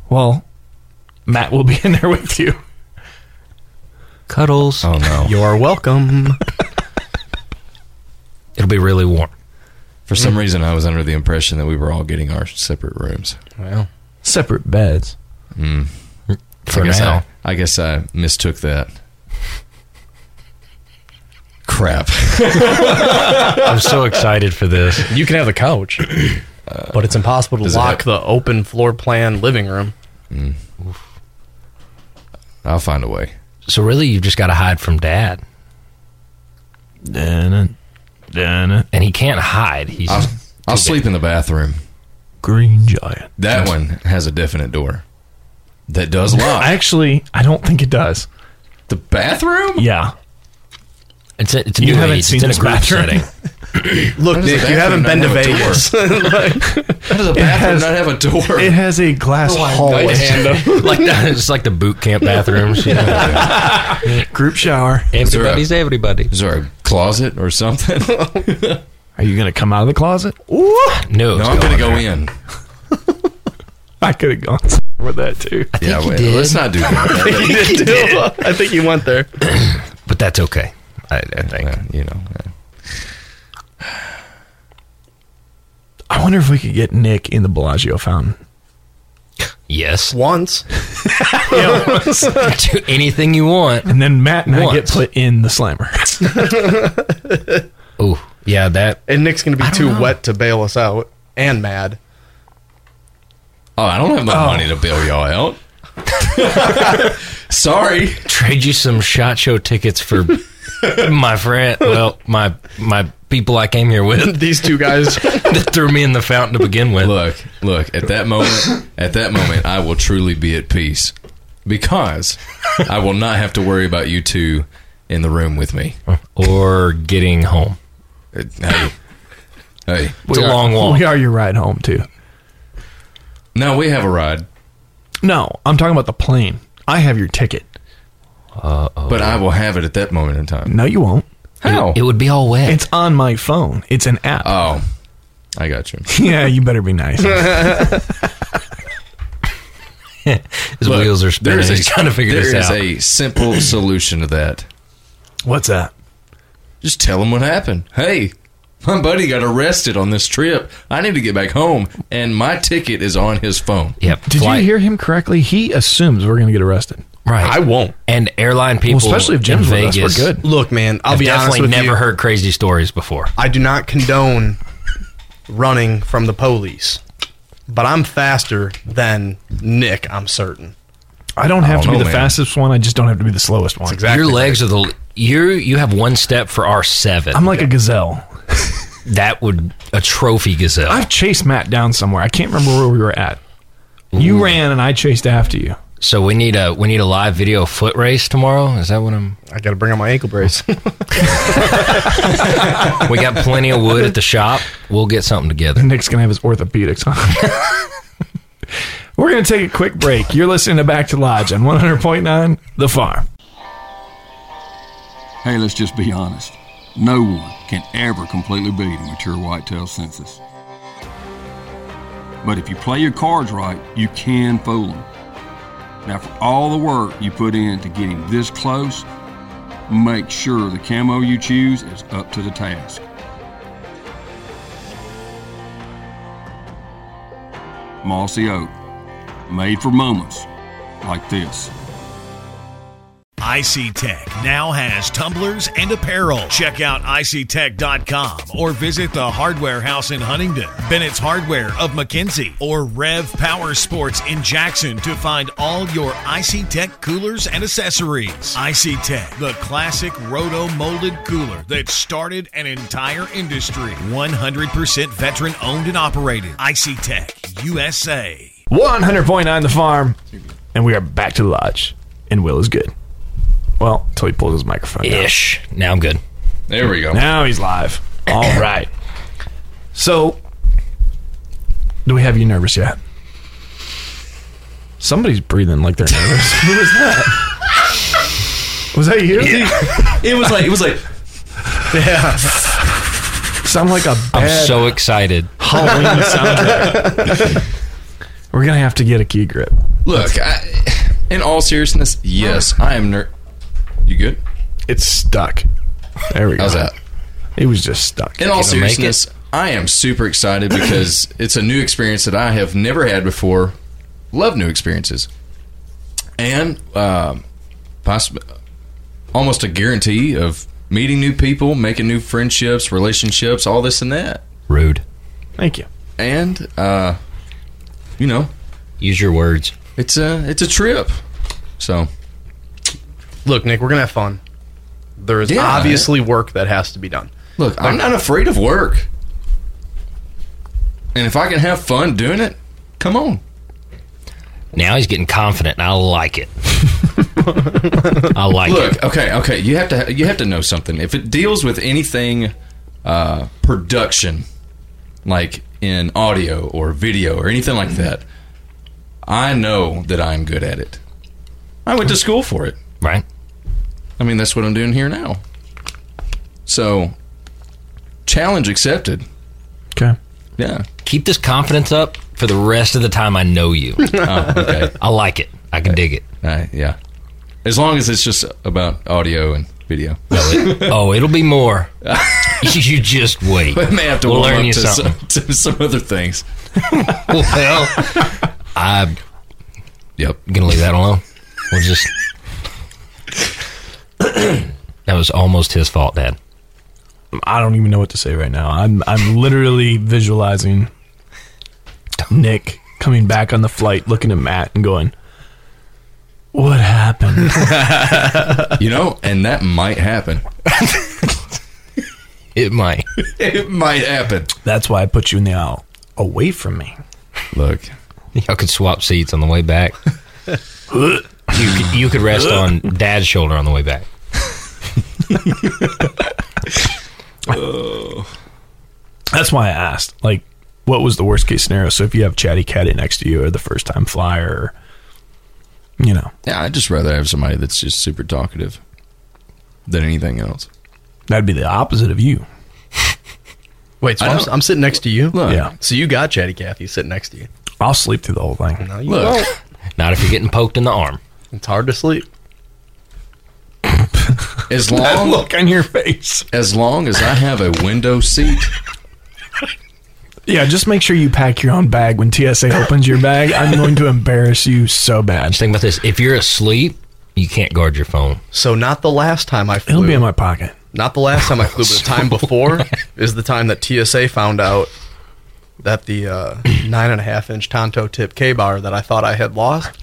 S3: Well, Matt will be in there with you.
S1: cuddles.
S4: Oh no.
S2: You're welcome.
S1: It'll be really warm.
S4: For some reason, I was under the impression that we were all getting our separate rooms.
S2: well,
S3: Separate beds.
S1: For
S4: I guess
S1: now,
S4: I, I guess I mistook that. Crap.
S1: I'm so excited for this.
S2: you can have the couch, but it's impossible to
S4: does it
S2: lock
S4: have-
S2: the open floor plan living room.
S4: I'll find a way.
S1: So really, you've just got to hide from Dad,
S3: Dun, dun,
S1: and he can't hide. He's
S2: Uh.
S4: I'll, I'll sleep in the bathroom.
S3: green giant.
S4: That one has a definite door that does lock.
S3: Actually, I don't think it does.
S4: the bathroom?
S3: Yeah.
S1: it's a, it's a
S3: You
S1: new
S3: haven't
S1: age.
S3: seen
S1: it's in a
S3: this
S1: group
S3: bathroom.
S1: setting.
S2: Look,
S4: does the
S2: Nick, you haven't
S4: bathroom
S2: been to
S4: not have a door?
S2: Vegas. Like,
S4: How does a bathroom
S3: has-
S4: not have a door?
S3: [laughs] It has a glass hallway.
S1: like that, it's like the boot camp bathrooms. You know?
S3: Group shower.
S1: Everybody's everybody.
S4: Is there a closet or something? no,
S3: Are you going to come out of the closet?
S1: No, it's
S4: I'm going to go
S1: there.
S4: in.
S3: I could have gone with that too.
S4: Yeah,
S1: you
S4: wait,
S1: did.
S4: let's not do that.
S2: [laughs] I think you went there.
S1: but that's okay. I, I think.
S4: Yeah, you know, yeah.
S3: I wonder if we could get Nick in the Bellagio fountain.
S1: Yes.
S2: Once.
S1: Do anything you want.
S3: And then Matt and I
S1: Once.
S3: get put in the slammer.
S1: Ooh, yeah, that.
S2: And Nick's going to be too wet to bail us out and mad.
S4: Oh, I don't have no money to bail y'all out. [laughs] Sorry.
S1: Trade you some shot show tickets
S2: [laughs]
S1: for my friend. Well, my my people I came here with
S2: [laughs] These two
S1: [laughs]
S2: guys.
S1: that threw me in the fountain to begin with.
S4: Look, look, at that moment, at that moment, I will truly be at peace because I will not have to worry about you two in the room with me.
S1: Or getting home.
S4: It- hey, hey.
S11: It's a long
S3: [laughs]
S11: walk.
S3: We are your ride home too.
S4: No, we have a ride,
S3: No, I'm talking about the plane. I have your ticket.
S4: but I will have it at that moment in time.
S3: No, you won't.
S4: How?
S11: Oh, It would be all wet.
S3: It's on my phone. It's an
S4: [laughs]
S3: app.
S4: oh, I got you.
S3: yeah, you better be nice.
S11: His wheels are spinning.
S4: There's
S11: He's trying to figure this out.
S4: There is a simple solution to that.
S3: [laughs] What's that?
S4: Just tell them what happened. Hey, my buddy got arrested on this trip. I need to get back home, and my ticket is on his phone.
S11: yep.
S3: Did
S11: flight-
S3: you hear him correctly? He assumes we're going to get arrested.
S11: Right.
S2: I won't.
S11: and airline people,
S3: Well, especially if Jim's
S11: in
S3: with us,
S11: Vegas,
S3: we're good.
S2: Look, man, I'll
S11: I've
S2: be honest
S11: definitely
S2: with
S11: never
S2: you.
S11: heard crazy stories before.
S2: I do not condone running from the police, but I'm faster than Nick. I'm certain.
S3: I don't have
S4: I don't
S3: to be
S4: know,
S3: the
S4: man.
S3: fastest one. I just don't have to be the slowest one.
S11: Your legs are the you. You have one step for our seven.
S3: I'm like a gazelle.
S11: that would a trophy gazelle.
S3: I've chased Matt down somewhere. I can't remember where we were at. You ran and I chased after you.
S11: so we need a we need a live video foot race tomorrow. Is that what I'm?
S2: I got to bring out my ankle brace. [laughs]
S11: We got plenty of wood at the shop. We'll get something together.
S3: Nick's gonna have his orthopedics on. [laughs] We're gonna take a quick break. You're listening to Back to Lodge on 100.9 The Farm.
S6: Hey, let's just be honest. No one can ever completely beat a mature whitetail census. But if you play your cards right, you can fool them. Now, for all the work you put into getting this close, make sure the camo you choose is up to the task. Mossy Oak, made for moments like this.
S7: IC Tech now has tumblers and apparel. Check out ictech.com or visit the hardware house in Huntingdon, Bennett's Hardware of McKenzie, or Rev Power Sports in Jackson to find all your IC Tech coolers and accessories. IC Tech, the classic roto molded cooler that started an entire industry. 100% veteran owned and operated. IC Tech USA.
S3: 100.9 The Farm, and we are back to the lodge. And Will is good. Well, until he pulls his microphone. down.
S11: Ish. Now I'm good.
S4: There we go.
S3: Now he's live.
S4: [coughs]
S3: All right. So, do we have you nervous yet? Somebody's breathing like
S4: [laughs]
S3: they're nervous. Who was that? Was that you?
S4: It was like it was like
S3: Sound like a
S11: I'm
S3: bad
S11: so excited.
S3: Halloween soundtrack.
S4: [laughs]
S3: We're gonna have to get a key grip.
S4: look. I, in all seriousness, yes, I am ner. You good?
S3: It's stuck. There we go.
S4: How's that?
S3: It was just stuck.
S4: In all
S11: gonna make
S4: seriousness, I am super excited
S11: [coughs]
S4: because it's a new experience that I have never had before. Love new experiences, and um, possi almost a guarantee of meeting new people, making new friendships, relationships, all this and that.
S11: Rude.
S3: Thank you.
S4: And uh, you know,
S11: Use your words.
S4: it's a it's a trip. So
S2: Look, Nick, we're gonna have fun. There is
S4: Yeah.
S2: obviously work that has to be done.
S4: look, I'm not afraid of work, and if I can have fun doing it, come on.
S11: Now he's getting confident, and I like it. [laughs] I like it.
S4: Look, okay, okay. You have to you have to know something. If it deals with anything uh, production, like in audio or video or anything like that, I know that I'm good at it. I went to school for it.
S11: Right?
S4: I mean, that's what I'm doing here now. So, challenge accepted.
S3: Okay.
S4: Yeah.
S11: Keep this confidence up for the rest of the time I know you.
S4: [laughs] Oh, okay.
S11: I like it. I can dig it.
S4: Uh, yeah. As long as it's just about audio and video.
S11: Oh, it'll
S4: [laughs]
S11: be more. you just wait.
S4: I may have to
S11: We'll
S4: warm
S11: learn
S4: up
S11: you
S4: to
S11: something.
S4: some, [laughs] to some other
S11: [laughs]
S4: things.
S11: Well, I'm
S4: Yep.
S11: gonna leave that alone. We'll just. [coughs] that was almost his fault, Dad.
S3: I don't even know what to say right now. I'm I'm literally visualizing Nick coming back on the flight, looking at Matt and going, "What
S4: [laughs]
S3: happened?"
S4: You know, and that might happen.
S11: [laughs] It might.
S4: It might happen.
S3: That's why I put you in the aisle away from me.
S4: Look,
S11: Y'all could swap seats on the way back. you could, you could rest on Dad's shoulder on the way back.
S3: That's why I asked, like, what was the worst case scenario? So if you have Chatty Catty next to you or the first time flyer, or, you know,
S4: Yeah, I'd just rather have somebody that's just super talkative than anything else.
S3: that'd be the opposite of you.
S2: Wait, so
S4: I
S2: I'm,
S4: don't-
S2: I'm sitting next to you.
S4: Look,
S3: Yeah.
S2: So you got Chatty Cathy sitting next to you.
S3: I'll sleep through the whole thing.
S2: No, you
S4: Look.
S2: won't.
S11: Not if you're getting poked in the arm.
S2: It's hard to sleep.
S4: as long
S3: Look on your face.
S4: as long as I have a window seat,
S3: Yeah, just make sure you pack your own bag when TSA opens your bag. I'm going to embarrass you so bad.
S11: Just think about this. If you're asleep, you can't guard your phone.
S2: So not the last time I flew.
S3: It'll be in my pocket.
S2: not the last time I flew, but the
S11: [laughs]
S2: time before is the time that TSA found out that the uh, nine and a half inch Tonto tip K bar that I thought I had lost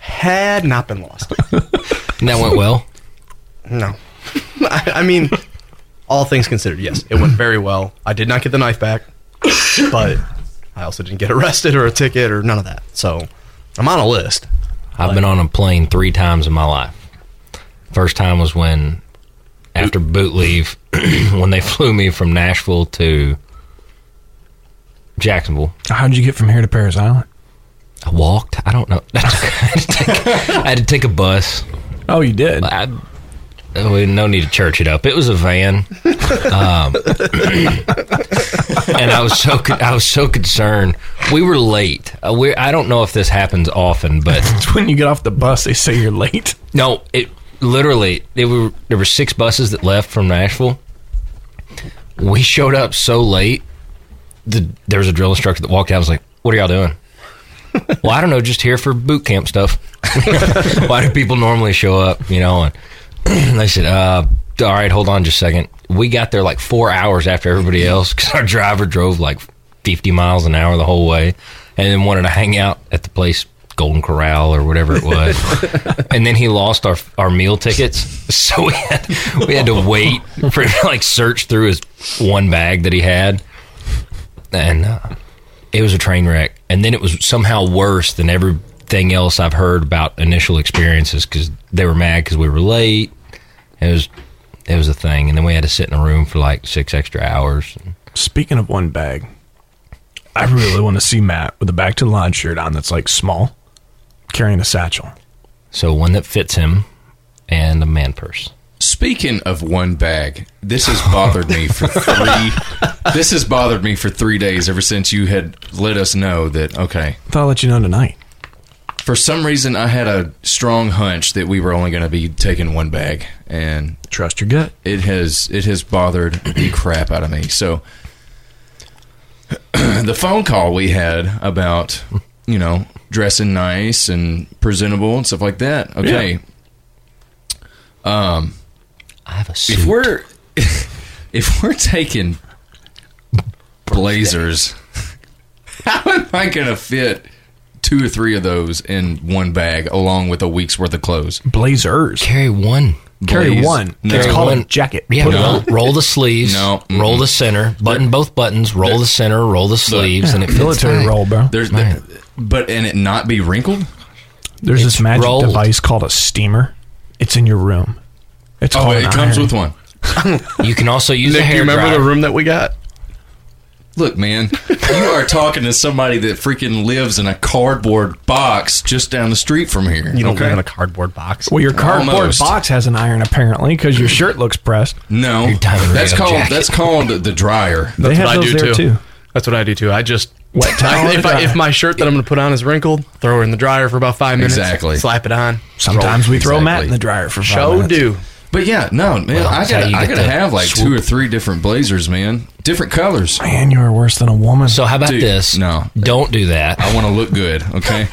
S2: had not been lost.
S11: And that went well.
S2: No, [laughs] I, I mean, all things considered, yes, it went very well. I did not get the knife back, but I also didn't get arrested or a ticket or none of that. So I'm on a list.
S11: I've been on a plane three times in my life. First time was when, after boot leave, [clears throat] when they [laughs] flew me from Nashville to Jacksonville.
S3: How'd you get from here to Paris Island?
S11: I walked. I don't know. I had to take, I had to take a bus.
S3: Oh, you did.
S11: I, uh, we no need to church it up. It was a van, um, and I was so con- I was so concerned. We were late. Uh, we I don't know if this happens often, but
S3: It's when you get off the bus, they say you're late.
S11: no, it literally there were there were six buses that left from Nashville. We showed up so late. The, there was a drill instructor that walked out. I was like, "What are y'all doing?" well, I don't know. Just here for boot camp stuff. Why do people normally show up? You know, and they said, uh, "All right, hold on just a second. We got there like four hours after everybody else because our driver drove like fifty miles an hour the whole way, and then wanted to hang out at the place." Golden Corral or whatever it was, and then he lost our our meal tickets, so we had we had to wait for him to like search through his one bag that he had, and uh, it was a train wreck. And then it was somehow worse than everything else I've heard about initial experiences because they were mad because we were late. It was it was a thing, and then we had to sit in a room for like six extra hours.
S3: Speaking of one bag, I really want to see Matt with a back to the lodge shirt on that's like small, carrying a satchel.
S11: So one that fits him and a man purse.
S4: Speaking of one bag, this has bothered me for three. this has bothered me for three days ever since you had let us know that. Okay,
S3: Thought I'll let you know tonight.
S4: for some reason I had a strong hunch that we were only going to be taking one bag, and
S3: Trust your gut.
S4: it has it has bothered the crap out of me. So [clears throat] the phone call we had about you know dressing nice and presentable and stuff like that. Okay, Um,
S11: I have a
S4: if
S11: suit.
S4: we're [laughs] if we're taking blazers, [laughs] how am I going to fit two or three of those in one bag along with a week's worth of clothes?
S3: Blazers.
S11: Carry one.
S3: Carry
S4: Blaze-
S3: one.
S4: No.
S3: It's called a
S11: One.
S3: jacket.
S11: Yeah,
S3: Put it
S11: roll,
S3: on.
S11: roll the sleeves.
S4: No, mm-mm.
S11: roll the center. Button both buttons. Roll the, center. Roll the sleeves, and it fits
S3: Military
S11: tight.
S3: roll, bro.
S4: There's
S11: Man.
S4: but and it not be wrinkled.
S3: There's this magic
S11: rolled.
S3: device called a steamer. It's in your room. It's
S4: Oh,
S3: called
S4: it
S3: an
S4: comes
S3: iron.
S4: with one.
S11: You can also use a
S2: Nick, do you
S11: hair
S2: remember
S11: dryer.
S2: the room that we got?
S4: Look, man, you are talking to somebody that freaking lives in a cardboard box just down the street from here.
S2: You don't live in a cardboard box.
S3: Well, your cardboard
S4: Almost.
S3: box has an iron apparently because your shirt looks pressed.
S4: no,
S11: diamond
S4: that's
S11: radio
S4: called
S11: jacket.
S4: that's called the dryer.
S3: they
S2: what
S3: have
S2: I
S3: those
S2: do,
S3: there
S2: too.
S3: too.
S2: That's what I do too. I [laughs] just
S3: Wet towel
S2: I-
S3: or
S2: if, I,
S3: dryer?
S2: if my shirt that I'm going to put on is wrinkled, throw it in the dryer for about five minutes.
S4: Exactly.
S2: Slap it on.
S3: Sometimes we throw Matt
S4: Exactly.
S3: in the dryer for five
S2: Show
S3: minutes.
S2: do.
S4: But yeah, no, man, I
S11: that's how
S4: gotta,
S11: you
S4: I
S11: get
S4: gotta
S11: the
S4: have like two
S11: swoop.
S4: or three different blazers, man, different colors.
S3: Man, you are worse than a woman.
S11: So how about
S4: Dude,
S11: this?
S4: no.
S11: don't do that.
S4: I want to look good, okay?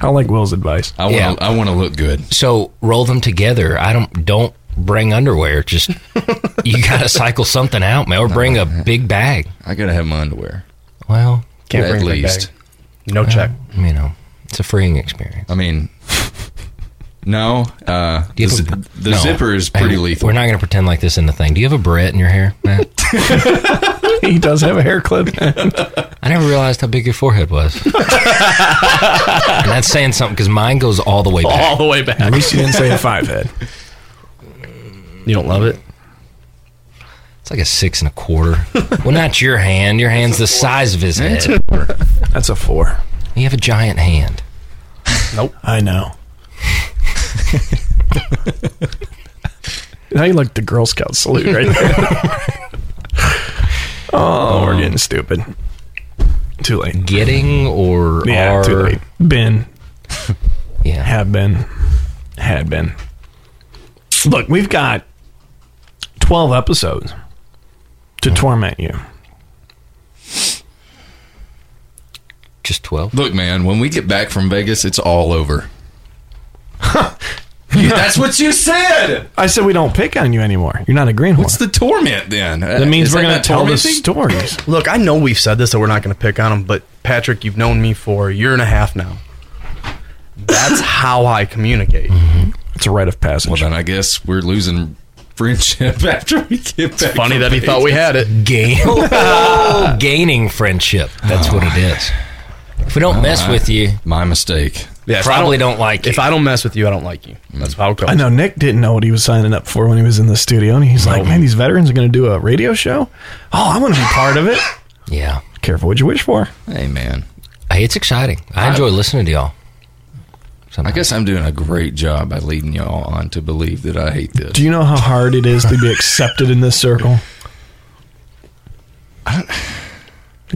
S3: I like Will's advice.
S4: I want, to
S11: Yeah.
S4: I want to look good.
S11: So roll them together. I don't don't bring
S3: [laughs]
S11: underwear. Just you got to cycle something out, man, or bring a big bag.
S4: I gotta have my underwear.
S11: Well,
S2: Can't
S4: At
S2: bring big
S4: least.
S2: bag. No check.
S11: you know, it's a freeing experience.
S4: I mean, no, uh, the,
S11: you have
S4: z-
S11: a-
S4: the
S11: no.
S4: zipper is pretty
S11: Hey,
S4: lethal.
S11: We're not going to pretend like this in the thing. Do you have a Brett in your hair, man?
S3: he does have a hair clip.
S11: I never realized how big your forehead
S3: [laughs]
S11: was. and that's saying something because mine goes all the way back.
S2: All the way back.
S3: At least you didn't say a five head.
S2: You don't love it?
S11: It's like a six and a quarter. well, not your hand. Your hand's the size of his head.
S3: That's a four.
S11: You have a giant hand.
S3: I know. now you like the Girl Scout salute right there. [laughs] oh, we're getting stupid. Too late.
S11: Getting or
S3: Yeah,
S11: are
S3: too late.
S4: [laughs]
S3: Been,
S11: yeah.
S3: have been, had been. Look, we've got 12 episodes to
S4: Hmm.
S3: torment you.
S11: Just twelve.
S4: Look, man, when we get back from Vegas, it's all over. You- that's what you said.
S3: I said we don't pick on you anymore. You're not a greenhorn.
S4: What's the torment then? Uh,
S3: that means we're going to tell the stories.
S2: Look, I know we've said this that we're not going to pick on him, but Patrick, you've known me for a year and a half now. That's [laughs] how I communicate.
S3: It's a rite of passage.
S4: Well, then I guess we're losing friendship [laughs] after we get back.
S2: Funny
S4: from
S2: that he
S4: Vegas.
S2: thought we had it. [laughs]
S11: Gain. gaining friendship. That's what it is. If we don't mess with you,
S4: My mistake.
S2: Yeah, if I
S11: probably don't like
S2: If
S11: you.
S2: I don't mess with you, Mm. I don't like you. That's how it goes.
S3: I know Nick didn't know what he was signing up for when he was in the studio, and he's like, "Man, these veterans are going to do a radio show. Oh, I want to be part of it."
S11: yeah.
S3: Careful what you wish for.
S4: Hey, man.
S11: Hey, it's exciting. I enjoy listening to y'all.
S4: I guess I'm doing a great job by leading y'all on to believe that I hate this.
S3: Do you know how hard it is to be accepted in this circle? I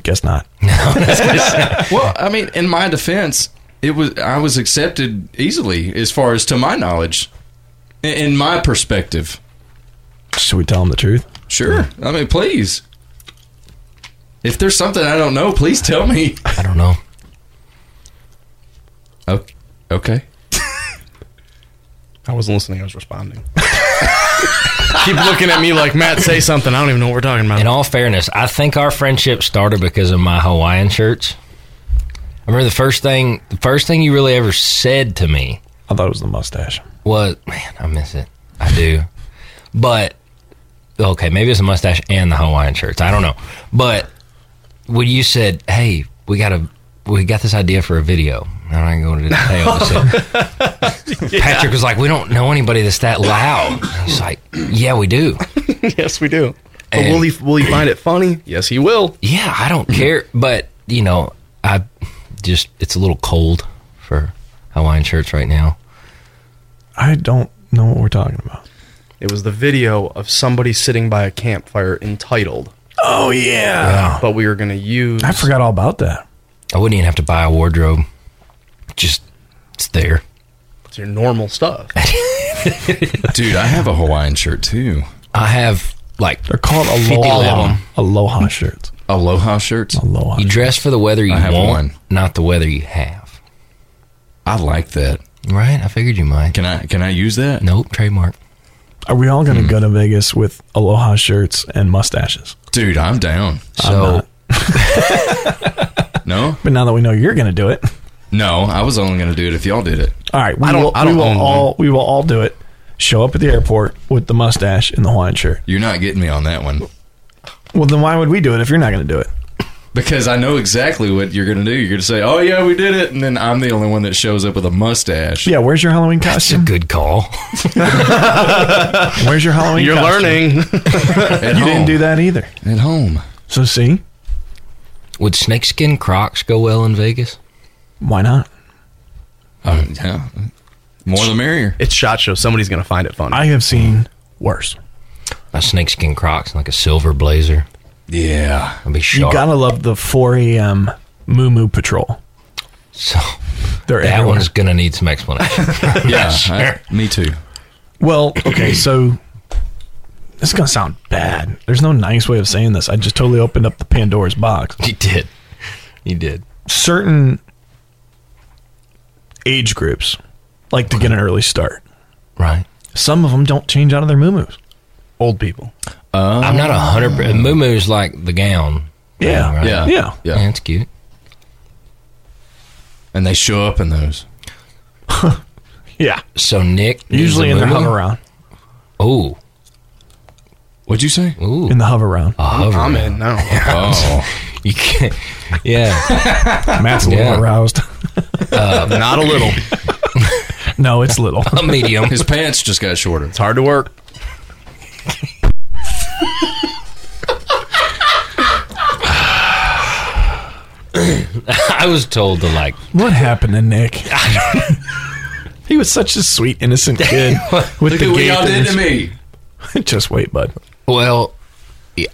S3: guess not.
S4: well, I mean, in my defense, it was I was accepted easily as far as to my knowledge, in, in my perspective.
S3: Should we tell him the truth?
S4: Sure. I mean, please. If there's something I don't know, please tell me.
S11: I don't know.
S4: Okay. Okay.
S2: I wasn't listening. I was responding. [laughs] Keep looking at me like Matt. Say something. I don't even know what we're talking about.
S11: In all fairness, I think our friendship started because of my Hawaiian shirts. I remember the first thing, the first thing you really ever said to me
S3: I thought it was the mustache.
S11: was, "Man, I miss it. I do." But okay, maybe it's a mustache and the Hawaiian shirts. I don't know. But when you said, "Hey, we got a, we got this idea for a video," and I ain't going to detail. I said- Patrick was like, "We don't know anybody that's that loud." He's like, "Yeah, we do."
S2: [laughs] yes, we do. But
S11: And-
S2: will he will he find it funny? Yes, he will.
S11: Yeah, I don't care, but you know, I just it's a little cold for Hawaiian shirts right now.
S3: I don't know what we're talking about.
S2: It was the video of somebody sitting by a campfire entitled,
S3: Oh yeah,
S2: but we were going to use.
S3: I forgot all about that.
S11: I wouldn't even have to buy a wardrobe; just it's there.
S2: It's your normal stuff.
S4: Dude, I have a Hawaiian shirt too.
S11: I have like
S3: They're called
S11: 50 of
S3: aloha
S11: them.
S3: aloha shirts.
S4: Aloha shirts.
S3: Aloha.
S11: You dress for the weather you
S4: I have
S11: want,
S4: one.
S11: not the weather you have.
S4: I like that.
S11: Right? I figured you might.
S4: Can I can I use that?
S11: Nope, trademark.
S3: Are we all going to go to Vegas with aloha shirts and mustaches?
S4: Dude, I'm down.
S11: So
S4: [laughs] No?
S3: But now that we know you're going to do it.
S4: No, I was only going to do it if y'all did it.
S3: All right, we
S2: I don't-
S3: will,
S2: I don't
S3: we will
S2: own
S3: all we will all do it. Show up at the airport with the mustache and the Hawaiian shirt.
S4: You're not getting me on that one.
S3: Well, then why would we do it if you're not going to do it?
S4: Because I know exactly what you're going to do. You're going to say, "Oh yeah, we did it," and then I'm the only one that shows up with a mustache.
S3: Yeah, where's your Halloween
S11: it's a
S3: costume?
S11: good call.
S3: Where's your Halloween?
S2: You're
S3: costume? [laughs]
S2: learning.
S4: [laughs]
S2: [laughs]
S4: at
S3: You
S4: home.
S3: didn't do that either.
S4: at home.
S3: So see,
S11: Would snakeskin Crocs go well in Vegas?
S3: why not?
S4: Uh, yeah, more the
S11: [laughs]
S4: merrier.
S2: it's shot show. Somebody's going to find it funny.
S3: I have seen worse.
S11: My snakeskin Crocs and like a silver blazer.
S4: Yeah,
S11: I'd be
S3: You
S11: sharp.
S3: gotta love the 4 a.m. Moo Moo Patrol.
S11: so
S3: They're
S11: that
S3: everywhere.
S11: one's gonna need some explanation.
S4: yeah. I- me too.
S3: Well, okay, so this is gonna sound bad. There's no nice way of saying this. I just totally opened up the Pandora's box.
S11: You did. You did.
S3: Certain age groups like to get an early start.
S11: Right.
S3: Some of them don't change out of their moo-moos.
S2: Old people.
S11: I'm not a hundred. per- Moo Moo's like the gown.
S3: Yeah.
S11: Right?
S4: Yeah,
S3: Yeah.
S11: Mm. Yeah.
S4: yeah.
S11: it's cute.
S4: And they show up in those.
S3: Yeah.
S11: So Nick needs
S3: Usually
S11: a
S3: in the
S11: moo-moo?
S3: hover round.
S11: Oh,
S4: What'd you say?
S11: ooh,
S3: In the hover round.
S11: a hover.
S2: I'm in.
S11: [laughs]
S2: I don't know.
S4: Oh,
S11: You can't. Yeah,
S3: [laughs] Matt's a little
S11: Yeah.
S3: aroused.
S4: Uh,
S2: Not a little.
S3: [laughs] no, it's little.
S11: a medium.
S4: his pants just got shorter.
S2: It's hard to work.
S11: I was told to like
S3: What happened
S4: [laughs]
S3: to Nick? he was such a sweet, innocent kid.
S4: [laughs]
S3: with
S4: Look
S3: the
S4: at what
S3: gate
S4: y'all
S3: that
S4: did to me.
S3: was- [laughs] Just wait, bud.
S11: Well,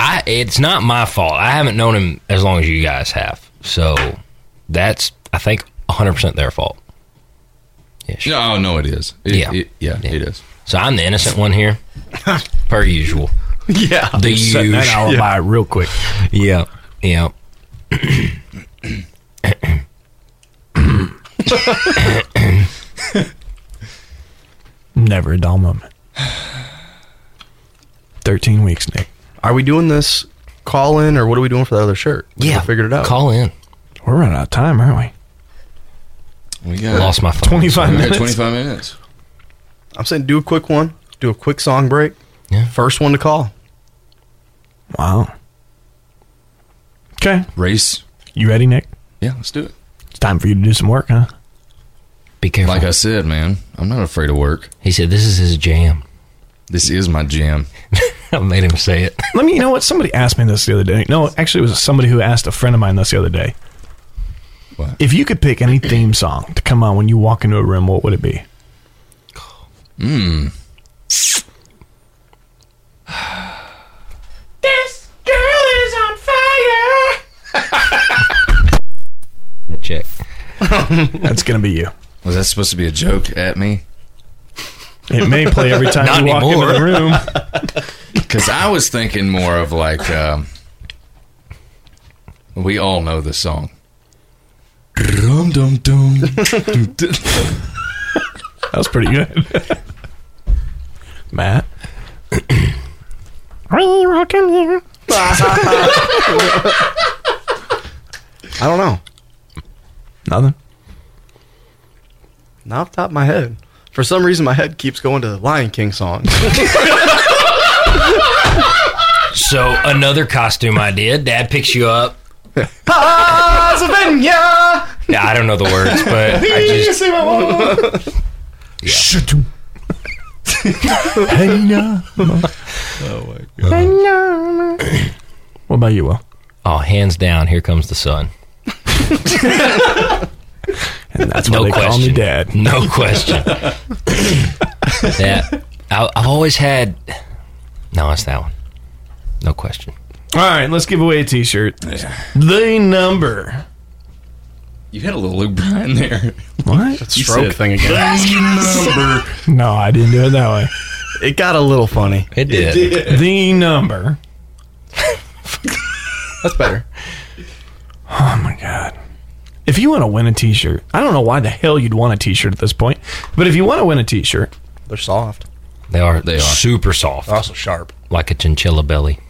S11: I it's not my fault. I haven't known him as long as you guys have, so that's I think 100 percent their fault.
S4: No, no, it is. It-
S11: Yeah.
S4: it- yeah, it is.
S11: So I'm the innocent one here, per usual.
S3: Yeah,
S11: The
S3: You're setting that
S11: huge-
S3: alibi real quick.
S11: Yeah, yeah.
S3: Never a dull moment. Thirteen weeks, Nick,
S2: Are we doing this call in or what are we doing for that other shirt? We
S11: Yeah,
S2: figured it out.
S11: Call in.
S3: we're running out of time, aren't we?
S4: We got
S11: Lost my phone.
S3: Twenty-five
S4: we got
S3: minutes.
S4: 25 minutes.
S2: I'm saying do a quick one, do a quick song break.
S11: Yeah.
S2: First one to call.
S3: Wow. Okay,
S4: Race.
S3: you ready, Nick?
S4: Yeah, let's do it.
S3: It's time for you to do some work, huh?
S11: Be careful.
S4: Like I said, man, I'm not afraid of work.
S11: he said, "This is his jam."
S4: This is my jam.
S11: I made him say it.
S3: Let me. You know what? Somebody asked me this the other day. No, actually, it was somebody who asked a friend of mine this the other day.
S4: What?
S3: If you could pick
S11: [clears throat]
S3: any theme song to come on when you walk into a room, what would it be?
S11: Hmm. [laughs] Check.
S3: That's gonna be you.
S4: Was that supposed to be a joke at me?
S3: It may play every
S11: [laughs]
S3: time
S11: Not
S3: you walk
S11: anymore.
S3: into the room.
S11: [laughs]
S4: Because I was thinking more of like, um, we all know the song. Dum dum dum.
S3: That was pretty good. Matt. we welcome you.
S2: I don't know.
S3: Nothing.
S2: Not off the top of my head. For some reason, my head keeps going to the Lion King song.
S11: So another costume I did. Dad picks you
S4: [laughs]
S11: up. Yeah, I don't know the [laughs] words, but I just
S3: [laughs] Hey, no. Oh my god. What about you, Will?
S11: oh, hands down, here comes the sun.
S3: And that's
S11: No
S3: why they call me
S11: question.
S3: Dad.
S11: No question. yeah, I, I've always had. No, it's that one. No question.
S3: All right, let's give away a T-shirt. The number.
S4: You had a little Luke Bryan there.
S3: What?
S2: Stroke thing again.
S3: No, I didn't do it that way.
S2: It got a little funny.
S11: It
S3: [laughs]
S11: did.
S3: the number.
S2: That's better.
S3: Oh my god. If you want to win a T-shirt, I don't know why the hell you'd want a T-shirt at this point, but if you want to win a T-shirt,
S2: They're soft.
S11: They are.
S4: They are.
S11: super soft,
S2: Also sharp.
S11: like a chinchilla [laughs] belly.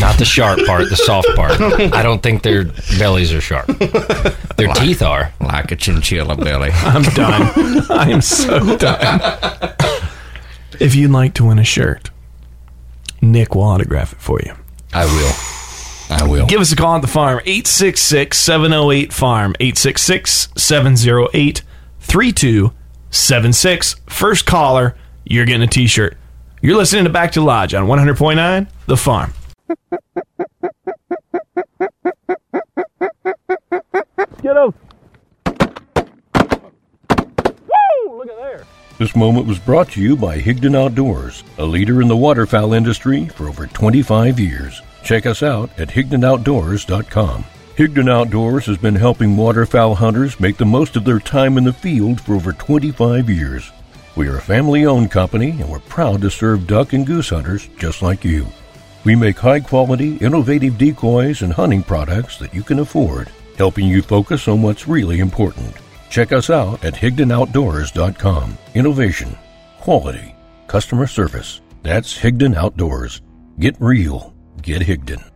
S11: Not the sharp part, the soft [laughs] part. I don't think their bellies are sharp. Their teeth are.
S4: Like a chinchilla
S11: [laughs]
S4: belly.
S3: I'm done. [laughs] I am so done. if you'd like to win a shirt, Nick will autograph it for you.
S4: I will. I will.
S3: Give us a call at the farm, 866 708 Farm, 866 708 3276. First caller, you're getting a t shirt. You're listening to Back to Lodge on 100.9 The Farm.
S8: This moment was brought to you by Higdon Outdoors, a leader in the waterfowl industry for over 25 years. Check us out at HigdonOutdoors.com. Higdon Outdoors has been helping waterfowl hunters make the most of their time in the field for over 25 years. We are a family owned company and we're proud to serve duck and goose hunters just like you. We make high quality, innovative decoys and hunting products that you can afford, helping you focus on what's really important. Check us out at HigdonOutdoors.com. Innovation, quality, customer service. That's Higdon Outdoors. Get real. Get Higdon.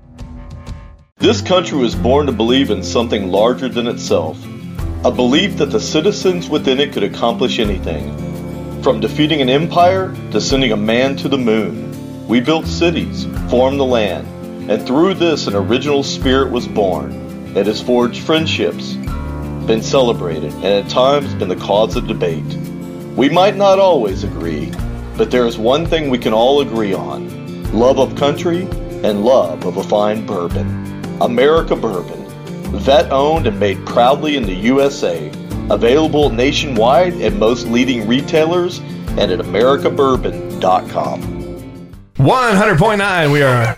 S9: This country was born to believe in something larger than itself, a belief that the citizens within it could accomplish anything. From defeating an empire to sending a man to the moon, we built cities, farmed the land, and through this an original spirit was born. It has forged friendships, been celebrated, and at times been the cause of debate. We might not always agree, but there is one thing we can all agree on love of country and love of a fine bourbon. America Bourbon. Vet owned and made proudly in the USA. Available nationwide at most leading retailers and at AmericaBourbon.com.
S3: 100.9. We are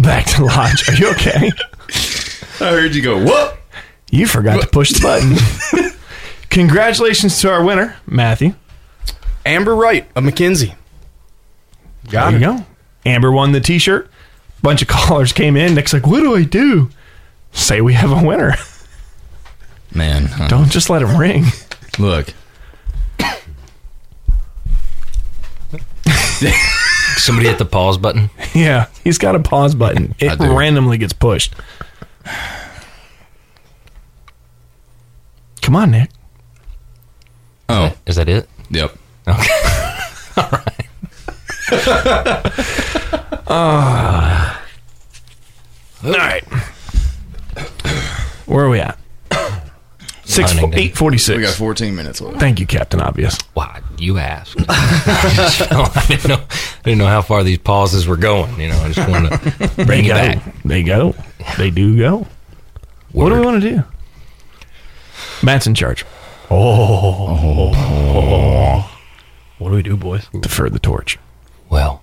S3: back to lodge. Are you okay?
S4: I heard you go, what?
S3: You forgot to push the button. Congratulations to our winner, Matthew.
S2: Amber Wright of McKinsey. Got
S3: There
S2: it.
S3: you go. Amber won the t-shirt. Bunch of [laughs] callers came in. Nick's like, "What do I do?" Say we have a winner.
S4: Man, huh.
S3: Don't just let it
S4: [laughs]
S3: ring.
S4: look.
S11: Somebody hit the pause button.
S3: Yeah, he's got a pause button. It
S4: do.
S3: randomly gets pushed. Come on, Nick.
S4: Oh,
S11: Is that it?
S4: yep.
S3: All right. Where are we
S11: [coughs]
S3: at? Six
S11: Running down.
S3: eight forty
S4: We got
S3: six.
S4: 14 minutes left.
S3: Thank you, Captain Obvious.
S11: Why you asked? I didn't know. I didn't know how far these pauses were going. You know, I just wanted to bring
S3: They
S11: you
S3: go.
S11: back.
S3: They go. They do go. What do we want to do? Matt's in charge.
S11: Oh.
S2: Oh. What do we do, boys?
S3: Defer the torch.
S11: Well,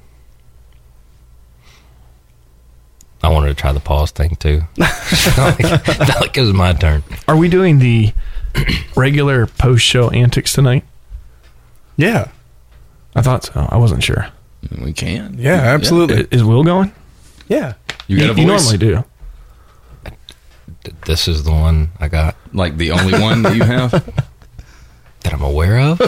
S11: I wanted to try the pause thing too. [laughs] not, like, not like it was my turn.
S3: Are we doing the [coughs] regular post show antics tonight?
S12: Yeah.
S3: I thought so. I wasn't sure.
S4: We can.
S12: Yeah, absolutely.
S3: Is Will going?
S12: Yeah.
S4: You got a voice?
S3: normally do.
S11: Th- This is the one I got
S4: Like the only one that you
S11: [laughs]
S4: have?
S11: that I'm aware of.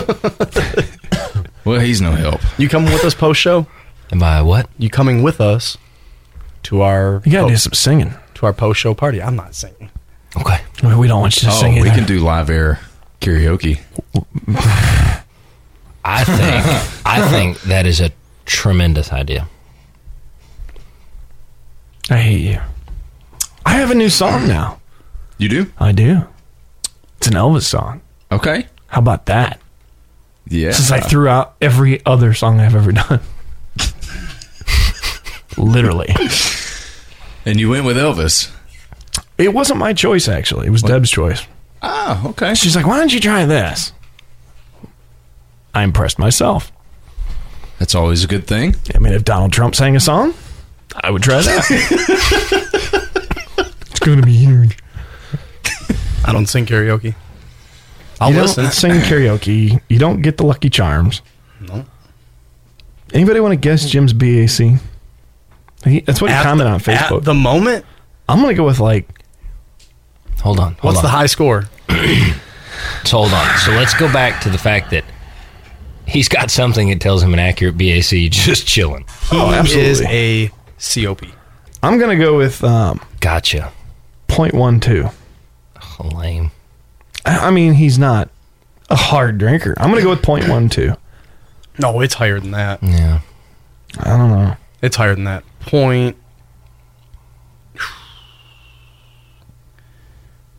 S4: Well, he's no help.
S2: You coming with us post show?
S11: Am I what?
S2: You coming with us to our
S3: You got to
S4: Oh.
S2: po-
S3: do some singing.
S2: to our post show party? I'm not singing.
S11: Okay.
S3: We we don't want you to
S4: Oh,
S3: sing
S4: we
S3: either.
S4: can do live air karaoke.
S11: I think
S4: [laughs]
S11: I think that is a tremendous idea.
S3: I hate you. I have a new song now.
S4: You do?
S3: I do. It's an Elvis song.
S4: Okay.
S3: How about that?
S4: Yeah.
S3: Since I threw out every other song I've ever done. Literally.
S4: And you went with Elvis.
S3: It wasn't my choice, actually. It was Deb's choice.
S4: Ah, okay.
S3: She's like, why don't you try this? I impressed myself.
S4: That's always a good thing.
S3: I mean, if Donald Trump sang a song, I would
S4: [laughs]
S3: try that. it's going to be huge.
S2: I don't sing karaoke. I'll
S3: you
S2: listen.
S3: don't sing karaoke. You don't get the Lucky Charms. No. Anybody want to guess Jim's BAC? He, that's what he
S2: At
S3: commented on
S2: the-
S3: Facebook.
S2: At the moment,
S3: I'm going to go with like
S11: Hold on. Hold
S2: what's
S11: on.
S2: the high score?
S11: So hold on. So let's go back to the fact that he's got something that tells him an accurate BAC just chilling.
S2: He
S3: Oh,
S2: is
S3: absolutely.
S2: a COP.
S3: I'm going to go with um,
S11: Gotcha.
S3: 0.12.
S11: Lame.
S3: I I mean, he's not a hard drinker. I'm going to go with 0.12.
S2: No, it's higher than that.
S11: Yeah.
S3: I don't know.
S2: It's higher than that. Point.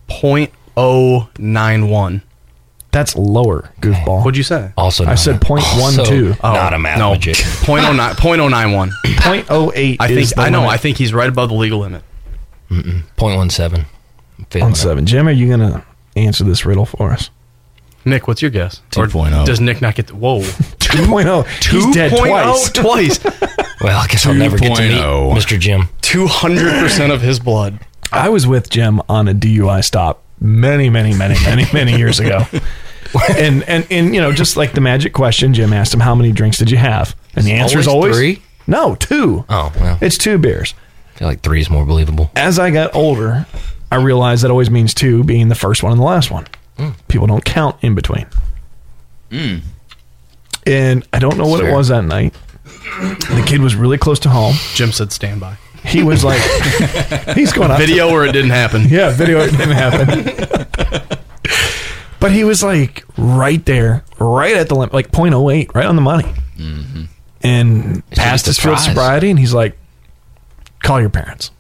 S2: Point oh nine one.
S3: That's lower, goofball.
S2: What'd you say? Oh,
S11: Also,
S3: I
S11: not
S3: said
S11: a-
S3: 0.12.
S11: also Not a math
S2: no.
S11: magic.
S2: [laughs] Point oh nine. Point oh nine one. I
S3: 0.08 Oh, is
S2: think.
S3: the
S2: I know.
S3: limit.
S2: I think he's right above the legal limit.
S11: Point one seven. I'm feeling
S3: on
S11: it.
S3: seven. Jim, are you going to answer this riddle for us?
S2: Nick, what's your guess?
S4: 2.0.
S2: Does Nick not get? The, whoa.
S3: [laughs] 2.0. oh. He's dead twice.
S2: [laughs] twice.
S11: Well, I guess I'll never get to meet
S4: 2.0.
S11: Mr. Jim.
S2: Two hundred percent of his blood.
S3: I was with Jim on a DUI stop many, many, many, many, many years
S11: [laughs]
S3: ago. And, and and you know, just like the magic question, Jim asked him, "How many drinks did you have?" And the answer is
S11: always
S3: always
S11: three?
S3: No, two.
S11: Oh, well.
S3: It's two beers.
S11: I feel like three is more believable.
S3: As I got older, I realized that always means two being the first one and the last one.
S11: Hmm.
S3: People don't count in between. And I don't know what it was that night. The kid was really close to home.
S2: Jim said, "Stand by."
S3: He was
S2: [laughs]
S3: like, he's going up to-
S2: Video or it didn't happen.
S3: [laughs] yeah, video it didn't happen. but he was like right there, right at the limit, like 0.08, right on the money.
S2: Mm-hmm.
S3: And passed his field
S11: surprised.
S3: sobriety, and he's like, call your parents.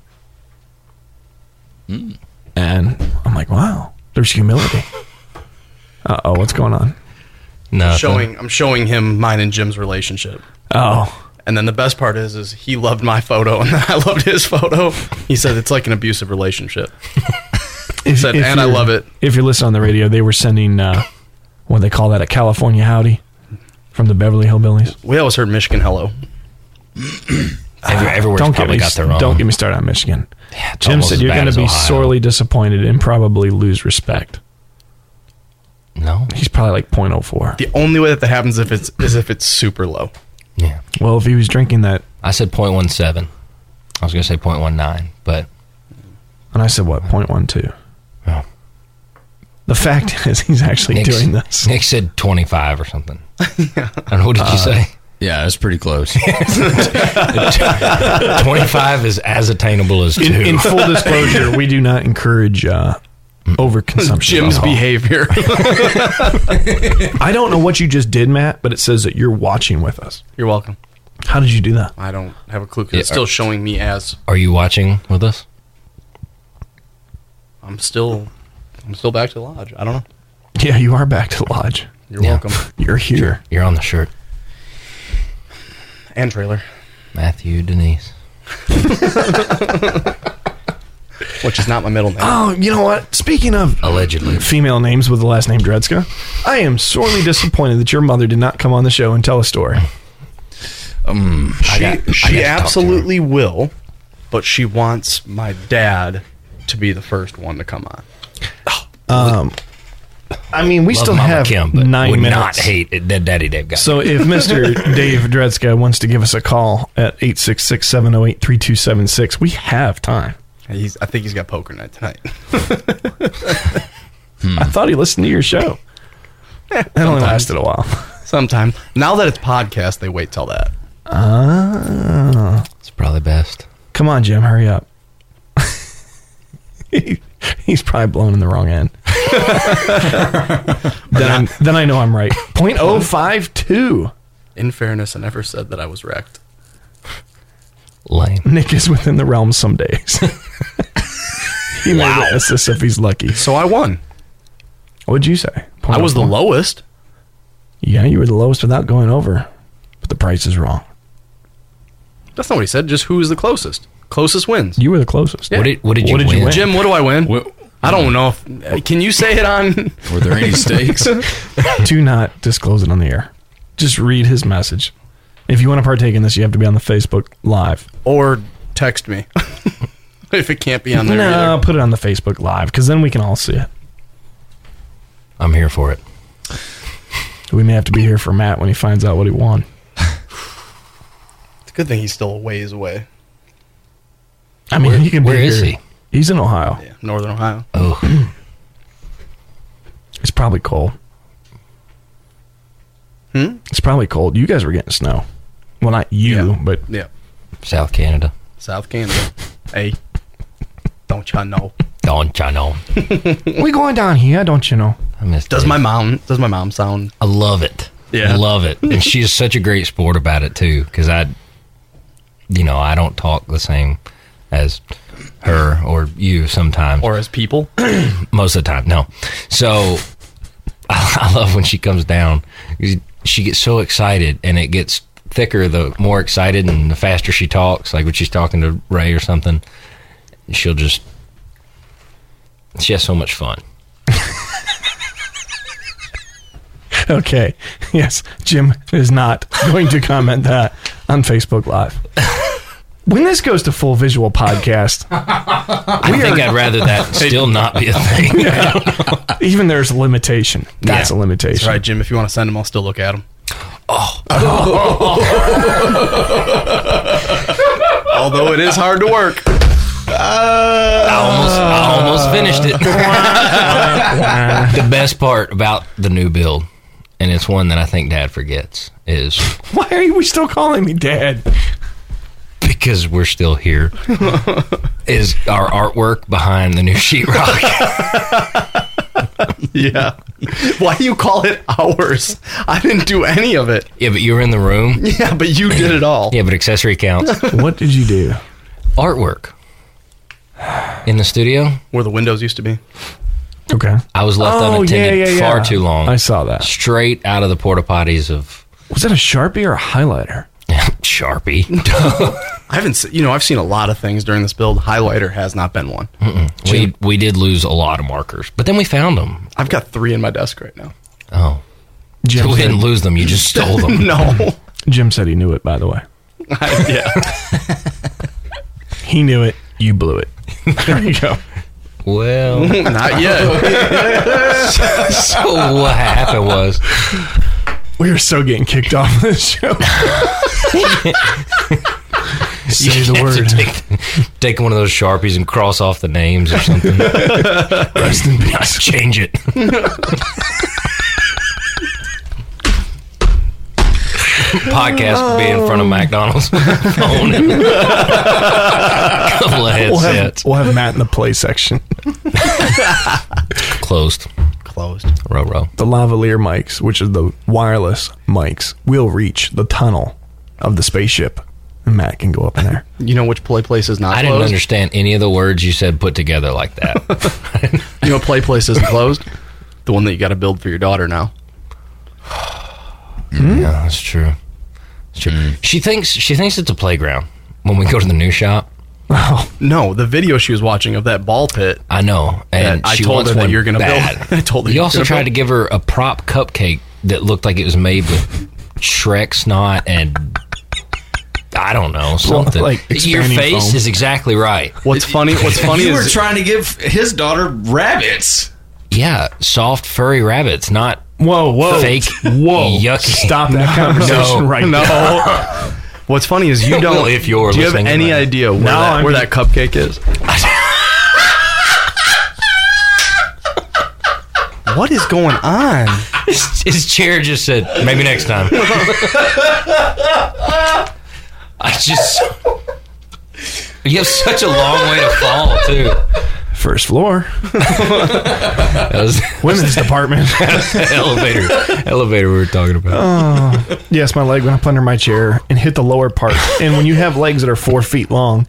S2: Hmm.
S3: And I'm like, wow, there's
S2: [laughs]
S3: humility. uh oh, what's going on?
S11: No.
S2: Showing. I'm showing him mine and Jim's relationship.
S3: Oh,
S2: And then the best part is, is he [laughs] loved my photo and I loved his photo. He said it's like an abusive relationship. Said, "And I
S3: you're-
S2: love it."
S3: If you're listening on the radio, they were sending uh, what they call that a California howdy from the Beverly Hillbillies.
S2: We always heard Michigan hello.
S11: Every, everywhere's
S3: don't get
S11: probably
S3: me
S11: got their own.
S3: don't get me started on Michigan.
S11: it's
S3: Jim
S11: almost
S3: said
S11: as
S3: you're
S11: bad
S3: going to
S11: as
S3: be
S11: Ohio."
S3: sorely disappointed and probably lose respect.
S11: No.
S3: He's probably like 0.04.
S2: The only way that that happens if it's is if it's super low.
S11: Yeah.
S3: Well, if he was drinking that,
S11: I said 0.17. I was going to say 0.19, but
S3: and I said what 0.12.
S11: Yeah.
S3: The fact [laughs] is, he's actually
S11: Nick's-
S3: doing this.
S11: Nick said 25 or something. I don't know. What did you say?
S4: Yeah, it's pretty
S11: [laughs]
S4: close.
S11: 25 is as attainable as two. Mm.
S3: In, in full disclosure, we do not encourage uh, overconsumption.
S2: Jim's
S3: of alcohol.
S2: behavior.
S3: I don't know what you just did, Matt, but it says that you're watching with us.
S2: [laughs] You're welcome.
S3: How did you do that?
S2: I don't have a clue 'cause it's still showing me as
S11: Are you watching with us?
S2: I'm still I'm still back to the lodge. I don't know.
S3: Yeah, you are back to the lodge.
S2: You're
S11: Yeah.
S2: welcome.
S3: You're here.
S11: You're on the shirt.
S2: And trailer,
S11: Matthew Denise.
S2: [laughs] which is not my middle name.
S3: Oh, you know what? Speaking of
S11: Allegedly.
S3: female names with the last name Dredska, I am sorely disappointed that your mother did not come on the show and tell a story.
S2: she
S11: got- I got
S2: she
S11: to talk to her.
S2: absolutely will, but she wants my dad to be the first one to come on.
S3: I mean, we
S11: Love
S3: still
S11: Mama
S3: have
S11: Kim, but
S3: nine
S11: would
S3: minutes.
S11: not hate it, that Daddy Dave guy.
S3: So if [laughs] Mr. Dave Dredska wants to give us a call at 866-708-3276, we have time.
S2: He's I think he's got poker night tonight. [laughs]
S3: I thought he listened to your show. Eh, That only lasted a while.
S2: Sometime. Now that it's podcast, they wait till that.
S3: Ah.
S11: it's probably best.
S3: Come on, Jim, hurry up. [laughs] He- He's probably blown in the wrong
S11: [laughs]
S3: end. then, I'm, then I know I'm right. 0.052.
S2: In fairness, I never said that I was wrecked.
S11: Lame.
S3: Nick is within the realm some days. [laughs] he may witness this if he's lucky.
S2: So I won.
S3: What'd you say?
S2: I was the lowest.
S3: lowest. Yeah, you were the lowest without going over, but the price is wrong.
S2: That's not what he said. Just who is the closest? Closest wins.
S3: You were the closest.
S11: What did, what did you
S3: did you
S11: win?
S3: win?
S2: Jim, what do I win?
S4: Wh-
S2: I don't know. If, can you say it on? [laughs]
S4: Were there any stakes?
S3: Do not disclose it on the air. Just read his message. If you want to partake in this, you have to be on the Facebook Live.
S2: or text me [laughs] if it can't be on there.
S3: no,
S2: either.
S3: put it on the Facebook Live because then we can all see it.
S11: I'm here for it.
S3: We may have to be here for Matt when he finds out what he won.
S2: It's a good thing he's still a ways away.
S3: I mean,
S11: Where-
S3: he can.
S11: where
S3: be
S11: is
S3: here.
S11: he?
S3: He's in Ohio.
S2: Yeah, Northern Ohio.
S11: Oh,
S3: It's probably cold.
S2: Hmm?
S3: It's probably cold. You guys were getting snow. Well, not you,
S2: [laughs]
S3: but
S2: Yeah,
S11: South Canada.
S2: South Canada. hey, don't y'all know?
S11: Don't you know?
S3: we going down here, don't you know?
S11: I miss
S2: Does
S11: Dave.
S2: my mom? Does my mom sound?
S11: I love it.
S2: Yeah.
S11: Love it. And she is such a great sport about it too cuz I you know, I don't talk the same as her or you sometimes
S2: Or as people?
S11: most of the time. No. So [laughs] I love when she comes down. She gets so excited and it gets thicker the more excited and the faster [laughs] she talks, like when she's talking to Ray or something. She'll just she has so much fun.
S3: Okay. [laughs] Yes, Jim is not going to comment that on
S2: [laughs]
S3: Facebook Live. When this goes to full visual podcast,
S11: I think I'd rather that still not be
S4: [laughs]
S11: a thing.
S3: even there's a limitation. That's a limitation.
S2: All right, Jim. If you want to send them, I'll still look
S11: [laughs]
S2: at them. Oh. Although it is hard to work.
S11: almost, I almost finished it. the best part about the new build, and it's one that I think Dad forgets, [laughs] is
S3: Why are you still calling me dad?
S11: because we're still here. is our artwork behind the new sheetrock?
S2: Yeah. [laughs] Why do you call it ours? I didn't do any of it.
S11: yeah, but you were in the room.
S2: [laughs] Yeah, but you did it all.
S11: Yeah, but accessory counts.
S3: What did you do?
S11: artwork in the studio.
S2: Where the windows used to be.
S3: Okay.
S11: I was left
S3: Oh,
S11: unattended
S3: yeah, yeah, yeah.
S11: far too long.
S3: I saw that.
S11: Straight out of the porta potties of
S3: Was that a Sharpie or a highlighter?
S1: Sharpie.
S2: I haven't, se- you know, I've seen a lot of things during this build. Highlighter has not been one.
S1: Mm-mm. We we did lose a lot of markers, but then we found them.
S2: I've got three in my desk right now.
S1: Oh,
S3: Jim
S1: we
S3: said-
S1: didn't lose them. You just stole them.
S2: [laughs]
S11: [laughs]
S2: no.
S3: Jim said he knew it, by the way.
S2: yeah.
S3: He knew it. You blew it. [laughs] there you go.
S1: Well,
S2: [laughs] Not yet.
S1: so what happened was
S3: We are so getting kicked off this
S11: [laughs]
S3: show. Say the
S1: you have to
S3: word.
S1: Take, take one of those sharpies and cross off the names or something.
S3: Rest in peace.
S1: Change it. Podcast would be in
S2: Oh.
S1: front of McDonald's. [laughs]
S2: [laughs]
S1: Phone and- Couple of
S3: We'll have,
S1: headsets.
S3: we'll have Matt in the play section.
S1: Closed.
S2: Closed.
S1: Row row.
S3: The lavalier mics, which is the wireless mics, will reach the tunnel of the spaceship. And Matt can go up in there.
S2: You know which play place is not
S1: I
S2: closed?
S1: didn't understand any of the words you said put together like
S2: [laughs]
S1: that.
S2: You know what play place isn't closed? The one that you got to build for your daughter now.
S1: Yeah, that's true. That's true. Mm. She thinks she thinks it's a playground when we go to the new shop.
S2: No, the video she was watching of that ball pit.
S1: I know, and
S2: that I
S1: she
S2: told
S1: wants
S2: her that
S1: one
S2: you're going to
S1: bad.
S2: build. [laughs] I told her
S1: You
S2: you're
S1: also
S2: gonna
S1: tried
S2: build-
S1: to give her a prop cupcake that looked like it was made with Shrek snot and I don't know something.
S3: like
S1: Your
S3: expanding
S1: face
S3: foam.
S1: is exactly right.
S2: What's funny? [laughs] What's funny
S7: you were
S2: is
S7: trying to give his daughter rabbits.
S1: Yeah, soft furry rabbits, not
S3: Whoa, whoa.
S1: fake.
S3: Whoa.
S1: yucky.
S3: Stop that conversation right now.
S2: no. [laughs] What's funny is you
S1: Oh, [laughs] Well,
S2: don't.
S1: if you're
S2: do you have
S1: listening
S2: any
S1: to that.
S2: idea where, that,
S3: I'm
S2: where that cupcake is? what is going on?
S1: His, [laughs] his chair just said, "Maybe next
S2: [laughs]
S1: time." I just. You have such a long way to fall too.
S3: First floor,
S1: That was [laughs]
S3: women's department.
S1: the elevator. Elevator we were talking about.
S3: Yes, my leg went up under my chair and hit the
S1: [laughs]
S3: lower part. And when you have legs that are four feet long,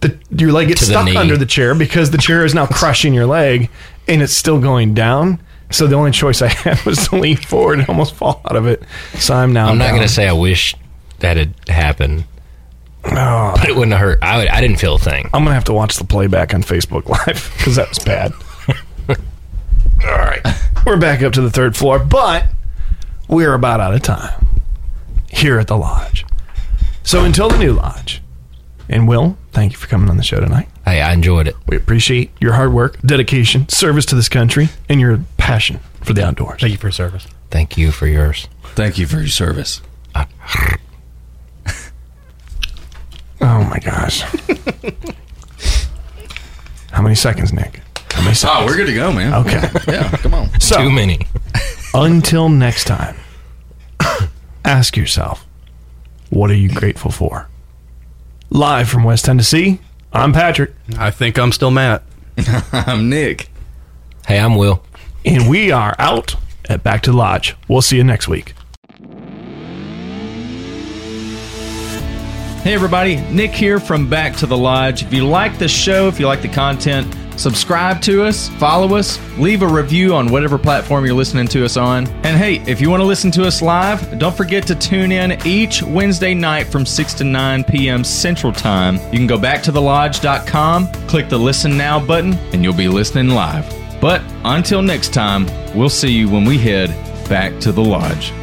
S3: the, your leg gets
S1: To the
S3: stuck
S1: knee.
S3: under the chair because the chair is now crushing your leg and it's still going down. So the only choice I [laughs] had was to lean forward and almost fall out of it. So I'm now.
S1: I'm not
S3: down.
S1: gonna say I wish that had happened, but it wouldn't have hurt. I would, I didn't feel a thing.
S3: I'm gonna have to watch the playback on Facebook Live because that was bad. All right, we're back up to the third floor, but we're about out of time here at the lodge. So until the new lodge, and Will, thank you for coming on the show tonight.
S1: Hey, I enjoyed it.
S3: We appreciate your hard work, dedication, service to this country, and your passion for the outdoors.
S2: Thank you for your service.
S1: Thank you for yours.
S7: Thank you for your service.
S3: Oh my gosh! How many seconds, Nick? How many
S7: Oh,
S3: seconds?
S7: we're good to go, man.
S3: okay.
S7: Yeah, come on.
S3: So
S1: Too many.
S3: Until next time, [coughs] ask yourself, what are you grateful for? Live from West Tennessee, I'm Patrick,
S2: I think I'm still mad.
S7: I'm Nick.
S1: Hey, I'm Will.
S3: and we are out at Back to the Lodge. We'll see you next week.
S4: Hey, everybody, Nick here from Back to the Lodge. If you like the show, if you like the content, subscribe to us, follow us, leave a review on whatever platform you're listening to us on. And hey, if you want to listen to us live, don't forget to tune in each Wednesday night from 6 to 9 p.m. Central Time. You can go back to thelodge.com, click the Listen Now button, and you'll be listening live. But until next time, we'll see you when we head back to the lodge.